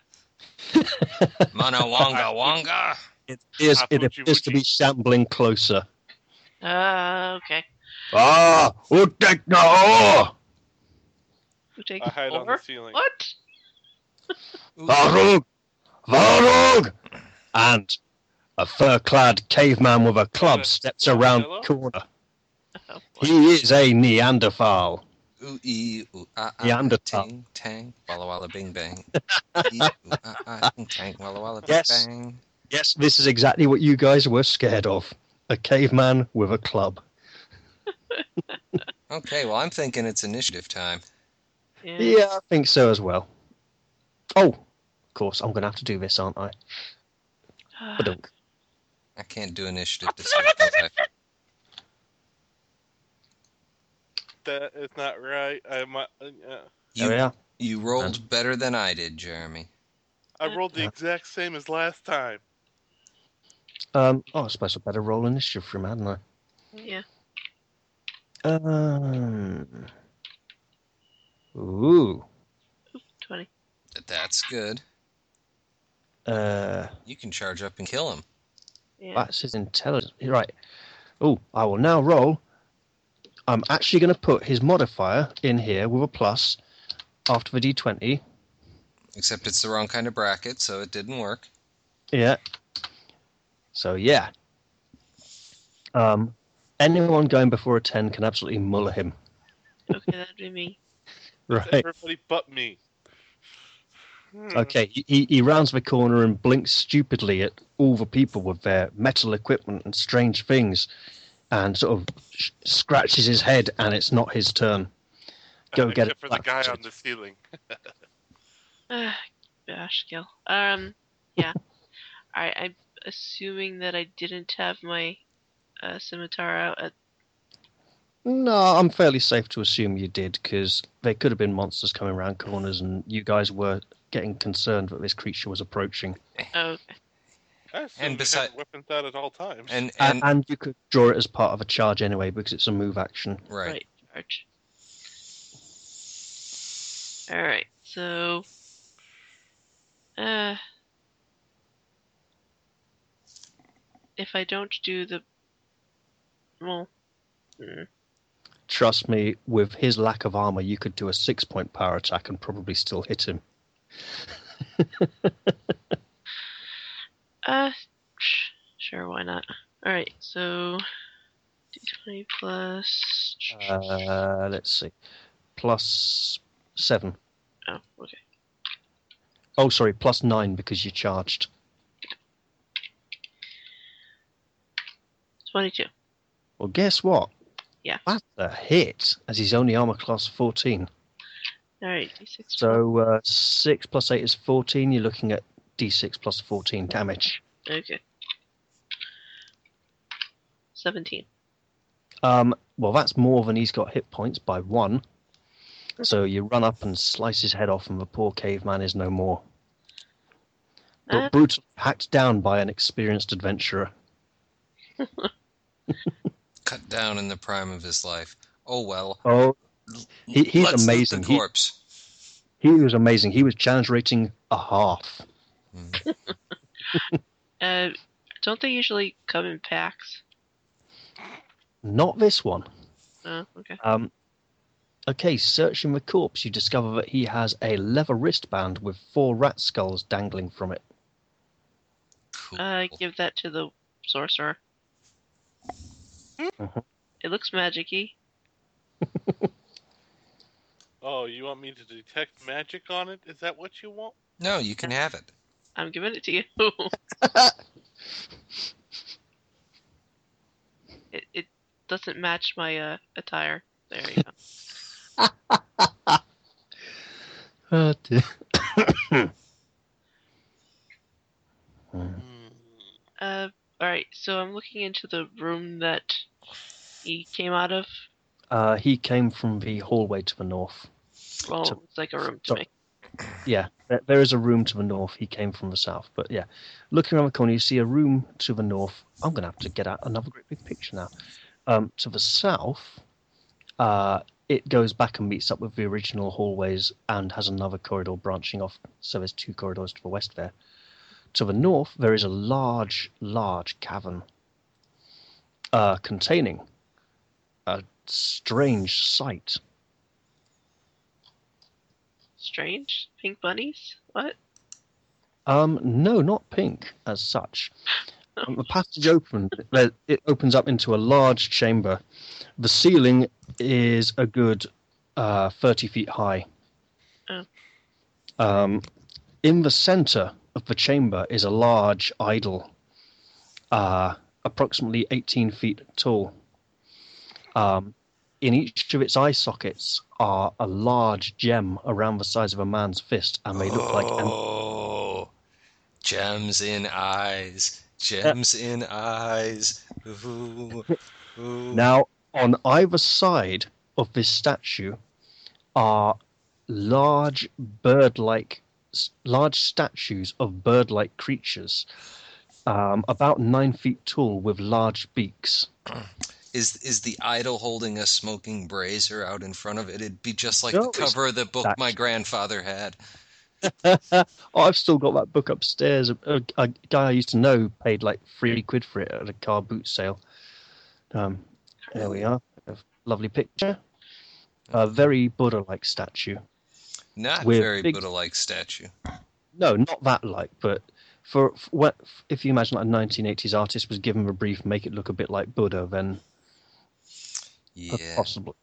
D: Mana wonga wonga.
A: It is. It
C: Apuji,
A: appears to be
C: Uji.
A: shambling closer.
B: Ah, okay.
A: Ah, utek na o.
B: Who takes
C: I hide on
B: over?
C: the ceiling.
B: What?
A: Varug! Varug! And a fur clad caveman with a club
C: Uh,
A: steps around the
C: hello?
A: corner.
B: Oh, boy.
A: He is a Neanderthal.
D: Ooh ee ooh ah ah.
A: Neanderthal.
D: Ting tang. Walla walla
A: *laughs*
D: bing bang. ee, ooh ah ah. Ting tang. Walla walla bing
A: Yes.
D: bang.
A: Yes, this is exactly what you guys were scared of a caveman with a club.
D: Okay, well I'm thinking it's initiative time.
B: Yeah.
A: Yeah, I think so as well. Oh, of course, I'm going to have to do this, aren't I?
B: *sighs*
A: Badunk.
D: I can't do initiative this time. can I?
C: That is not right. I mi- uh, uh,
A: There we
D: You
A: are.
D: you rolled better than I did, Jeremy.
C: I rolled the
A: Yeah.
C: exact same as last time.
A: Um, oh, I suppose I better roll initiative for him, hadn't I?
B: yeah.
A: Um, Ooh.
B: Twenty.
D: That's good.
A: Uh,
D: You can charge up and kill him.
B: Yeah.
A: That's his intelligence. Right. Oh, I will now roll. I'm actually going to put his modifier in here with a plus after the d20.
D: Except it's the wrong kind of bracket, so it didn't work.
A: Yeah. So, yeah. Um, anyone going before a 10 can absolutely muller him.
B: Okay, that'd be me. *sighs*
A: Right.
C: Everybody but me. Hmm.
A: Okay. He- He, he rounds the corner and blinks stupidly at all the people with their metal equipment and strange things and sort of sh- scratches his head, and it's not his turn. Go get
C: Except
A: it.
C: for the
A: Black
C: guy
A: Wizard.
C: on the ceiling.
B: Ah, gosh, Gil. Um, yeah. All right. I'm assuming that I didn't have my uh, scimitar out at.
A: No, I'm fairly safe to assume you did because there could have been monsters coming around corners, and you guys were getting concerned that this creature was approaching.
B: Oh, okay.
C: I assume we have
D: beside-
C: weapons out at all times.
D: And
A: And,
D: and
A: and you could draw it as part of a charge anyway because it's a move action.
D: right.
B: Right. Charge. All right. So. Uh. If I don't do the. Well. mm,
A: Trust me, with his lack of armor, you could do a six point power attack and probably still hit him.
B: Uh. sh- Sure. Why not? All right. So. D20 plus.
A: Uh, let's see. Plus seven.
B: oh. Okay.
A: Oh, sorry, plus nine because you charged.
B: 22.
A: Well, guess what?
B: Yeah.
A: That's a hit, as he's only armor class 14.
B: All right. D6.
A: So uh, six plus eight is fourteen. You're looking at d6 plus fourteen damage.
B: Okay. 17.
A: Um, well, that's more than he's got hit points by one. So you run up and slice his head off, and the poor caveman is no more. But
B: Ah.
A: brutally hacked down by an experienced adventurer.
D: Cut down in the prime of his life. Oh well.
A: Oh, He- he's
D: Let's loot
A: amazing.
D: The
A: He-
D: corpse.
A: he was amazing. He was challenge rating a half.
D: Mhm.
B: Uh, don't they usually come in packs?
A: Not this one.
B: Oh, okay.
A: Um, okay, searching the corpse, you discover that he has a leather wristband with four rat skulls dangling from it.
D: Cool.
B: Uh, give that to the sorcerer.
A: Uh-huh.
B: It looks magicy.
C: Oh, you want me to detect magic on it? Is that what you want?
D: no, you can have it.
B: I'm giving it
A: *laughs*
B: to you. it, it doesn't match my uh, attire. There you go.
A: Oh, dear.
C: Hmm.
B: Uh, all right. So I'm looking into the room that he came out of.
A: *coughs* Uh, he came from the hallway to the north.
B: Well,
A: So-
B: it's like a room to
A: so-
B: me.
A: Yeah, there, there is a room to the north. He came from the south. But yeah, looking around the corner, you see a room to the north. I'm going to have to get out another great big picture now. Um, to the south, uh, it goes back and meets up with the original hallways and has another corridor branching off. So there's two corridors to the west there. To the north, there is a large, large cavern uh, containing a strange sight.
B: Strange pink bunnies. What?
A: Um, no, not pink as such. Um, the passage opened. there- It opens up into a large chamber. The ceiling is a good uh, thirty feet high.
B: Oh.
A: Um, in the center of the chamber is a large idol, uh, approximately eighteen feet tall. Um, in each of its eye sockets are a large gem around the size of a man's fist, and they look like an
D: Oh, gems in eyes. Gems in eyes. Ooh, ooh.
A: Now, on either side of this statue are large bird-like, s- large statues of bird-like creatures, um, about nine feet tall, with large beaks.
D: Is is the idol holding a smoking brazier out in front of it? It'd be just like
A: No,
D: the
A: it's
D: cover of the book
A: that.
D: my grandfather had.
A: Oh, I've still got that book upstairs. A, a, a guy I used to know paid like three quid for it at a car boot sale. Um, there we are. A lovely picture. A very Buddha-like statue.
D: Not
A: With
D: very
A: big-
D: Buddha-like statue.
A: No, not that like, but for, for what if you imagine like a 1980s artist was given a brief, make it look a bit like Buddha, then
D: Yeah.
A: possibly.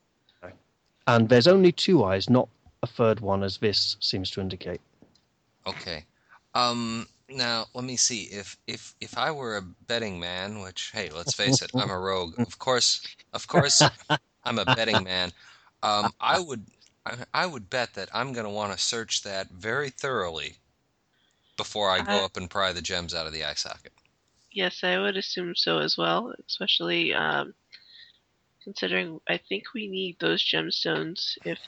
A: And there's only two eyes, not a third one, as this seems to indicate.
D: Okay. Um now let me see if if if I were a betting man, which hey, let's face it, I'm a rogue. Of course, of course I'm a betting man. Um I would I, I would bet that I'm going to want to search that very thoroughly before I go
B: I-
D: up and pry the gems out of the eye socket.
B: Yes, I would assume so as well, especially um, considering I think we need those gemstones if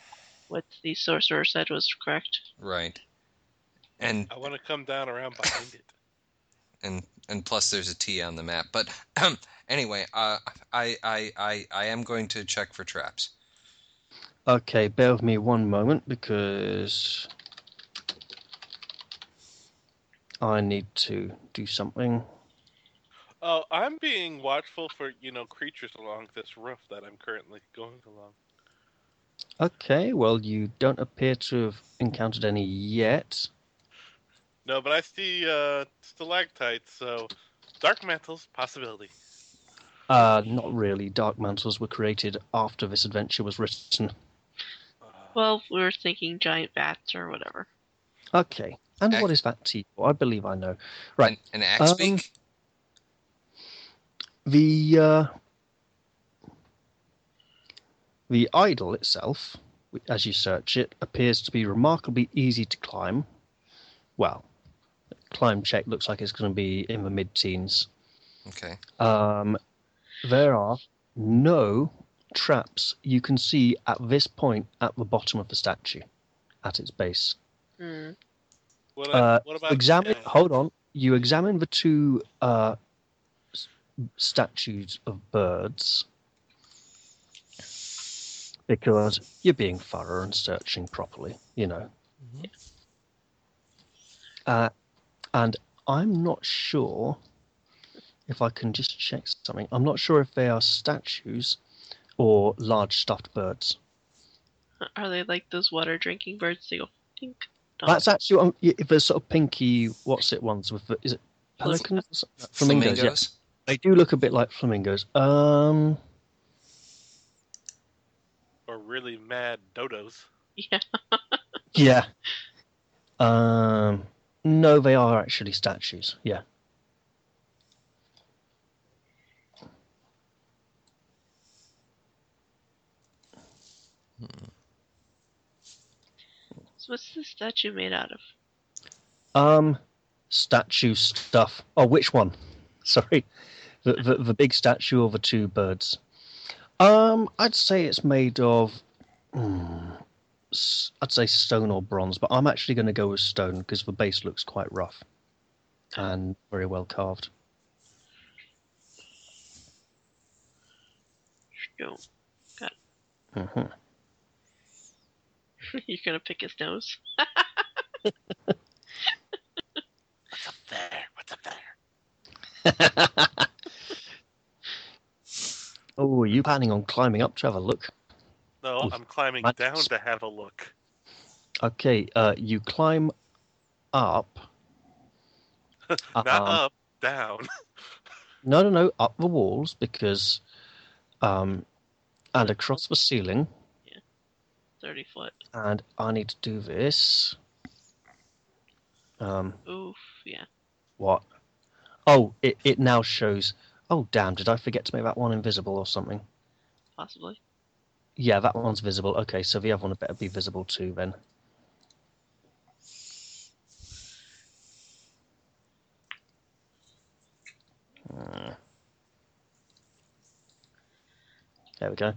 B: what the sorcerer said was correct.
D: Right. And
C: I want to come down around behind it.
D: and and plus there's a T on the map. But *clears throat* anyway, uh, I I I I am going to check for traps.
A: Okay, bear with me one moment because I need to do something.
C: Oh, I'm being watchful for you know creatures along this roof that I'm currently going along.
A: Okay, well, you don't appear to have encountered any yet.
C: No, but I see uh, stalactites, so dark mantles possibility.
A: Uh, not really. Dark mantles were created after this adventure was written.
C: Uh,
B: Well, we were thinking giant bats or whatever.
A: Okay, and
D: Ac-
A: what is that T? I believe I know.
D: An,
A: Right.
D: an axe
A: Um,
D: beak.
A: The uh, the idol itself, w- as you search it, appears to be remarkably easy to climb. Well, climb check looks like it's going to be in the mid-teens.
D: Okay.
A: Um, there are no traps you can see at this point at the bottom of the statue, at its base.
B: Hmm.
C: what,
A: uh,
C: what about
A: examine.
C: uh,
A: Hold on. You examine the two uh, s- statues of birds because you're being thorough and searching properly. You know. Uh, and I'm not sure if I can just check something. I'm not sure if they are statues or large stuffed birds.
B: Are they like those water drinking birds? They go *laughs* dink. dong.
A: That's actually um, y- the sort of pinky. What's it? Ones with the, is it pelicans? Flamingos. yeah.
D: Flamingos.
A: They do look a bit like flamingos. Um,
C: or really mad dodos?
B: yeah.
A: yeah. Um, no, they are actually statues. Yeah.
B: So what's the statue made out of? *laughs*
A: Um, statue stuff. Oh, which one? *laughs* Sorry, the the, the big statue or the two birds? Um, I'd say it's made of. hmm, s- I'd say stone or bronze, but I'm actually going to go with stone because the base looks quite rough and very well carved.
B: No.
A: hmm
B: You're gonna pick his nose.
C: What's up there? What's up there?
A: Mm-hmm. *laughs* Oh, are you planning on climbing up to have a look?
C: No,
A: Oof.
C: I'm climbing
A: Might-
C: down to have a look.
A: Okay, uh, you climb up.
C: *laughs*
A: Um,
C: Not up, down. *laughs*
A: No, no, no, up the walls because, um, and across the ceiling.
B: Thirty foot.
A: And I need to do this. Um,
B: Oof. Yeah.
A: what? Oh, it, it now shows. Oh, damn, did I forget to make that one invisible or something?
B: Possibly.
A: Yeah, that one's visible. Okay, so the other one had better be visible too then. Uh, There we go.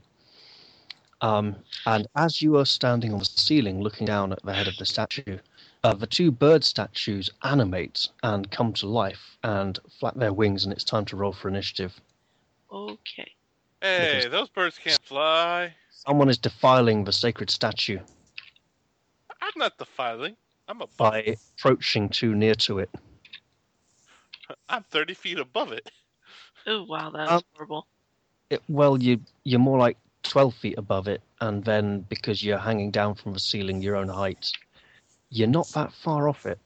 A: Um, and as you are standing on the ceiling looking down at the head of the statue, uh, the two bird statues animate and come to life and flap their wings, and it's time to roll for initiative.
B: Okay.
C: Hey, those birds can't fly.
A: Someone is defiling the sacred statue
C: I'm not defiling. I'm above.
A: by approaching too near to it.
C: I'm 30 feet above it.
B: Oh wow, that was
A: Um,
B: horrible.
A: it well, you you're more like twelve feet above it, and then because you're hanging down from the ceiling, your own height, you're not that far off it.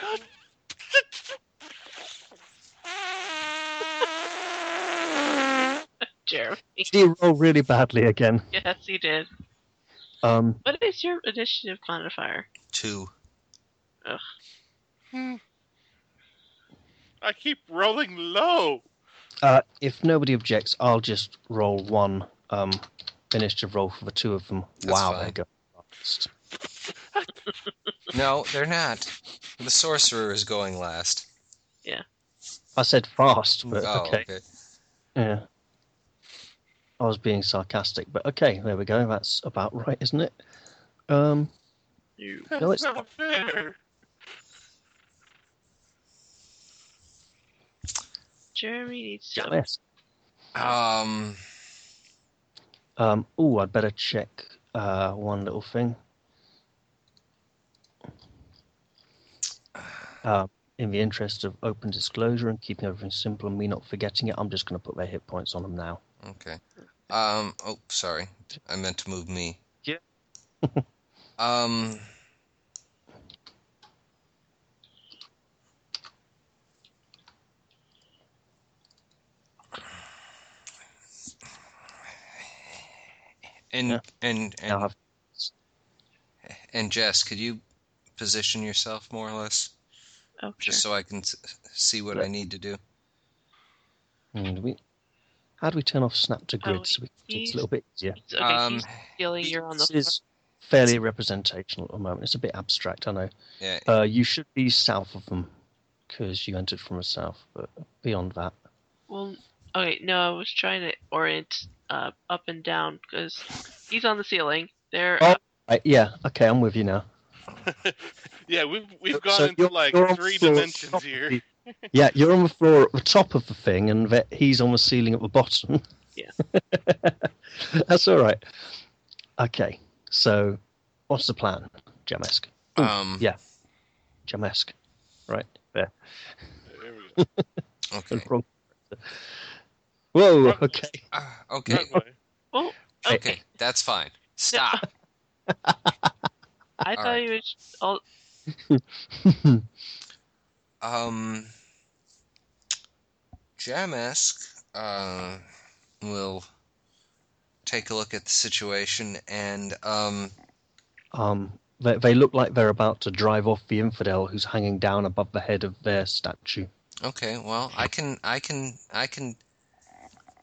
C: God.
B: Jeremy. *laughs*
A: Did you roll really badly again?
B: Yes, he did.
A: Um,
B: What is your initiative modifier?
D: Two.
C: I keep rolling low.
A: uh, if nobody objects, I'll just roll one um, initiative roll for the two of them.
D: That's
A: wow,
D: fine.
A: they go last.
D: No, they're not. The sorcerer is going last.
A: I said fast, but
D: Oh,
A: okay. Yeah. I was being sarcastic, but okay, there we go. That's about right, isn't it? Um,
B: You.
C: That's
A: No, it's
C: *laughs* not fair.
B: Jeremy needs to.
A: yes.
D: Um,
A: Um, oh, I'd better check uh, one little thing. Uh, in the interest of open disclosure and keeping everything simple and me not forgetting it, I'm just going to put their hit points on them now.
D: okay. Um, oh, sorry. I meant to move me.
A: Yeah.
D: *laughs* um, and
A: Yeah.
D: and and
A: Now have
D: And Jess, could you position yourself more or less,
B: Oh, sure.
D: just so I can s- see what I need to do?
A: and mm, we, how do we turn off snap to grid
B: Oh,
A: so we, it's
B: he's-
A: a little bit easier?
B: It's- Okay,
D: um,
B: he's feeling you're on the
A: This
B: floor.
A: is fairly representational at the moment. It's a bit abstract, I know.
D: yeah,
A: Uh, you should be south of them because you entered from the south, but beyond that,
B: Well, okay, no, I was trying to orient uh, up and down because he's on the ceiling. They're
A: Oh.
B: up.
A: Right, yeah, okay, I'm with you now.
C: yeah, we've we've
A: So
C: gone into
A: you're-
C: like
A: you're on
C: three
A: floor-
C: dimensions here.
A: Yeah, you're on the floor at the top of the thing, and that he's on the ceiling at the bottom.
B: Yeah.
A: *laughs* That's all right. Okay, so what's the plan, Jamesk?
D: um,
A: oh, yeah. Jamesk, right there.
C: There we go.
D: okay,
A: Wrong. Wrong
C: Wrong-
A: okay.
D: Ah, okay,
C: Wrong way.
B: Oh,
D: okay,
B: okay.
D: that's fine. Stop.
B: I thought
D: alright.
B: he was. All,
D: Um, Jamask uh, will take a look at the situation and um,
A: *laughs* Um, they, they look like they're about to drive off the infidel who's hanging down above the head of their statue.
D: Okay, well, I can, I can, I can,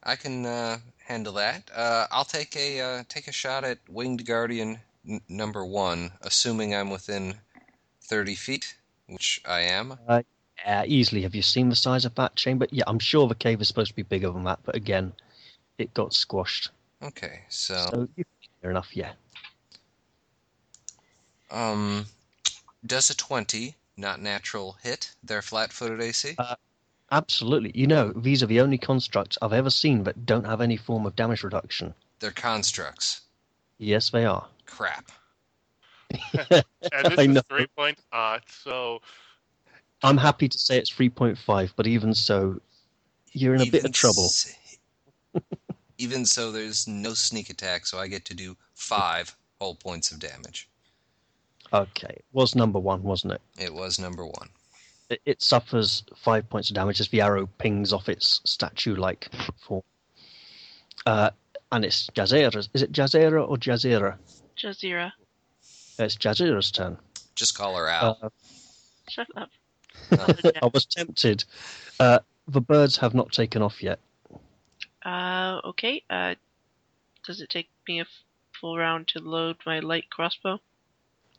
D: I can uh, handle that. Uh, I'll take a uh, take a shot at Winged Guardian n- number one, assuming I'm within thirty feet, which I am.
A: Uh, easily. Have you seen the size of that chamber? Yeah, I'm sure the cave is supposed to be bigger than that, but again, it got squashed.
D: Okay, so
A: So you- fair enough. Yeah.
D: um, does a twenty, not natural hit, their flat-footed AC?
A: Absolutely. You know, these are the only constructs I've ever seen that don't have any form of damage reduction.
D: They're constructs.
A: Yes, they are.
D: Crap.
C: And
A: *laughs* I
C: this
A: know.
C: is three point odd, so
A: I'm happy to say it's 3.5, but even so, you're in a bit
D: Even
A: of trouble.
D: s- even so, there's no sneak attack, so I get to do five whole points of damage.
A: Okay. It was number one, wasn't it?
D: It was number one.
A: it? It suffers five points of damage as the arrow pings off its statue like form. Uh, and it's Jazera's. Is it Jazera or Jazera?
B: Jazeera,
A: It's Jazera's turn.
D: Just call her out.
A: Uh,
B: shut up.
A: I was tempted. Uh, the birds have not taken off yet.
B: Uh, okay. Uh, does it take me a f- full round to load my light crossbow?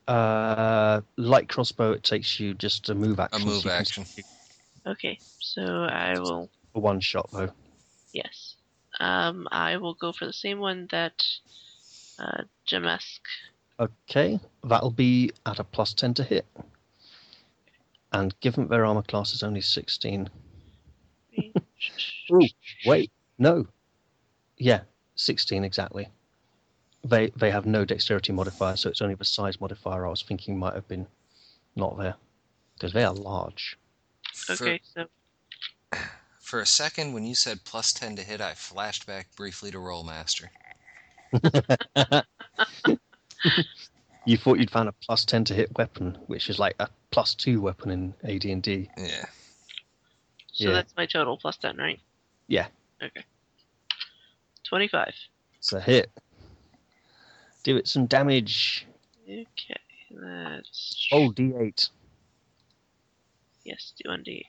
A: Uh, light crossbow, it takes you just a move
D: a
A: action.
D: move
A: so you can
D: action.
B: Okay, so I will.
A: do a One shot though.
B: Yes. Um, I will go for the same one that uh, Jamesk.
A: Okay, that'll be at a plus ten to hit. And given their armor class is only sixteen, wait, no, Yeah, 16 exactly. They they have no dexterity modifier, so it's only the size modifier I was thinking might have been not there because they are large.
D: For,
B: Okay, so
D: for a second, when you said plus 10 to hit, I flashed back briefly to Rollmaster.
A: You thought you'd found a plus 10 to hit weapon, which is like a plus 2 weapon in AD&D.
D: Yeah.
B: so
A: Yeah.
B: that's my total plus ten, right?
A: Yeah.
B: Okay. Twenty-five.
A: It's a hit. Do it some damage.
B: Okay, that's
A: Oh, D8.
B: yes, do one D8.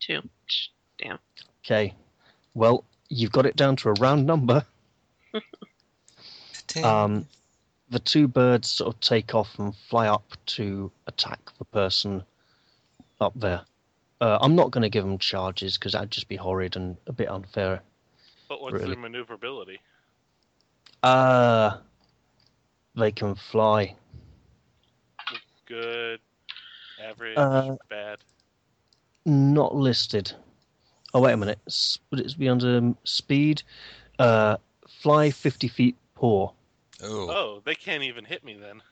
B: Two.
A: Okay. Well, you've got it down to a round number. Um, the two birds sort of take off and fly up to attack the person up there. Uh, I'm not going to give them charges because that'd just be horrid and a bit unfair.
C: But what's
A: Really?
C: their maneuverability?
A: Uh, they can fly.
C: Good, average,
A: Uh,
C: bad.
A: Not listed. Oh, wait a minute. S- Would it be under um, speed? Uh, fly 50 feet poor.
D: oh,
C: Oh, they can't even hit me then.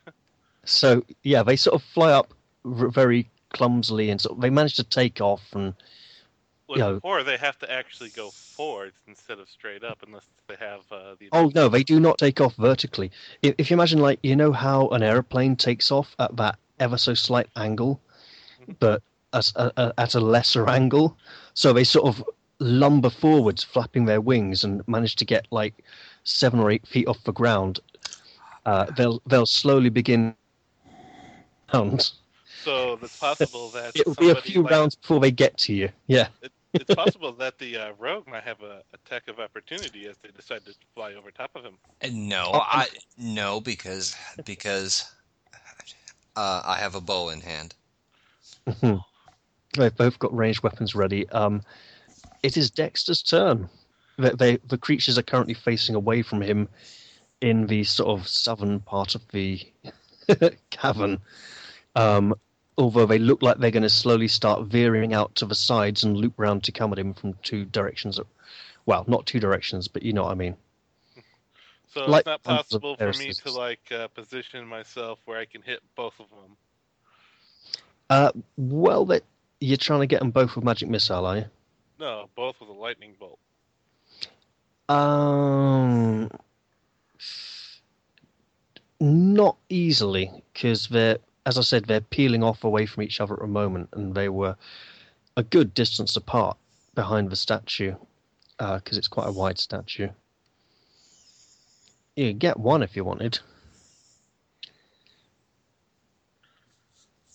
A: So, yeah, they sort of fly up r- very clumsily and sort of, they manage to take off and
C: With
A: Yeah.
C: Or they have to actually go forwards instead of straight up, unless they have uh, the.
A: Oh no, they do not take off vertically. If, if you imagine, like you know how an aeroplane takes off at that ever so slight angle, but as, a, a, at a lesser angle, so they sort of lumber forwards, flapping their wings, and manage to get like seven or eight feet off the ground. Uh, they'll they'll slowly begin. Round.
C: So it's possible that
A: It'll be a
C: somebody
A: few
C: might-
A: rounds before they get to you. Yeah,
C: It's possible that the uh, rogue might have a attack of opportunity as they decide to fly over top of him.
D: no,
A: Oh,
D: I no because because uh, I have a bow in hand.
A: they've both got ranged weapons ready. Um, it is Dexter's turn. They, they, the creatures are currently facing away from him in the sort of southern part of the *laughs* cavern. Um, although they look like they're going to slowly start veering out to the sides and loop round to come at him from two directions. Well, not two directions, but you know what I mean.
C: So
A: Like
C: it's not
A: tons of
C: possible for me
A: verses.
C: to like uh, position myself where I can hit both of them.
A: Well, that you're trying to get them both with magic missile, are you?
C: No, both with a lightning bolt.
A: Um, not easily, because they're, as I said, they're peeling off away from each other at the moment, and they were a good distance apart behind the statue, because it's quite a wide statue. You could get one if you wanted.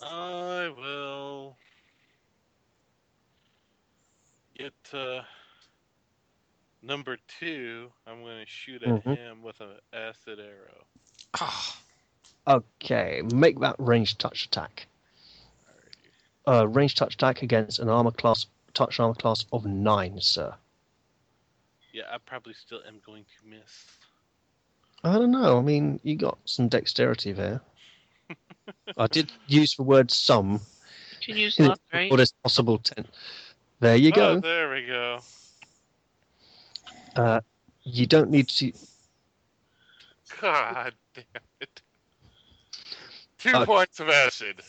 C: I will get uh, number two. I'm going to shoot at
A: Mhm.
C: him with an acid arrow.
D: Oh,
A: Okay, make that range touch attack.
C: Alrighty.
A: Uh, range touch attack against an armor class, touch armor class of nine, sir.
C: Yeah, I probably still am going to miss.
A: I don't know. I mean, you got some dexterity there. *laughs* I did use the word some
B: You can use luck, right?
A: for this possible ten. There you go.
C: oh, there we go.
A: Uh, you don't need to.
C: God damn it. Two
A: Uh,
C: points of acid.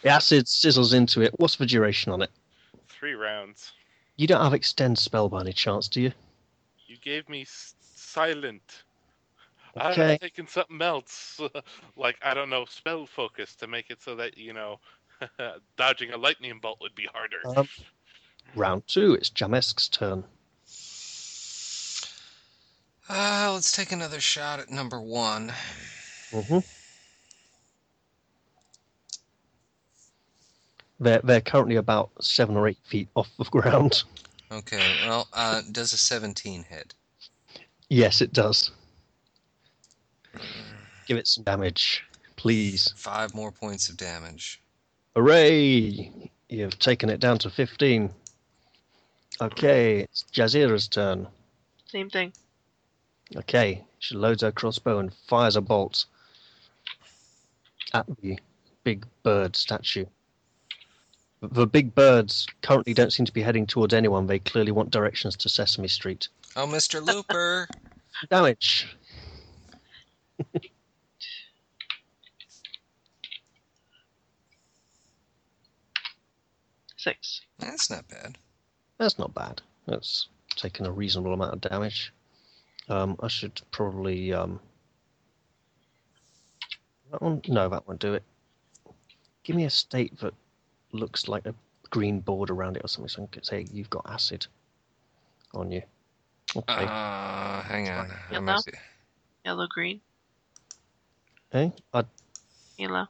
A: The acid sizzles into it. What's the duration on it?
C: Three rounds.
A: You don't have extend spell by any chance, do you?
C: You gave me s- silent.
A: Okay.
C: I've taken something else, *laughs* like I don't know, spell focus to make it so that you know, *laughs* dodging a lightning bolt would be harder.
A: Um, round two. It's Jamesk's turn.
D: uh, let's take another shot at number one.
A: Mm-hmm. They're they're currently about seven or eight feet off the *laughs* ground.
D: Okay, well, uh, does a 17 hit?
A: Yes, it does. Give it some damage, please.
D: Five more points of damage.
A: Hooray! You've taken it down to 15. Okay, it's Jazira's turn.
B: Same thing.
A: Okay, she loads her crossbow and fires a bolt at the big bird statue. The big birds currently don't seem to be heading towards anyone. They clearly want directions to Sesame Street.
D: Oh,
A: *laughs*
D: Mr. Looper.
A: Damage.
B: Six.
D: That's not bad.
A: That's not bad. That's taken a reasonable amount of damage. Um, I should probably um, that one. No, that won't do it. Give me a state that looks like a green board around it or something. So I can say you've got acid on you. Okay.
D: Uh, hang on.
B: Yeah,
D: I'm
B: no.
D: gonna see-
B: Yellow, green,
A: okay. Eh? I
B: yellow.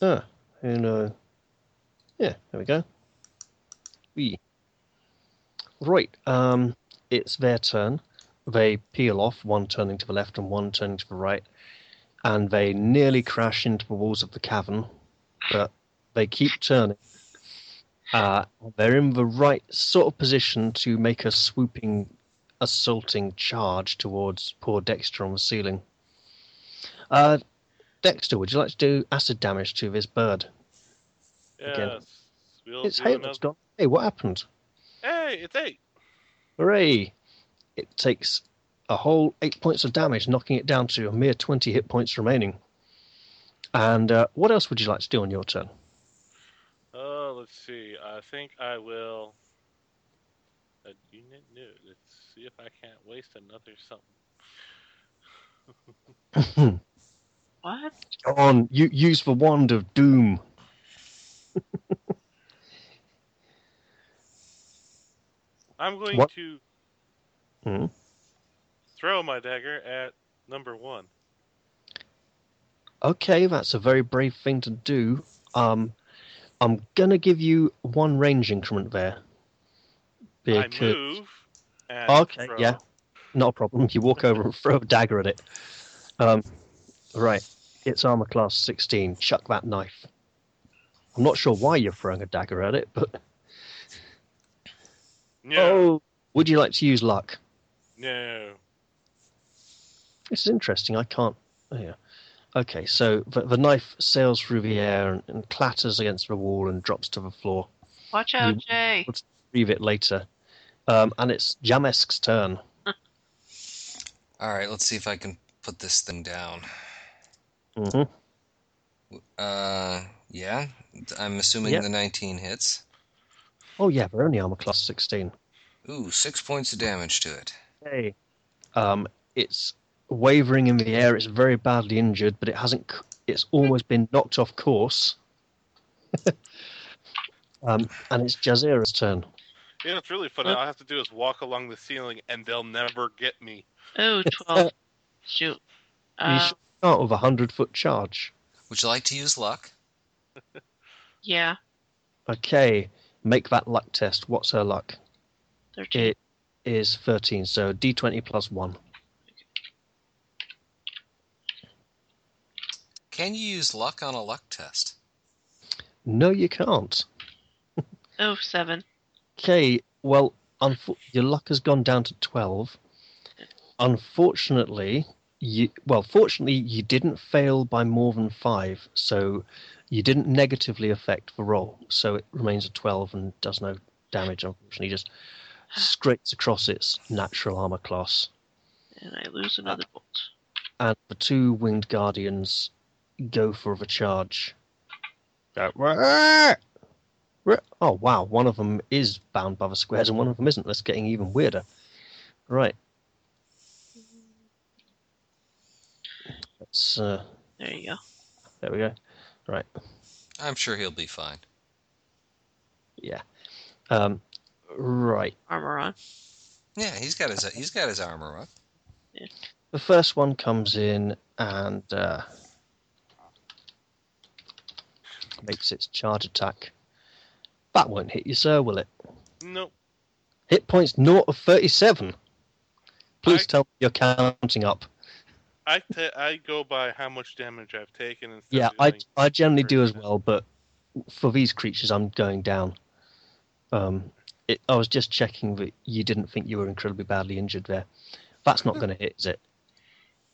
A: uh, and uh, yeah, there we go. We. Right. Um, it's their turn. They peel off, one turning to the left and one turning to the right, and they nearly crash into the walls of the cavern, but they keep turning. Uh, they're in the right sort of position to make a swooping, assaulting charge towards poor Dexter on the ceiling. Uh, Dexter, would you like to do acid damage to this bird? Again.
C: Yes. We'll
A: it's
C: do
A: hey,
C: another-
A: it's gone. Hey, what happened?
C: Hey, it's eight.
A: Hooray! It takes a whole eight points of damage, knocking it down to a mere 20 hit points remaining. And uh, what else would you like to do on your turn?
C: Oh, let's see. I think I will. A unit new. Let's see if I can't waste another something.
B: What?
A: Go on, you, use the wand of doom.
C: I'm going
A: What?
C: to
A: Hmm.
C: throw my dagger at number one.
A: Okay, that's a very brave thing to do. Um, I'm gonna give you one range increment there.
C: I move. And
A: Okay,
C: throw.
A: yeah. Not a problem. You walk over and throw a dagger at it. Um, right. It's armor class 16. Chuck that knife. I'm not sure why you're throwing a dagger at it, but.
C: No.
A: Oh! Would you like to use luck?
C: No.
A: This is interesting. I can't. Oh, yeah. Okay, so the, the knife sails through the air and, and clatters against the wall and drops to the floor.
B: Watch out,
A: You-
B: Jay.
A: Retrieve it later. Um, and it's Jamesk's turn.
D: All right, let's see if I can put this thing down.
A: hmm
D: Uh, yeah. I'm assuming
A: Yeah.
D: the 19 hits.
A: Oh, yeah, they're only armor class 16.
D: Ooh, six points of damage to it.
A: Hey. Um, it's wavering in the air. It's very badly injured, but it hasn't. c- It's almost been knocked off course. um, and it's Jazeera's turn.
C: You know, it's really funny.
B: What?
C: All I have to do is walk along the ceiling, and they'll never get me.
A: *laughs*
B: Oh, 12.
A: you
B: Shoot. Uh,
A: should start with a hundred foot charge.
D: Would you like to use luck?
B: yeah,
A: Okay, make that luck test. What's her luck?
B: 13.
A: It is thirteen, so D twenty plus one.
D: Can you use luck on a luck test?
A: No, you can't.
B: Oh, 7.
A: Okay, well, unfo- your luck has gone down to 12. Unfortunately, you, well, fortunately, you didn't fail by more than 5, so you didn't negatively affect the roll. So it remains a 12 and does no damage, unfortunately. Just scrapes across its natural armor class.
B: And I lose another bolt.
A: And the two winged guardians go for the charge. Go, "Wah!" Wah! Oh, wow. One of them is bound by the squares and one of them isn't. That's getting even weirder. Right. That's, uh,
B: There you go.
A: there we go.
D: I'm sure he'll be fine.
A: Yeah. Um, right.
B: Armor on.
D: Yeah, he's got his he's got his armor up.
A: The first one comes in and uh, makes its charge attack. That won't hit you, sir, will it?
C: Nope.
A: Hit points naught of 37. Please
C: I-
A: tell me you're counting up.
C: I ta- I go by how much damage I've taken. Instead
A: Yeah,
C: of
A: I,
C: doing-
A: I generally do as well, but for these creatures, I'm going down. Um, it, I was just checking that you didn't think you were incredibly badly injured there. That's not going to hit, is it?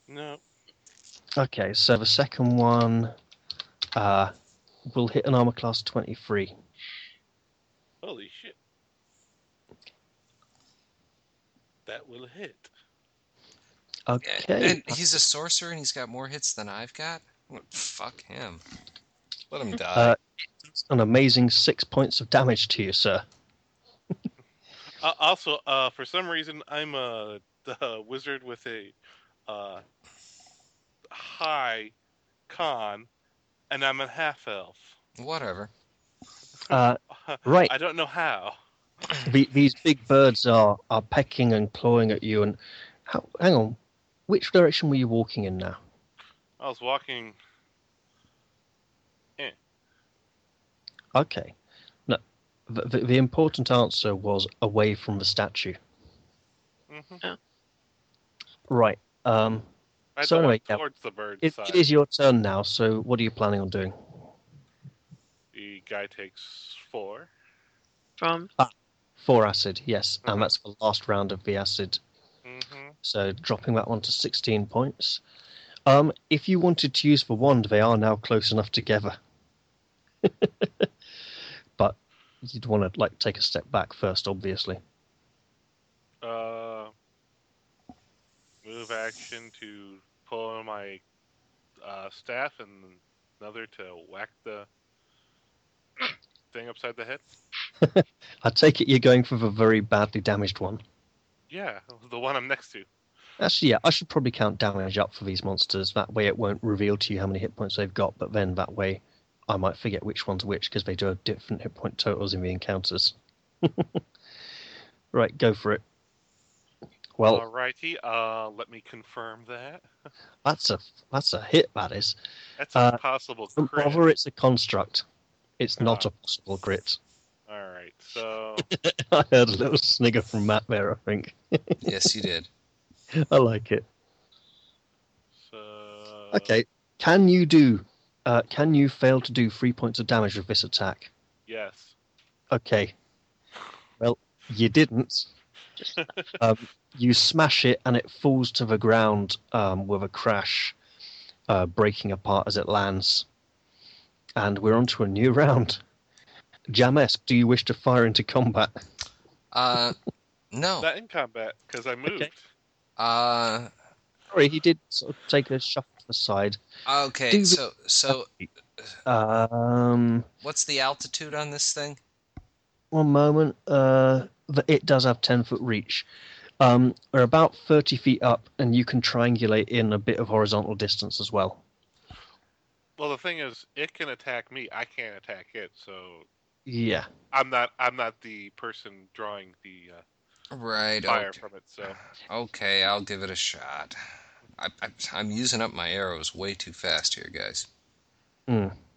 C: No.
A: Okay, so the second one uh, will hit an armor class 23.
C: Holy shit. That will hit.
A: Okay.
D: And he's a sorcerer and he's got more hits than I've got? Fuck him. Let him die.
A: Uh, an amazing six points of damage to you, sir.
C: Uh, also, uh, for some reason, I'm a *laughs* the wizard with a uh, high con, and I'm a half elf. *laughs*
D: Whatever.
A: Uh, right.
C: I don't know how.
A: the, these big birds are, are pecking and clawing at you. And how, hang on, which direction were you walking in now?
C: I was walking.
A: Okay. No, the, the, the important answer was away from the statue.
C: hmm
A: Right. Um,
C: I
A: So
C: don't
A: anyway,
C: went
A: yeah.
C: towards the bird
A: it,
C: side.
A: it is your turn now. So what are you planning on doing?
C: The guy takes four.
B: From
A: Four acid, yes,
C: Mhm.
A: and that's the last round of the acid.
C: Mm-hmm.
A: So dropping that one to sixteen points. Um, if you wanted to use the wand, they are now close enough together. *laughs* but you'd want to like take a step back first, obviously.
C: Uh, move action to pull on my uh, staff and another to whack the thing upside the head.
A: I take it you're going for the very badly damaged one.
C: Yeah, the one I'm next to.
A: Actually, yeah, I should probably count damage up for these monsters. That way, it won't reveal to you how many hit points they've got. But then that way, I might forget which one's which because they do have different hit point totals in the encounters. *laughs* right, go for it. Well,
C: Alrighty, uh, let me confirm that.
A: that's a that's a hit. That is.
C: That's a
A: Uh,
C: possible
A: Don't
C: crit.
A: bother. It's a construct. It's not a
C: Ah.
A: possible grit. *laughs*
C: Alright, so
A: I heard a little snigger from Matt there. I think
D: yes, you did.
A: I like it.
C: so Uh.
A: Okay, can you do? Uh, can you fail to do three points of damage with this attack?
C: Yes.
A: Okay. Well, you didn't. *laughs*
B: Just-
A: um, you smash it and it falls to the ground um, with a crash, uh, breaking apart as it lands. And we're on to a new *laughs* round. Jamesk, do you wish to fire into combat?
D: Uh,
A: Oh.
D: no.
C: Not in combat, because I moved.
D: Uh,
A: Sorry, he did sort of take a shuffle to the side.
D: okay.
A: Do-
D: So, so
A: Um,
D: what's the altitude on this thing?
A: one moment. Uh, the- it does have 10 foot reach. Um, we're about 30 feet up, and you can triangulate in a bit of horizontal distance as well.
C: Well the thing is it can attack me, I can't attack it, so
A: Yeah.
C: I'm not I'm not the person drawing the uh,
D: Right.
C: fire
D: Okay.
C: from it, so
D: okay, I'll give it a shot. I, I, I'm using up my arrows way too fast here, guys.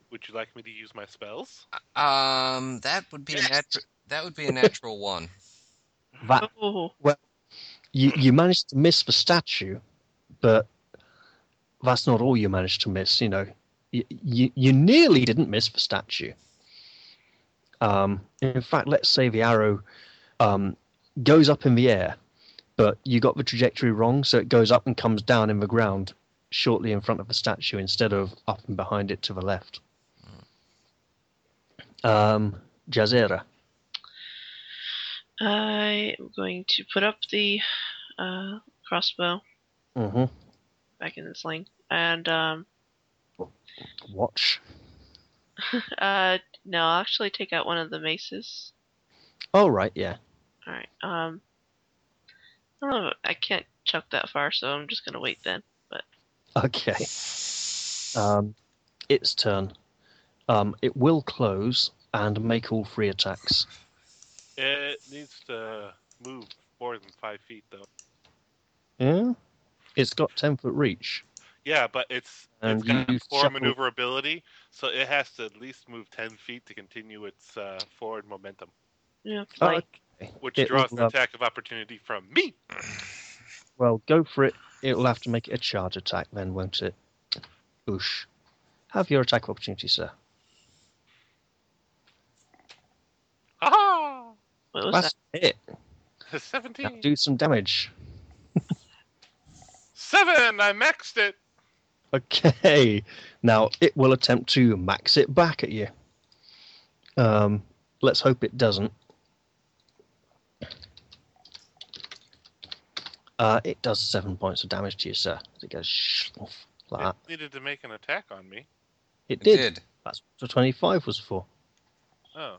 C: would you like me to use my spells?
A: Ah.
D: Um, that would be a nat- that would be a
A: *laughs*
D: natural one.
A: That
B: oh,
A: you you managed to miss the statue, but that's not all you managed to miss. You know, you you, you nearly didn't miss the statue. Um, in fact, let's say the arrow um, goes up in the air, but you got the trajectory wrong, so it goes up and comes down in the ground shortly in front of the statue instead of up and behind it to the left. Um, Jazera.
B: I am going to put up the uh, crossbow
A: hmm
B: back in the sling and um,
A: Watch.
B: uh, no, I'll actually take out one of the maces.
A: All right, yeah.
B: All right. Um, I don't know. I can't chuck that far, so I'm just gonna wait then.
A: Okay. um, its turn. Um, it will close and make all three attacks.
C: It needs to move more than five feet though.
A: Yeah, it's got ten foot reach.
C: Yeah, but it's
A: And
C: it's got
A: you
C: four
A: shuffle-
C: maneuverability, so it has to at least move ten feet to continue its uh, forward momentum,
B: Yeah,
A: Oh,
B: like
A: okay.
C: which
A: It
C: draws
A: will,
C: an
A: uh,
C: attack of opportunity from me.
A: well, go for it. It will have to make it a charge attack then, won't it? Boosh. Have your attack of opportunity, sir.
C: *laughs* Ah,
B: what was
A: That's it. Now
C: seventeen,
A: do some damage.
C: seven. I maxed it.
A: Okay. Now it will attempt to max it back at you. Um, let's hope it doesn't. Uh, it does seven points of damage to you, sir. It goes shloof like that.
C: It needed to make an attack on me.
A: It
D: It
A: did.
D: did.
A: That's what 25 was for.
C: Oh.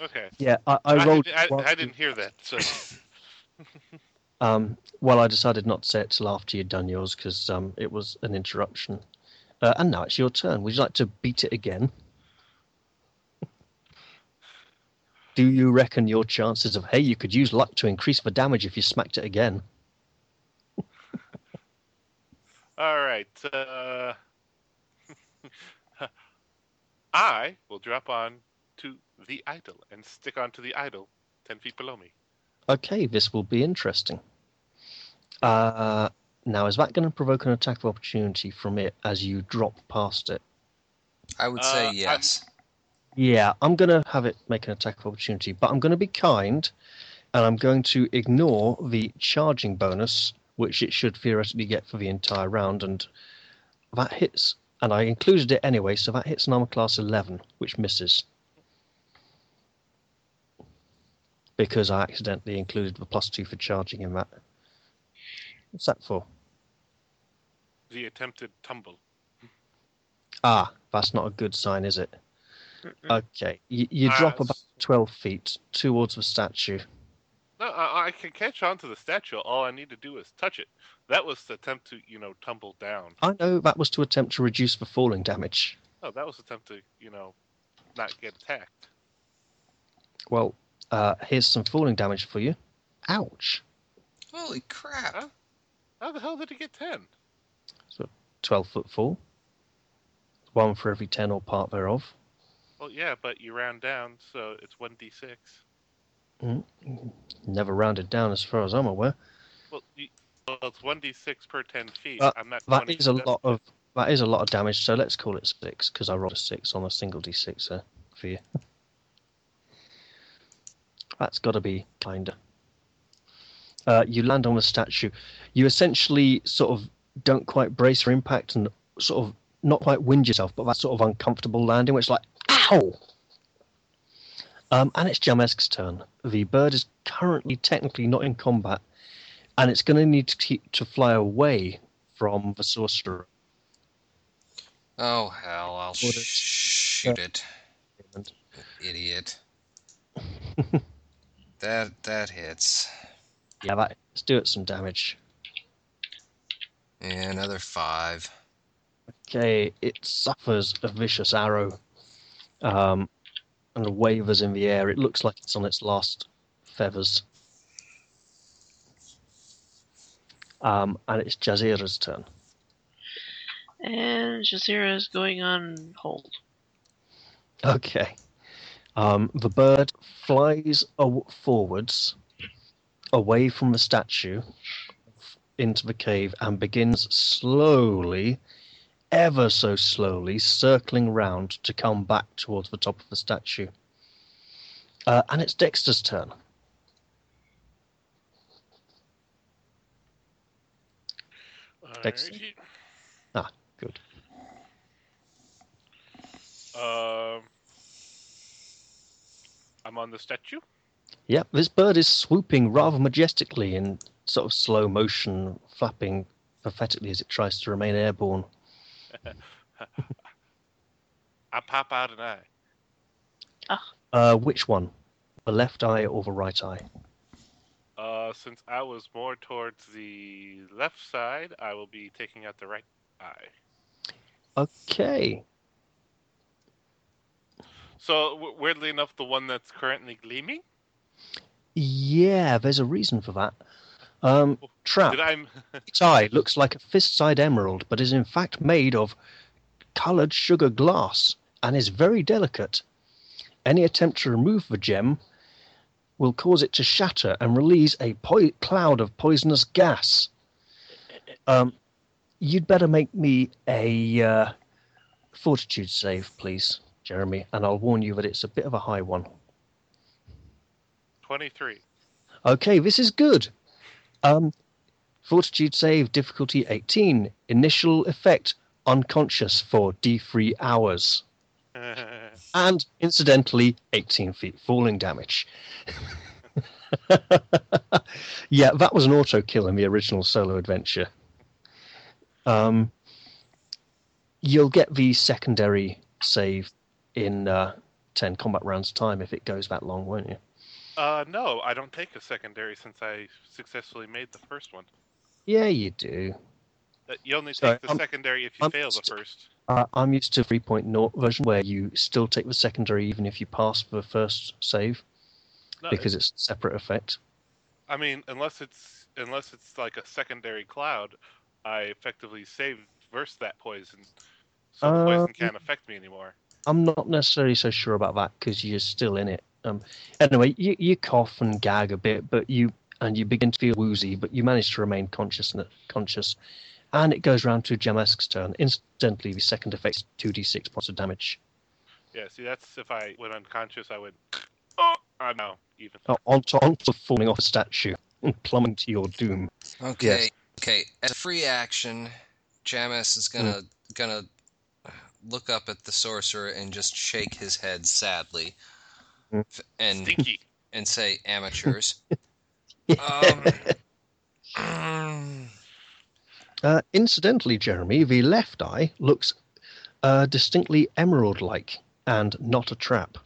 C: Okay.
A: Yeah, I, I rolled.
C: I,
A: while-
C: I didn't hear that. So
A: Um, well, I decided not to say it till after you'd done yours because um, it was an interruption. Uh, and now it's your turn. Would you like to beat it again? Do you reckon your chances of, hey, you could use luck to increase the damage if you smacked it again?
C: *laughs* all right. Uh, *laughs* I will drop on to the idol and stick onto the idol ten feet below me.
A: Okay, this will be interesting. Uh, now, is that going to provoke an attack of opportunity from it as you drop past it?
D: I would say
C: Uh, I'm-
D: yes.
A: Yeah, I'm going to have it make an attack of opportunity, but I'm going to be kind and I'm going to ignore the charging bonus, which it should theoretically get for the entire round. And that hits, and I included it anyway, so that hits an armor class 11, which misses. Because I accidentally included the plus two for charging in that. What's that for?
C: The attempted tumble.
A: Ah, that's not a good sign, is it?
B: Mm-mm.
A: Okay, you, you
C: Ah,
A: drop
C: it's-
A: about 12 feet towards the statue.
C: No, I, I can catch onto the statue. All I need to do is touch it. That was the attempt to, you know, tumble down.
A: I know that was to attempt to reduce the falling damage.
C: Oh, that was the attempt to, you know, not get attacked.
A: Well, uh, here's some falling damage for you. Ouch.
D: Holy crap!
C: Huh? How the hell did he get ten?
A: 12 foot fall. One for every 10 or part thereof.
C: Well, yeah, but you round down, so it's one d six.
A: Never rounded down as far as I'm aware.
C: Well, you, well, it's one d six per ten feet.
A: Uh,
C: I'm not.
A: That
C: 20
A: is a
C: that's-
A: lot of that is a lot of damage, so let's call it six, because I rolled a six on a single D6 there for you. *laughs* That's gotta be kinda. Uh, you land on the statue. You essentially sort of don't quite brace for impact and sort of not quite wind yourself, but that sort of uncomfortable landing, which is like, ow! Um, and it's Jamesk's turn. The bird is currently technically not in combat, and it's going to need to keep to fly away from the sorcerer.
D: Oh hell! I'll sh-
A: What a-
D: shoot it,
A: And *laughs*
D: idiot. that that hits.
A: yeah, that, let's do it some damage.
D: Yeah, another five.
A: Okay, it suffers a vicious arrow, um, and wavers in the air. It looks like it's on its last feathers. Um, and it's Jazira's turn.
B: And Jazira is going on hold.
A: Okay. Um, the bird flies aw- forwards, away from the statue, into the cave, and begins slowly, ever so slowly, circling round to come back towards the top of the statue. Uh, and it's Dexter's turn. Dex-
C: Alrighty.
A: Ah, good.
C: Um, I'm on the statue.
A: Yep, this bird is swooping rather majestically in sort of slow motion, flapping pathetically as it tries to remain airborne.
C: I pop out an eye.
A: Uh, which one? The left eye or the right eye?
C: Uh, since I was more towards the left side, I will be taking out the right eye.
A: Okay.
C: So w- weirdly enough, the one that's currently gleaming.
A: Yeah, there's a reason for that. Um, trap.
C: Did I? m- *laughs*
A: Its eye looks like a fist-sized emerald, but is in fact made of coloured sugar glass and is very delicate. Any attempt to remove the gem will cause it to shatter and release a poi- cloud of poisonous gas. Um, you'd better make me a uh, fortitude save, please, Jeremy, and I'll warn you that it's a bit of a high one.
C: Twenty-three. *laughs*
A: Okay, this is good. Um, Fortitude save, difficulty 18. Initial effect, unconscious for D3 hours.
C: Uh,
A: And incidentally, 18 feet falling damage. *laughs* yeah, that was an auto kill in the original solo adventure. Um, you'll get the secondary save in uh, 10 combat rounds' time if it goes that long, won't you?
C: uh, no, I don't take a secondary since I successfully made the first one.
A: Yeah, you do.
C: That- You only take
A: Sorry,
C: the
A: I'm-
C: secondary if you
A: I'm
C: fail the
A: just-
C: first.
A: Uh, I'm used to 3.0 version where you still take the secondary even if you pass the first save
C: No,
A: because it's a separate effect.
C: I mean, unless it's unless it's like a secondary cloud, I effectively save versus that poison, so the
A: Um,
C: poison can't affect me anymore.
A: I'm not necessarily so sure about that because you're still in it. Um, anyway, you, you cough and gag a bit, but you and you begin to feel woozy, but you manage to remain conscious and conscious. And it goes round to Jamesk's turn. Incidentally, the second effect is 2d6 points of damage.
C: Yeah, see, that's if I went unconscious, I would. Oh, I'm now even.
A: Uh, On to, on to falling off a statue and *laughs* plumbing to your doom.
D: Okay. Okay. As a free action, Jamis is gonna
A: Hmm.
D: gonna look up at the sorcerer and just shake his head sadly,
A: Hmm.
D: f- and
C: Stinky.
D: and say
A: *laughs*
D: amateurs. um, mm,
A: Uh, incidentally, Jeremy, the left eye looks uh, distinctly emerald like and not a trap.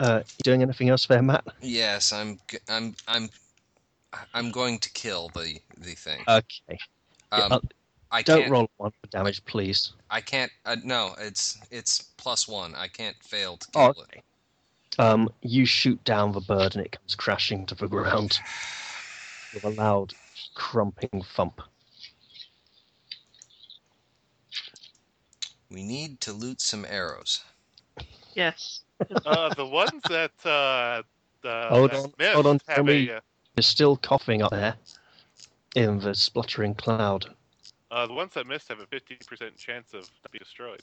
A: Uh, you doing anything else there, Matt?
D: yes, I'm g- I'm I'm I'm going to kill the the thing.
A: Okay.
D: Uh, Um,
A: uh,
D: I
A: Don't
D: can't.
A: roll one for damage, please.
D: I can't. Uh, no, it's it's plus one. I can't fail to
A: Oh,
D: kill it.
A: okay. Um, you shoot down the bird and it comes crashing to the ground with a loud, crumping thump.
D: We need to loot some arrows.
B: Yes.
C: uh, the ones that uh, the
A: Hold
C: that
A: on,
C: missed
A: hold on,
C: have
A: can we-
C: a, uh,
A: You're still coughing up there in the spluttering cloud.
C: uh, the ones that missed have a fifty percent chance of being destroyed.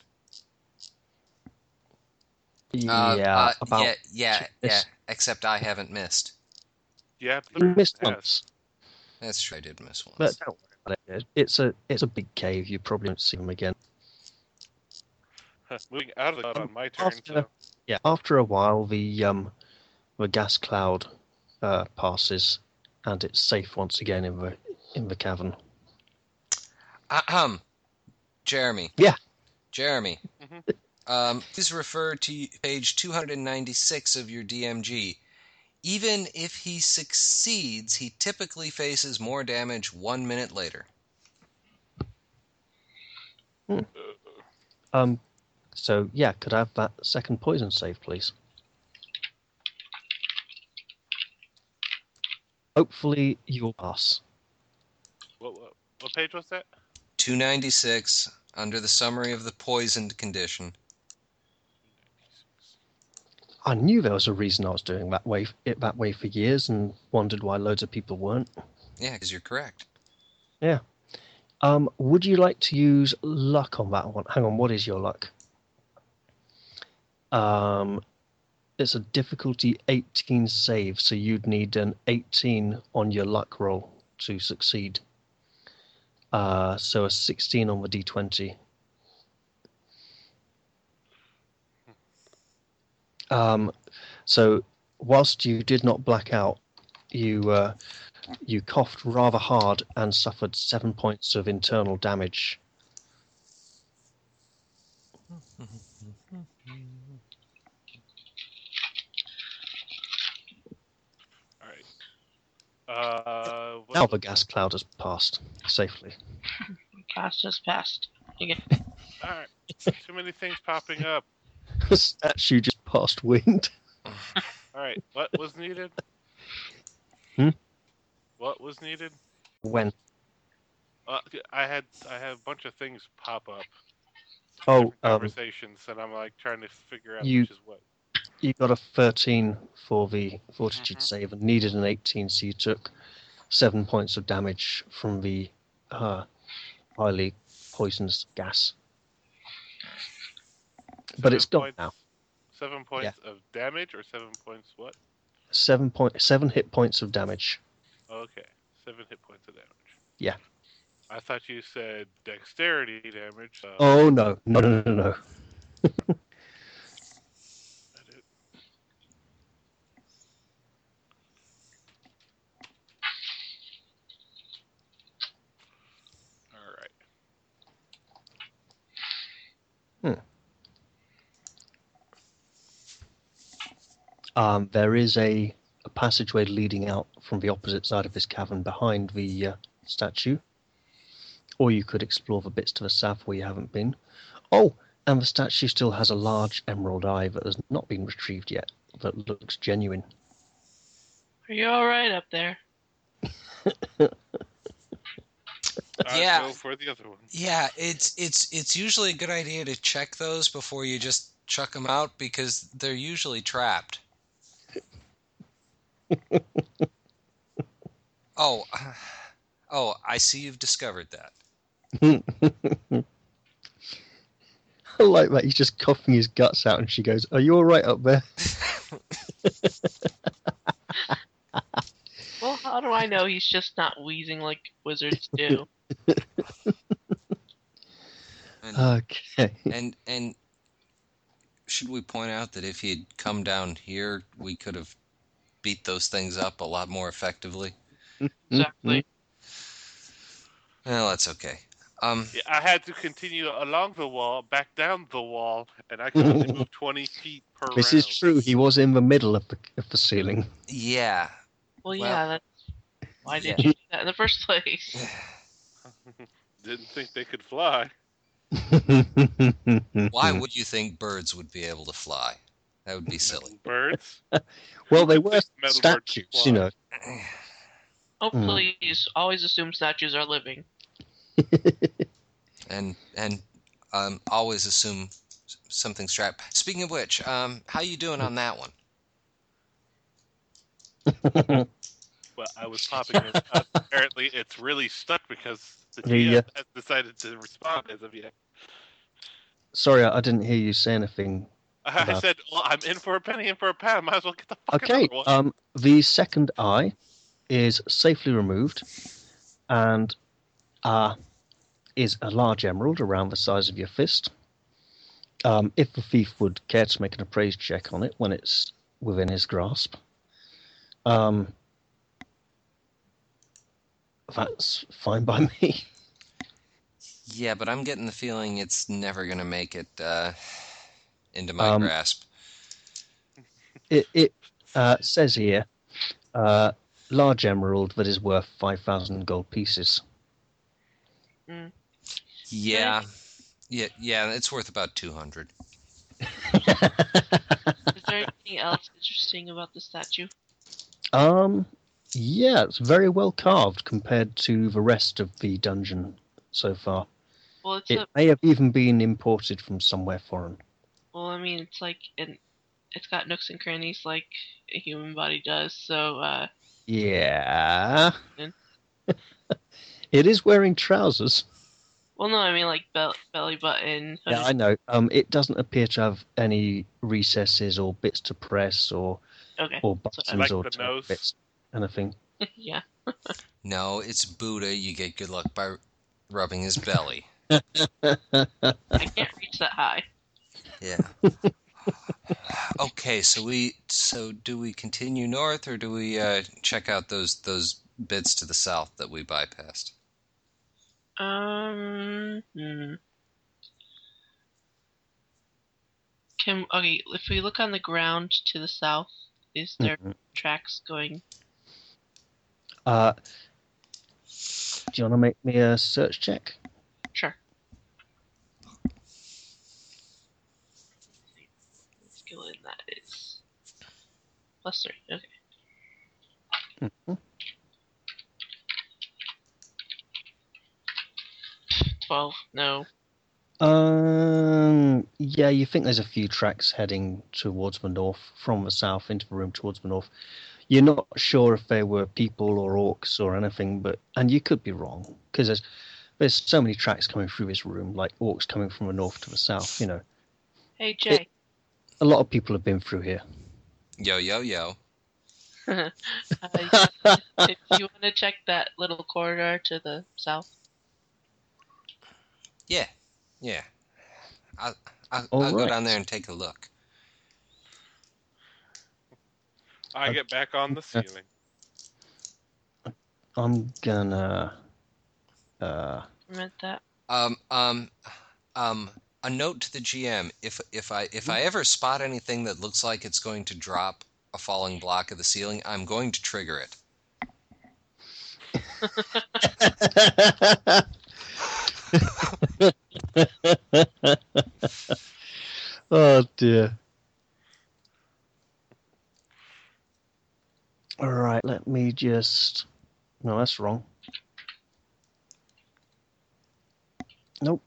D: Uh,
A: Yeah,
D: uh,
A: about
D: yeah, yeah, yeah.
A: Yes.
D: Except I haven't missed.
C: Yeah,
A: you missed
C: yes.
A: once,
D: That's true. I did miss once.
A: but don't worry about it. It's a it's a big cave. You probably won't see them again.
C: *laughs* Moving out of the cloud on my turn.
A: after-
C: So,
A: Yeah, after a while, the um the gas cloud uh, passes, and it's safe once again in the in the cavern.
D: Ahem. Jeremy.
A: Yeah.
D: Jeremy.
C: Mhm.
D: Um, please refer to page 296 of your DMG. Even if he succeeds, he typically faces more damage one minute later.
C: uh,
A: Um, so yeah, could I have that second poison save, please? Hopefully you'll pass.
C: what, what, what page was that?
D: 296 under the summary of the poisoned condition.
A: I knew there was a reason I was doing that way it that way for years, and wondered why loads of people weren't.
D: Yeah, because you're correct.
A: Um, would you like to use luck on that one? Hang on, what is your luck? Um, it's a difficulty 18 save, so you'd need an 18 on your luck roll to succeed. Uh, so a 16 on the d20. Um, so whilst you did not black out, you uh, you coughed rather hard and suffered seven points of internal damage.
C: All right. Uh, what-
A: Now the gas cloud has passed safely. *laughs*
B: Past just passed. Again.
C: all right. Too many things popping up.
A: The statue just passed wind.
C: All right. What was needed?
A: Hmm?
C: What was needed?
A: When?
C: Uh, I had I had a bunch of things pop up.
A: Oh,
C: different
A: um,
C: conversations, and I'm like trying to figure out
A: you-
C: which is what.
A: you got a 13 for the fortitude
C: Mhm.
A: save and needed an 18, so you took seven points of damage from the uh, highly poisonous gas. But it's gone
C: Seven
A: now.
C: points- Seven points of damage, or seven points what?
A: Seven point seven hit points of damage.
C: Okay, seven damage.
A: Yeah.
C: I thought you said dexterity damage. so-
A: Oh no, no, no, no, no.
C: All right.
A: Um, there is a, a passageway leading out from the opposite side of this cavern behind the uh, statue. Or you could explore the bits to the south where you haven't been. Oh, and the statue still has a large emerald eye that has not been retrieved yet, that looks genuine. *laughs*
B: Are you all right up there?
C: I'll
D: Yeah.
C: Go for the other one.
D: Yeah, it's it's it's usually a good idea to check those before you just chuck them out because they're usually trapped. oh, *sighs* oh, I see you've discovered that.
A: I like that. He's just coughing his guts out, and she goes, Are you all right up there?
B: Well, how do I know he's just not wheezing like wizards
A: *laughs*
B: do?
D: And,
A: Uh, Okay.
D: and and should we point out that if he'd come down here, we could have beat those things up a lot more effectively.
B: Exactly.
D: Well, that's okay. Um,
C: Yeah, I had to continue along the wall, back down the wall, and I could only
A: *laughs*
C: move 20 feet per
A: This
C: round.
A: is true. He was in the middle of the, of the ceiling.
D: yeah. *sighs*
B: Well,
D: Well-
B: yeah. That's, why did you do that in the first *laughs* place?
C: Didn't think they could fly.
A: *laughs*
D: Why would you think birds would be able to fly? That would be silly.
C: Birds?
A: Well, they
C: Who
A: were
C: thinks metal birds
A: statues,
C: fly?
A: you know.
B: Oh,
A: Hmm.
B: please! Always assume statues are living.
D: and and um, always assume s- something's trapped. Speaking of which, um, how you doing on that one?
C: Well, I was
A: *laughs*
C: popping it. up. Apparently, it's really stuck because the
A: The,
C: GM has decided to respond as of yet. *laughs*
A: Sorry, I I didn't hear you say anything
C: I
A: About-
C: said, well, I'm in for a penny, in for a pound. Might as well get the fucking
A: Okay.
C: other one.
A: Um, the second eye is safely removed, and uh, is a large emerald around the size of your fist. Um, if the thief would care to make an appraise check on it when it's within his grasp, um, that's fine by *laughs* me.
D: Yeah, but I'm getting the feeling it's never gonna make it uh, into my
A: Um,
D: grasp.
A: It, it uh, says here, uh, large emerald that is worth five thousand gold pieces.
D: Yeah, yeah, yeah. It's worth about two hundred.
B: Is
A: *laughs*
B: there anything else interesting about the statue?
A: Um, yeah, it's very well carved compared to the rest of the dungeon so far.
B: Well, it's
A: It
B: a
A: may have even been imported from somewhere foreign.
B: well. I mean, it's like an it's got nooks and crannies like a human body does. So uh,
A: Yeah.
B: Hmm.
A: *laughs* it is wearing trousers.
B: well, no, I mean like bel- belly button.
A: Yeah, I know. Um, it doesn't appear to have any recesses or bits to press or,
B: okay,
A: or
B: So,
A: buttons
C: like
A: or
C: the
A: tail
C: nose?
A: bits, anything.
B: *laughs* yeah.
D: No, it's Buddha. You get good luck by rubbing his belly.
B: I can't reach that high.
D: *laughs* Yeah. *sighs* okay, so we so do we continue north or do we uh, check out those those bits to the south that we bypassed?
B: Um. Hmm. Can okay. If we look on the ground to the south, is there
A: Mhm.
B: tracks going?
A: Uh, do you want to make me a search check?
B: Sure. Skill in that is plus three. Okay. Twelve. No.
A: Um, yeah, you think there's a few tracks heading towards the north from the south into the room towards the north. You're not sure if they were people or orcs or anything, but and you could be wrong because there's there's so many tracks coming through this room, like orcs coming from the north to the south. You know,
B: Hey Jay.
A: a lot of people have been through here.
D: Yo yo yo.
B: Uh, yes, if you want to check that little corridor to the south,
D: Yeah, yeah. I'll, I'll,
A: All
D: I'll go
A: right.
D: down there and take a look.
C: I get back
A: *laughs*
C: on the ceiling. *laughs*
A: I'm gonna. Uh,
B: remember that?
D: Um, um, um, a note to the GM: if if I if
A: Mm-hmm.
D: I ever spot anything that looks like it's going to drop a falling block of the ceiling, I'm going to trigger it.
A: *laughs* oh dear. All right, let me just. No, that's wrong. Nope.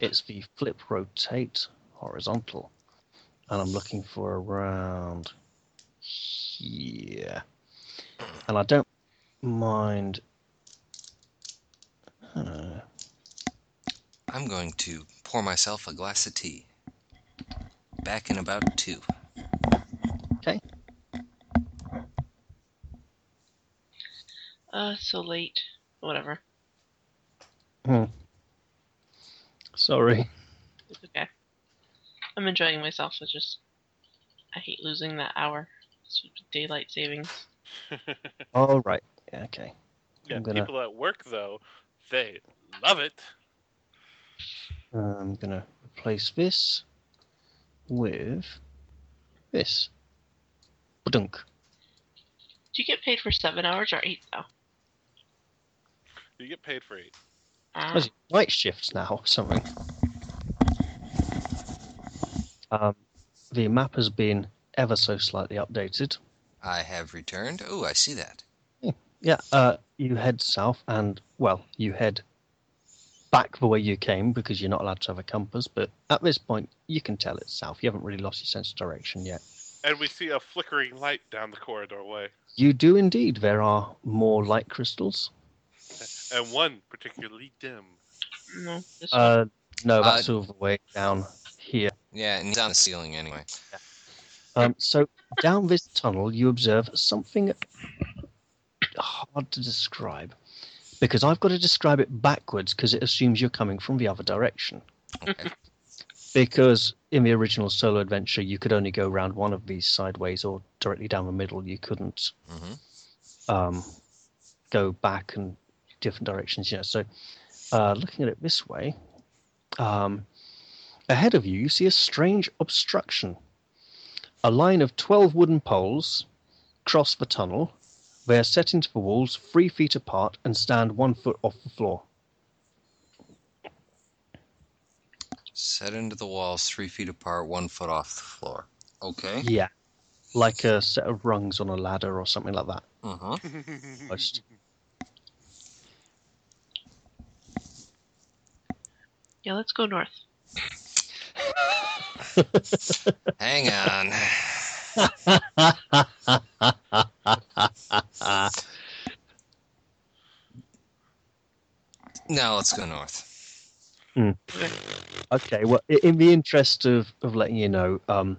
A: It's the flip rotate horizontal. And I'm looking for around here. And I don't mind. Uh,
D: I'm going to pour myself a glass of tea. Back in about two.
B: Uh, it's so late. Whatever.
A: sorry.
B: It's okay. I'm enjoying myself. It's just I hate losing that hour. It's daylight savings.
A: All right. Okay.
C: Yeah,
A: I'm gonna-
C: people at work though, they love it.
A: I'm going to replace this with this. Badunk.
B: Do you get paid for seven hours or eight though?
C: You get paid for eight.
B: Ah,
A: Was it night shifts now or something? Um, the map has been ever so slightly updated.
D: I have returned. Oh, I see that.
A: Yeah, uh, you head south and, well, you head back the way you came because you're not allowed to have a compass, but at this point, you can tell it's south. You haven't really lost your sense of direction yet.
C: And we see a flickering light down the corridor way.
A: You do indeed. There are more light crystals.
C: And one particularly dim.
B: no, this one.
A: Uh, no,
D: Uh,
A: that's all the way down here.
D: Yeah, and it's on the ceiling anyway.
A: Um, so down this tunnel, you observe something hard to describe because I've got to describe it backwards because it assumes you're coming from the other direction. *laughs*
D: Okay.
A: Because in the original solo adventure, you could only go round one of these sideways or directly down the middle. You couldn't
D: hmm
A: um, go back and different directions. You know, so uh, looking at it this way, um, ahead of you, you see a strange obstruction. A line of 12 wooden poles cross the tunnel. They are set into the walls three feet apart and stand one foot off the floor.
D: Set into the walls three feet apart, one foot off the floor. Okay.
A: Yeah. Like a set of rungs on a ladder or something like that.
D: Uh-huh.
A: Almost.
B: yeah, let's go north.
D: Hang on. *sighs* Now let's go north.
A: *laughs* Okay, well, i- in the interest of, of letting you know, um,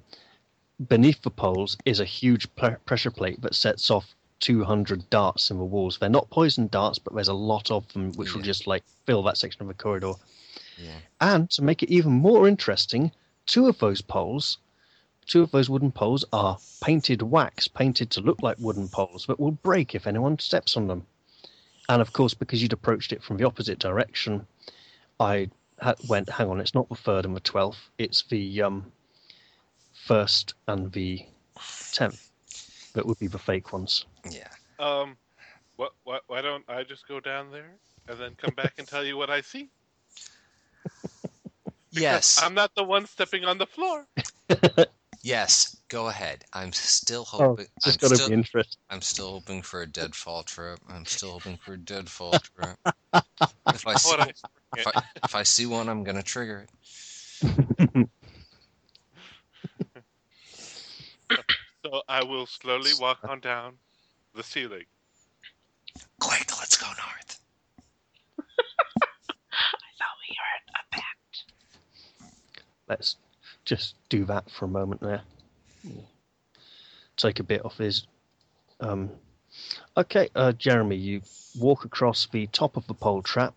A: beneath the poles is a huge pr- pressure plate that sets off 200 darts in the walls. They're not poison darts, but there's a lot of them which will
D: Yeah.
A: just like fill that section of the corridor.
D: Yeah.
A: And to make it even more interesting, two of those poles, two of those wooden poles are painted wax, painted to look like wooden poles, but will break if anyone steps on them. And of course, because you'd approached it from the opposite direction, I ha- went, hang on, it's not the third and the twelfth, it's the um, first and the tenth that would be the fake ones.
D: Yeah.
C: *laughs* um, what, what, why don't I just go down there and then come back and tell you what I see? Because
D: Yes.
C: I'm not the one stepping on the floor.
D: Yes. Go ahead. I'm still hoping.
A: Oh, it's
D: I'm,
A: just got to
D: still,
A: be interesting.
D: I'm still hoping for a deadfall trip. I'm still hoping for
A: *laughs*
D: a deadfall trip. if I see,
C: Hold on.
D: if I, if I see one, I'm gonna trigger it.
C: So I will slowly walk on down the ceiling.
D: Quick, let's go north.
B: I thought we were at a back.
A: Let's just do that for a moment there. take a bit off his. Um, okay, uh, Jeremy, you walk across the top of the pole trap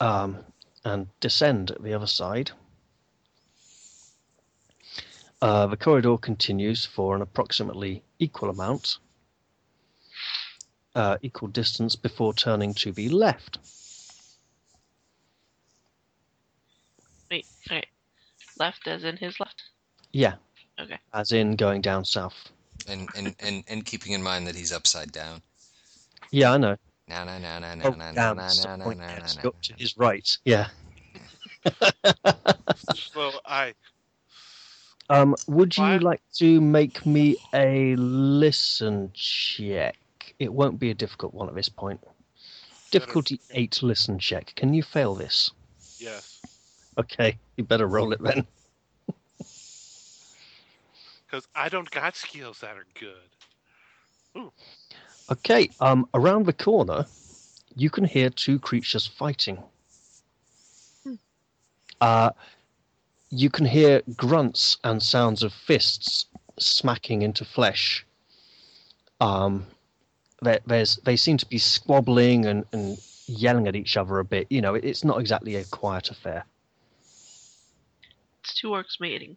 A: um, and descend at the other side. Uh, the corridor continues for an approximately equal amount, uh, equal distance before turning to the left.
B: Wait, alright. Left as in his left.
A: Yeah.
B: Okay.
A: As in going down south.
D: And and and, and keeping in mind that he's upside down.
A: Yeah, I know.
D: Na na na na na
A: Oh,
D: na na
A: down,
D: na
A: stop
D: na na
A: pointing
D: na
A: down,
D: na.
A: just go up to his right. Yeah.
C: So I
A: Um, would you
C: Why-
A: like to make me a listen check? It won't be a difficult one at this point. Difficulty eight listen check. Can you fail this?
C: yes,
A: Okay, you better roll it then.
C: because I don't got skills that are good.
A: Okay, um, around the corner, you can hear two creatures fighting. Uh, you can hear grunts and sounds of fists smacking into flesh. Um, there, there's they seem to be squabbling and, and yelling at each other a bit. You know, it, it's not exactly a quiet affair.
B: It's two orcs mating.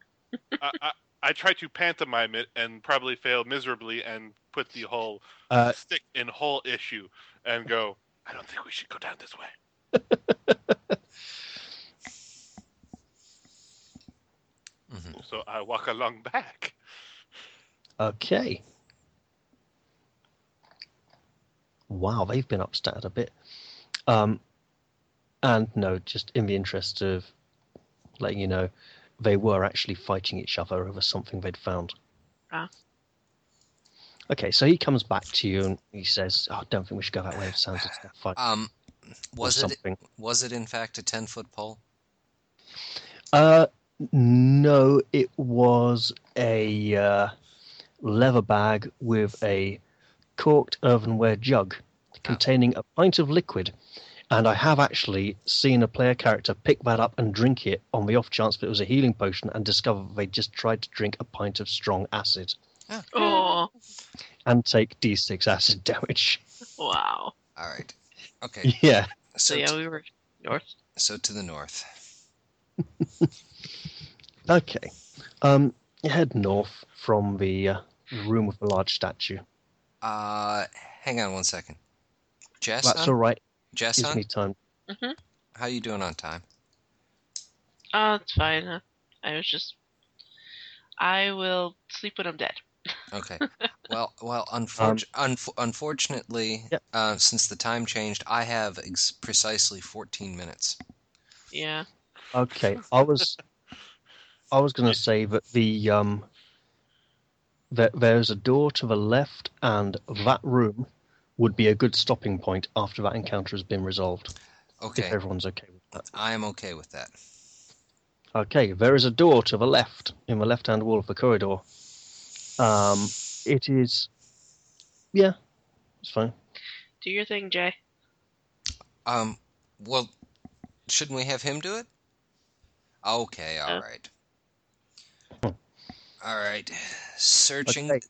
C: I, I I tried to pantomime it and probably failed miserably and put the whole
A: Uh,
C: stick in whole issue and go. I don't think we should go down this way.
D: Mhm.
C: So I walk along back.
A: Okay. Wow, they've been upstated a bit. Um, and no, just in the interest of letting you know, they were actually fighting each other over something they'd found.
B: Ah.
A: Okay, so he comes back to you and he says, oh, I don't think we should go that way. It sounds like a fight
D: Um,
A: or
D: was it
A: something.
D: was it in fact a ten foot pole?
A: Uh, no, it was a uh, leather bag with a corked earthenware jug containing a pint of liquid. And I have actually seen a player character pick that up and drink it on the off chance that it was a healing potion and discover they just tried to drink a pint of strong acid
B: Oh,
A: and take d6 acid damage.
B: wow.
D: All right. Okay.
A: *laughs* Yeah.
B: So
D: So
B: yeah,
D: t-
B: we were north.
D: so to the north.
A: Okay. Um, you head north from the uh, room with the large statue.
D: Uh, hang on one second. Jess,
A: That's
D: on?
A: all right.
D: Jess,
A: Gives
D: on?
A: me time.
D: how you doing on time?
B: Oh, it's fine. huh? I was just. I will sleep when I'm dead.
D: Okay. well, well, unfortu- unf- unfortunately,
A: Um, Yep.
D: uh, since the time changed, I have ex- precisely 14 minutes.
B: Yeah.
A: Okay, I was, I was going to say that the um, that there's a door to the left, and that room would be a good stopping point after that encounter has been resolved. If
D: Okay,
A: everyone's okay with that.
D: I am okay with that.
A: Okay, there is a door to the left in the left-hand wall of the corridor. Um, it is, yeah, it's fine.
B: Do your thing, Jay.
D: Um, well, shouldn't we have him do it? Okay, all
B: Uh.
D: right. All right. Searching.
A: Hmm. Okay.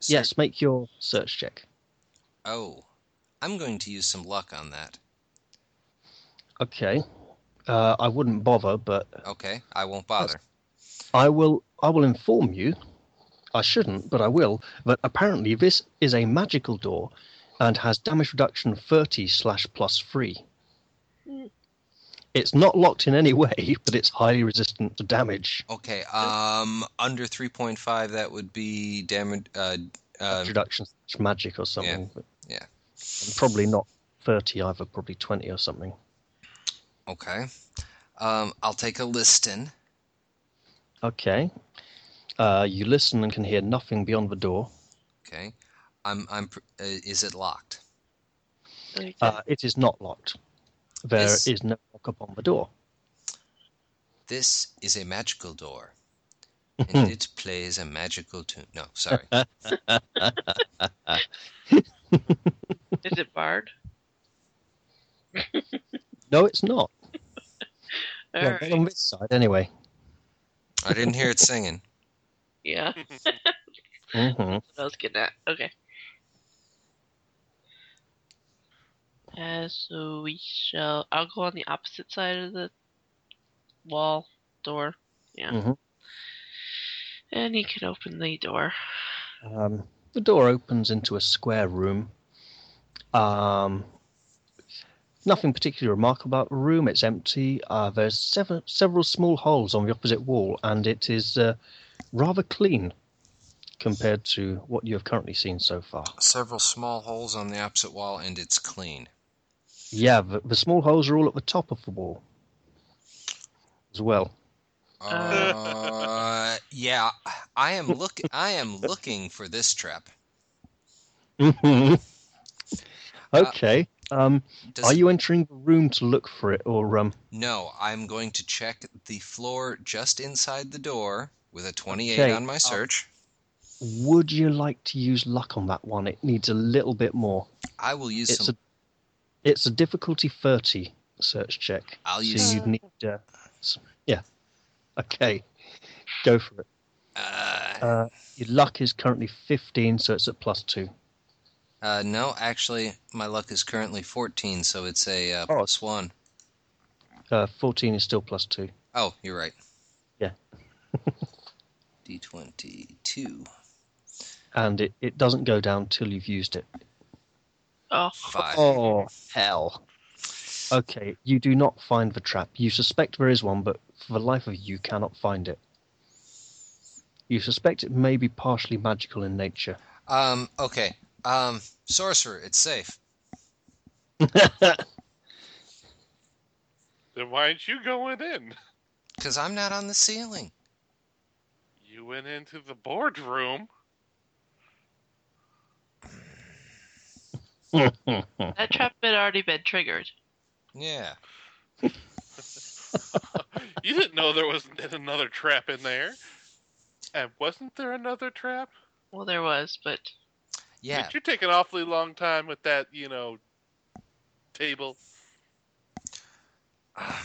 D: Sear-
A: Yes, make your search check.
D: Oh, I'm going to use some luck on that.
A: Okay, uh, I wouldn't bother, but
D: Okay, I won't bother.
A: I will I will inform you. I shouldn't, but I will. That apparently this is a magical door, and has damage reduction thirty slash plus three.
B: Mm.
A: It's not locked in any *laughs* way, but it's highly resistant to damage.
D: Okay, um, under 3.5, that would be damage. Uh, uh,
A: Damage reduction slash magic or something.
D: yeah.
A: And probably not thirty either. Probably twenty or something.
D: okay. Um, I'll take a listen.
A: Okay. Uh, you listen and can hear nothing beyond the door.
D: Okay. I'm, I'm, pr- uh, is it locked?
B: Okay.
A: Uh, it is not locked. There
D: Is-
A: is no lock upon the door.
D: This is a magical door, and it plays a magical tune. No, sorry.
B: Is it barred?
A: No, it's not.
B: All
A: Yeah,
B: right.
A: not on this side anyway.
D: I didn't hear it singing.
B: Yeah,
A: hmm
B: I was getting at. Okay. Uh, so we shall. I'll go on the opposite side of the wall door. Yeah.
A: Mhm.
B: And he can open the door.
A: Um, the door opens into a square room. Um, nothing particularly remarkable about the room. It's empty. Uh, there's several, several small holes on the opposite wall, and it is uh, rather clean compared to what you have currently seen so far.
D: Several small holes on the opposite wall, and it's clean.
A: Yeah, the, the small holes are all at the top of the wall as well.
D: Uh, yeah, I am look. I am looking for this trap.
A: Mhm. *laughs* okay. Um,
D: Does
A: are you entering the room to look for it, or um?
D: No, I'm going to check the floor just inside the door with a 28
A: Okay,
D: on my search.
A: Would you like to use luck on that one? It needs a little bit more.
D: I will use
A: It's
D: some.
A: a it's a difficulty thirty search check.
D: i I'll use.
A: So you'd need uh, s- yeah. Okay, go for it.
D: Uh,
A: Uh, your luck is currently fifteen, so it's at plus two.
D: uh, no, actually, my luck is currently 14, so it's a uh,
A: Oh.
D: plus one.
A: Uh, Fourteen is still plus two.
D: Oh, you're right. *laughs*
A: Yeah.
D: D22.
A: and it, it doesn't go down till you've used it.
B: Oh,
D: Five.
A: Oh, hell. Okay, you do not find the trap. You suspect there is one, but for the life of you, you cannot find it. You suspect it may be partially magical in
D: *laughs*
A: nature.
D: Um, okay. Um, sorcerer, it's safe.
C: then why aren't you going in?
D: Because I'm not on the ceiling.
C: You went into the boardroom.
B: that trap had already been triggered.
D: Yeah.
C: You didn't know there wasn't *laughs* another trap in there. And wasn't there another trap?
B: Well, there was, but
D: Yeah.
C: But you take an awfully long time with that, you know, table.
D: I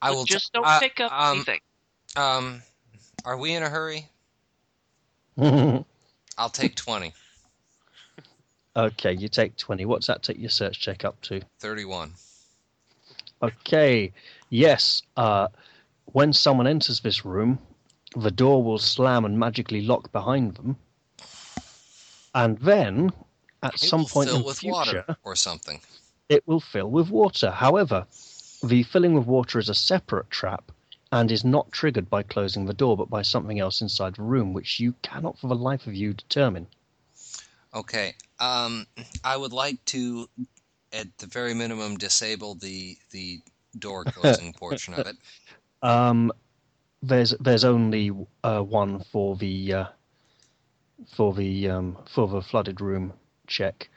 B: but
D: will. t-
B: just don't
D: uh,
B: pick up
D: um,
B: anything.
D: um, are we in a hurry?
A: okay,
D: I'll take 20.
A: you take 20. What's that take your search check up to?
D: 31.
A: Okay, yes. Uh, when someone enters this room, the door will slam and magically lock behind them. And then, at
D: It
A: some
D: will
A: point
D: fill
A: in
D: with
A: future,
D: water or something.
A: it will fill with water. However, the filling with water is a separate trap and is not triggered by closing the door, but by something else inside the room, which you cannot for the life of you determine.
D: Okay. Um, I would like to, at the very minimum, disable the the
A: *laughs*
D: door closing portion of it.
A: Um, there's there's only uh, one for the uh, for the um, for the flooded room check.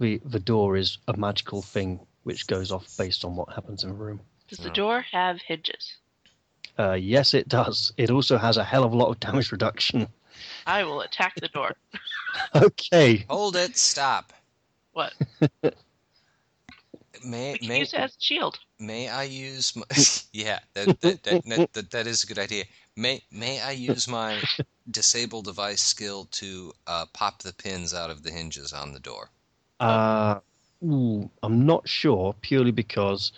A: The the door is a magical thing which goes off based on what happens in the room.
B: Does the
D: No.
B: door have hinges?
A: Uh, yes, it does. It also has a hell of a lot of damage reduction. *laughs*
B: I will attack the door.
A: okay.
D: Hold it. Stop.
B: What?
D: *laughs* May
B: We can
D: may
B: use it as a shield.
D: may I use my? *laughs* yeah, that that, that, that that that is a good idea. May may I use
A: *laughs*
D: my disable device skill to uh, pop the pins out of the hinges on the door?
A: Uh, ooh, I'm not sure, purely because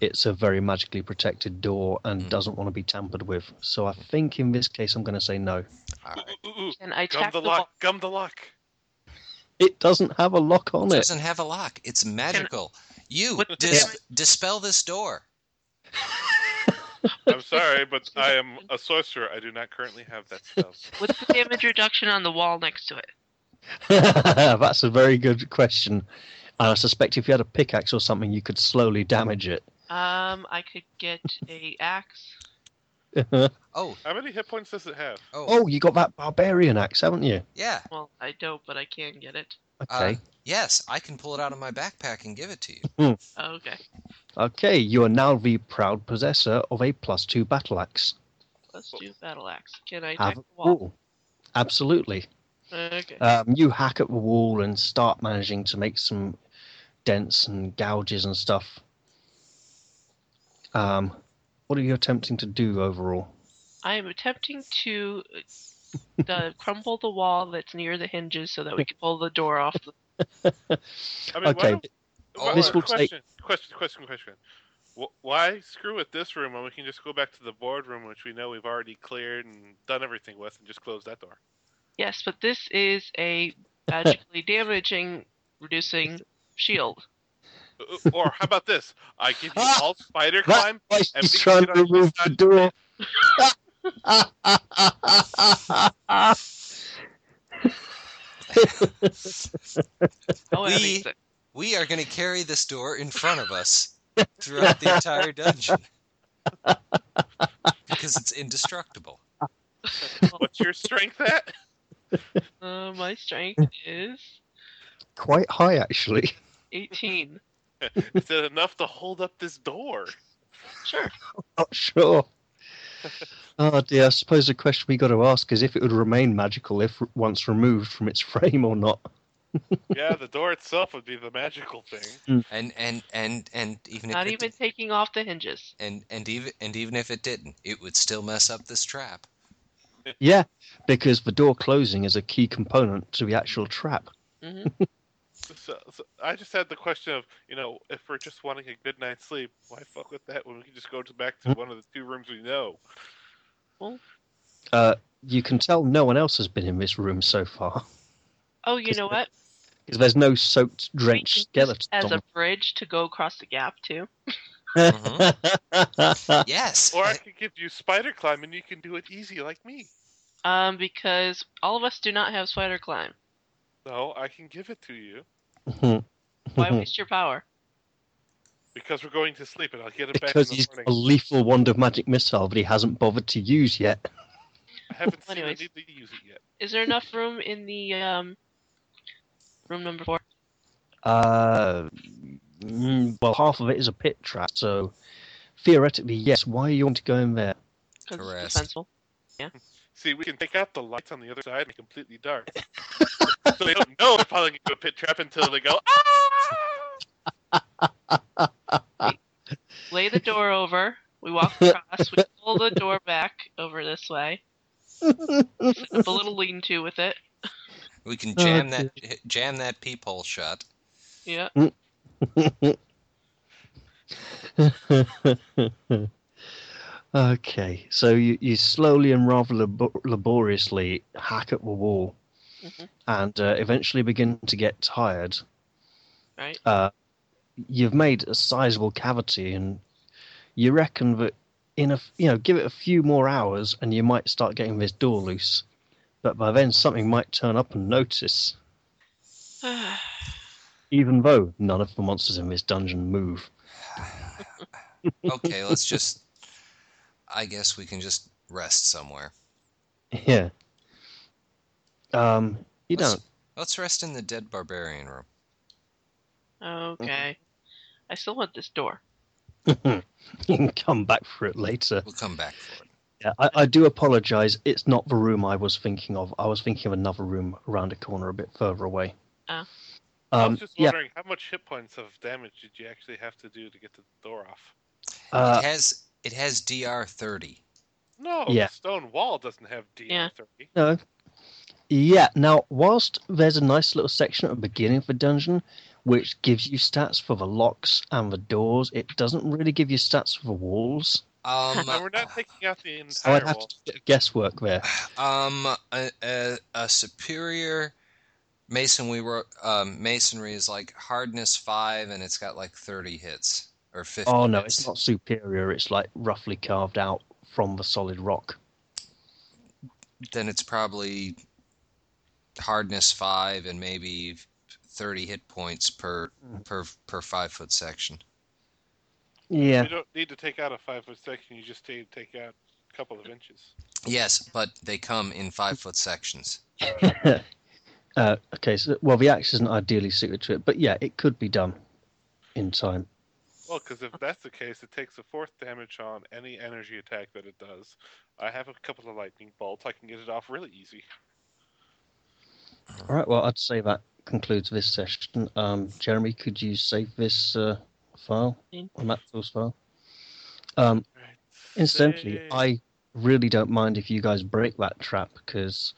A: it's a very magically protected door and
D: Mm.
A: doesn't want to be tampered with. So I think in this case, I'm going to say no.
D: All right.
C: Ooh, ooh, ooh.
B: Can I
C: Gum
B: attack
C: the
B: the,
C: lock.
B: wall?
C: Gum the lock.
A: It doesn't have a lock on
D: It
A: it.
D: doesn't have a lock. It's magical. You
B: What-
D: dis- dispel this door.
C: I'm sorry, but I am a sorcerer. I do not currently have that spell.
B: What's the
D: *laughs*
B: damage reduction on the wall next to it?
A: *laughs* *laughs* That's a very good question. And I suspect if you had a pickaxe or something, you could slowly damage it.
B: Um, I could get a axe.
D: Oh
C: How many hit points does it have?
D: oh,
A: oh, you got that barbarian axe, haven't you?
D: yeah. Uh,
B: Well, I don't, but I can get it.
A: Okay.
D: Yes, I can pull it out of my backpack and give it to you.
B: Okay,
A: okay, you are now the proud possessor of a plus two battle axe.
B: let's do battle axe. Can I
A: Have
B: attack the
A: a
B: wall?
A: wall. Absolutely.
B: Okay.
A: um, you hack at the wall and start managing to make some dents and gouges and stuff. Um, what are you attempting to do overall?
B: I am attempting to
A: *laughs*
B: uh, crumble the wall that's near the hinges so that we can pull the door off. The...
C: I mean, why
A: okay,
C: don't- why-
A: this will
C: question,
A: take-
C: question, question, question. Wh- Why screw with this room when we can just go back to the boardroom, which we know we've already cleared and done everything with, and just close that door?
B: Yes, but this is a
A: *laughs*
B: magically damaging, reducing shield.
C: O- Uh, Or how about this? I give
A: *laughs*
C: you
A: Ah!
C: all spider
A: That-
C: climb.
A: Why
C: and
A: she's
C: we
A: trying
C: can
A: to remove the door.
B: Oh, that
D: We-
B: makes sense.
D: We are going to carry this door in front of us throughout the entire dungeon because it's indestructible.
C: What's your strength at?
B: Uh, my strength is
A: Quite high, actually. *laughs*
B: 18.
C: Is it enough to hold up this door?
B: Sure.
A: Not sure. Oh dear. I suppose the question we got to ask is if it would remain magical if once removed from its frame or not.
C: Yeah, the door itself would be the magical thing.
D: And and and and even
B: Not
D: if
B: even
D: it,
B: taking off the hinges.
D: and and even and even if it didn't, it would still mess up this trap.
A: Yeah, because the door closing is a key component to the actual trap.
B: hmm
C: So, so I just had the question of, you know, if we're just wanting a good night's sleep, why fuck with that when we can just go to back
A: Mm-hmm.
C: to one of the two rooms we know?
A: Uh, you can tell no one else has been in this room so far
B: Oh, you know what?
A: because there's no soaked,
B: We can
A: drenched
B: use
A: skeletons.
B: As
A: on
B: a bridge to go across the gap, too.
A: *laughs*
B: Mm-hmm.
D: Mhm.
A: the-
D: *laughs* Yes.
C: Or I
D: I-
C: could give you spider climb and you can do it easy like me.
B: Um, because all of us do not have spider climb.
C: No, I can give it to you
B: Why
A: Mm-hmm.
B: waste your power?
C: because we're going to sleep and I'll get it back in
A: because
C: the
A: he's got a
C: morning.
A: lethal wand of magic missile that he hasn't bothered to use yet.
C: I haven't seen
B: Anyways.
C: the need to use it yet.
B: Is there enough room in the um room number four?
A: Uh, mm, well, half of it is a pit trap, so theoretically, yes. Why are you want to go in there?
B: Because
D: Correct.
B: it's defensible.
C: See, we can take out the lights on the other side and completely
A: *laughs*
C: dark. so they don't know they're falling into a pit trap until they go, ah!
B: Lay the door over. We walk across. we pull the door back over this way. Set up a little lean-to with it.
D: we can
A: Oh,
D: jam that jam that
A: *laughs*
D: peephole shut.
B: Yeah. *sighs*
A: okay, so you, you slowly and rather labo- laboriously hack at the wall
B: Mhm.
A: and uh, eventually begin to get tired.
B: Right.
A: Uh, you've made a sizable cavity, and you reckon that in a f- you know give it a few more hours, and you might start getting this door loose. But by then, something might turn up and notice. Even though none of the monsters in this dungeon move.
D: Okay, let's just. I guess we can just rest somewhere.
A: *laughs* Yeah. Um, you
D: Let's-
A: don't.
D: Let's rest in the dead barbarian room.
B: okay. I still want this door.
A: *laughs* You can come back for it later.
D: We'll come back for it.
A: Yeah, I, I do apologize. It's not the room I was thinking of. I was thinking of another room around a corner, a bit further away.
B: Ah.
C: I
A: Um,
C: was just
A: yeah.
C: wondering how much hit points of damage did you actually have to do to get the door off?
A: Uh,
D: it has it has DR
C: *laughs*
D: thirty.
C: No,
A: Yeah.
C: the stone wall doesn't have DR30.
A: no. Yeah. Now, whilst there's a nice little section at the beginning of the dungeon, which gives you stats for the locks and the doors, it doesn't really give you stats for the walls.
D: Um,
C: And we're not taking out the entire
A: So I'd have
C: wall.
A: to do a bit of guesswork there.
D: *sighs* um, a, a, a superior masonry ro- um, masonry is like hardness five, and it's got like thirty hits or fifty.
A: Oh no,
D: hits.
A: it's not superior. It's like roughly carved out from the solid rock.
D: Then it's probably hardness five and maybe thirty hit points per
A: Mm.
D: per per five foot section.
A: Yeah.
C: You don't need to take out a five foot section. You just need to take out a couple of inches.
D: Yes, but they come in five foot sections.
A: Uh, okay, so well, the axe isn't ideally suited to it, but yeah, it could be done in time.
C: Well, because if that's the case, it takes a fourth damage on any energy attack that it does. I have a couple of lightning bolts. I can get it off really easy.
A: All right, well, I'd say that concludes this session. Um, Jeremy, could you save this uh, file
B: Mm.
A: on that source file? Um,
C: Right.
A: incidentally, I really don't mind if you guys break that trap because,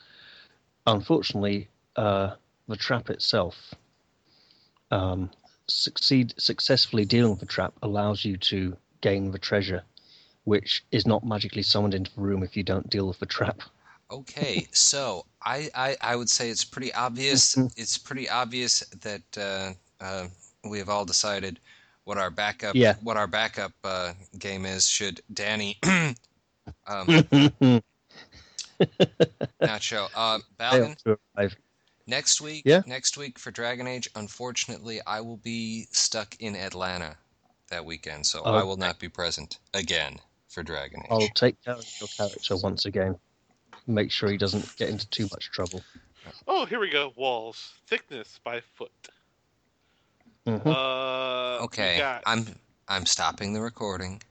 A: unfortunately, uh, the trap itself um, succeed successfully dealing with the trap allows you to gain the treasure, which is not magically summoned into the room if you don't deal with the trap.
D: Okay, so I, I, I would say it's pretty obvious.
A: Mm-hmm.
D: it's pretty obvious that uh, uh, we have all decided what our backup
A: Yeah.
D: what our backup uh, game is. Should Danny *clears throat* um, not show uh,
A: *laughs* Fail
D: Balvin
A: to arrive.
D: next week?
A: Yeah.
D: next week for Dragon Age. Unfortunately, I will be stuck in Atlanta that weekend, so I
A: Oh.
D: will not be present again for Dragon Age.
A: I'll take care of your character once again. Make sure he doesn't get into too much trouble.
C: Oh, here we go. Walls thickness by foot.
A: Mhm.
C: Uh, we
A: Mm-hmm.
D: okay,
C: got-
D: I'm I'm stopping the recording.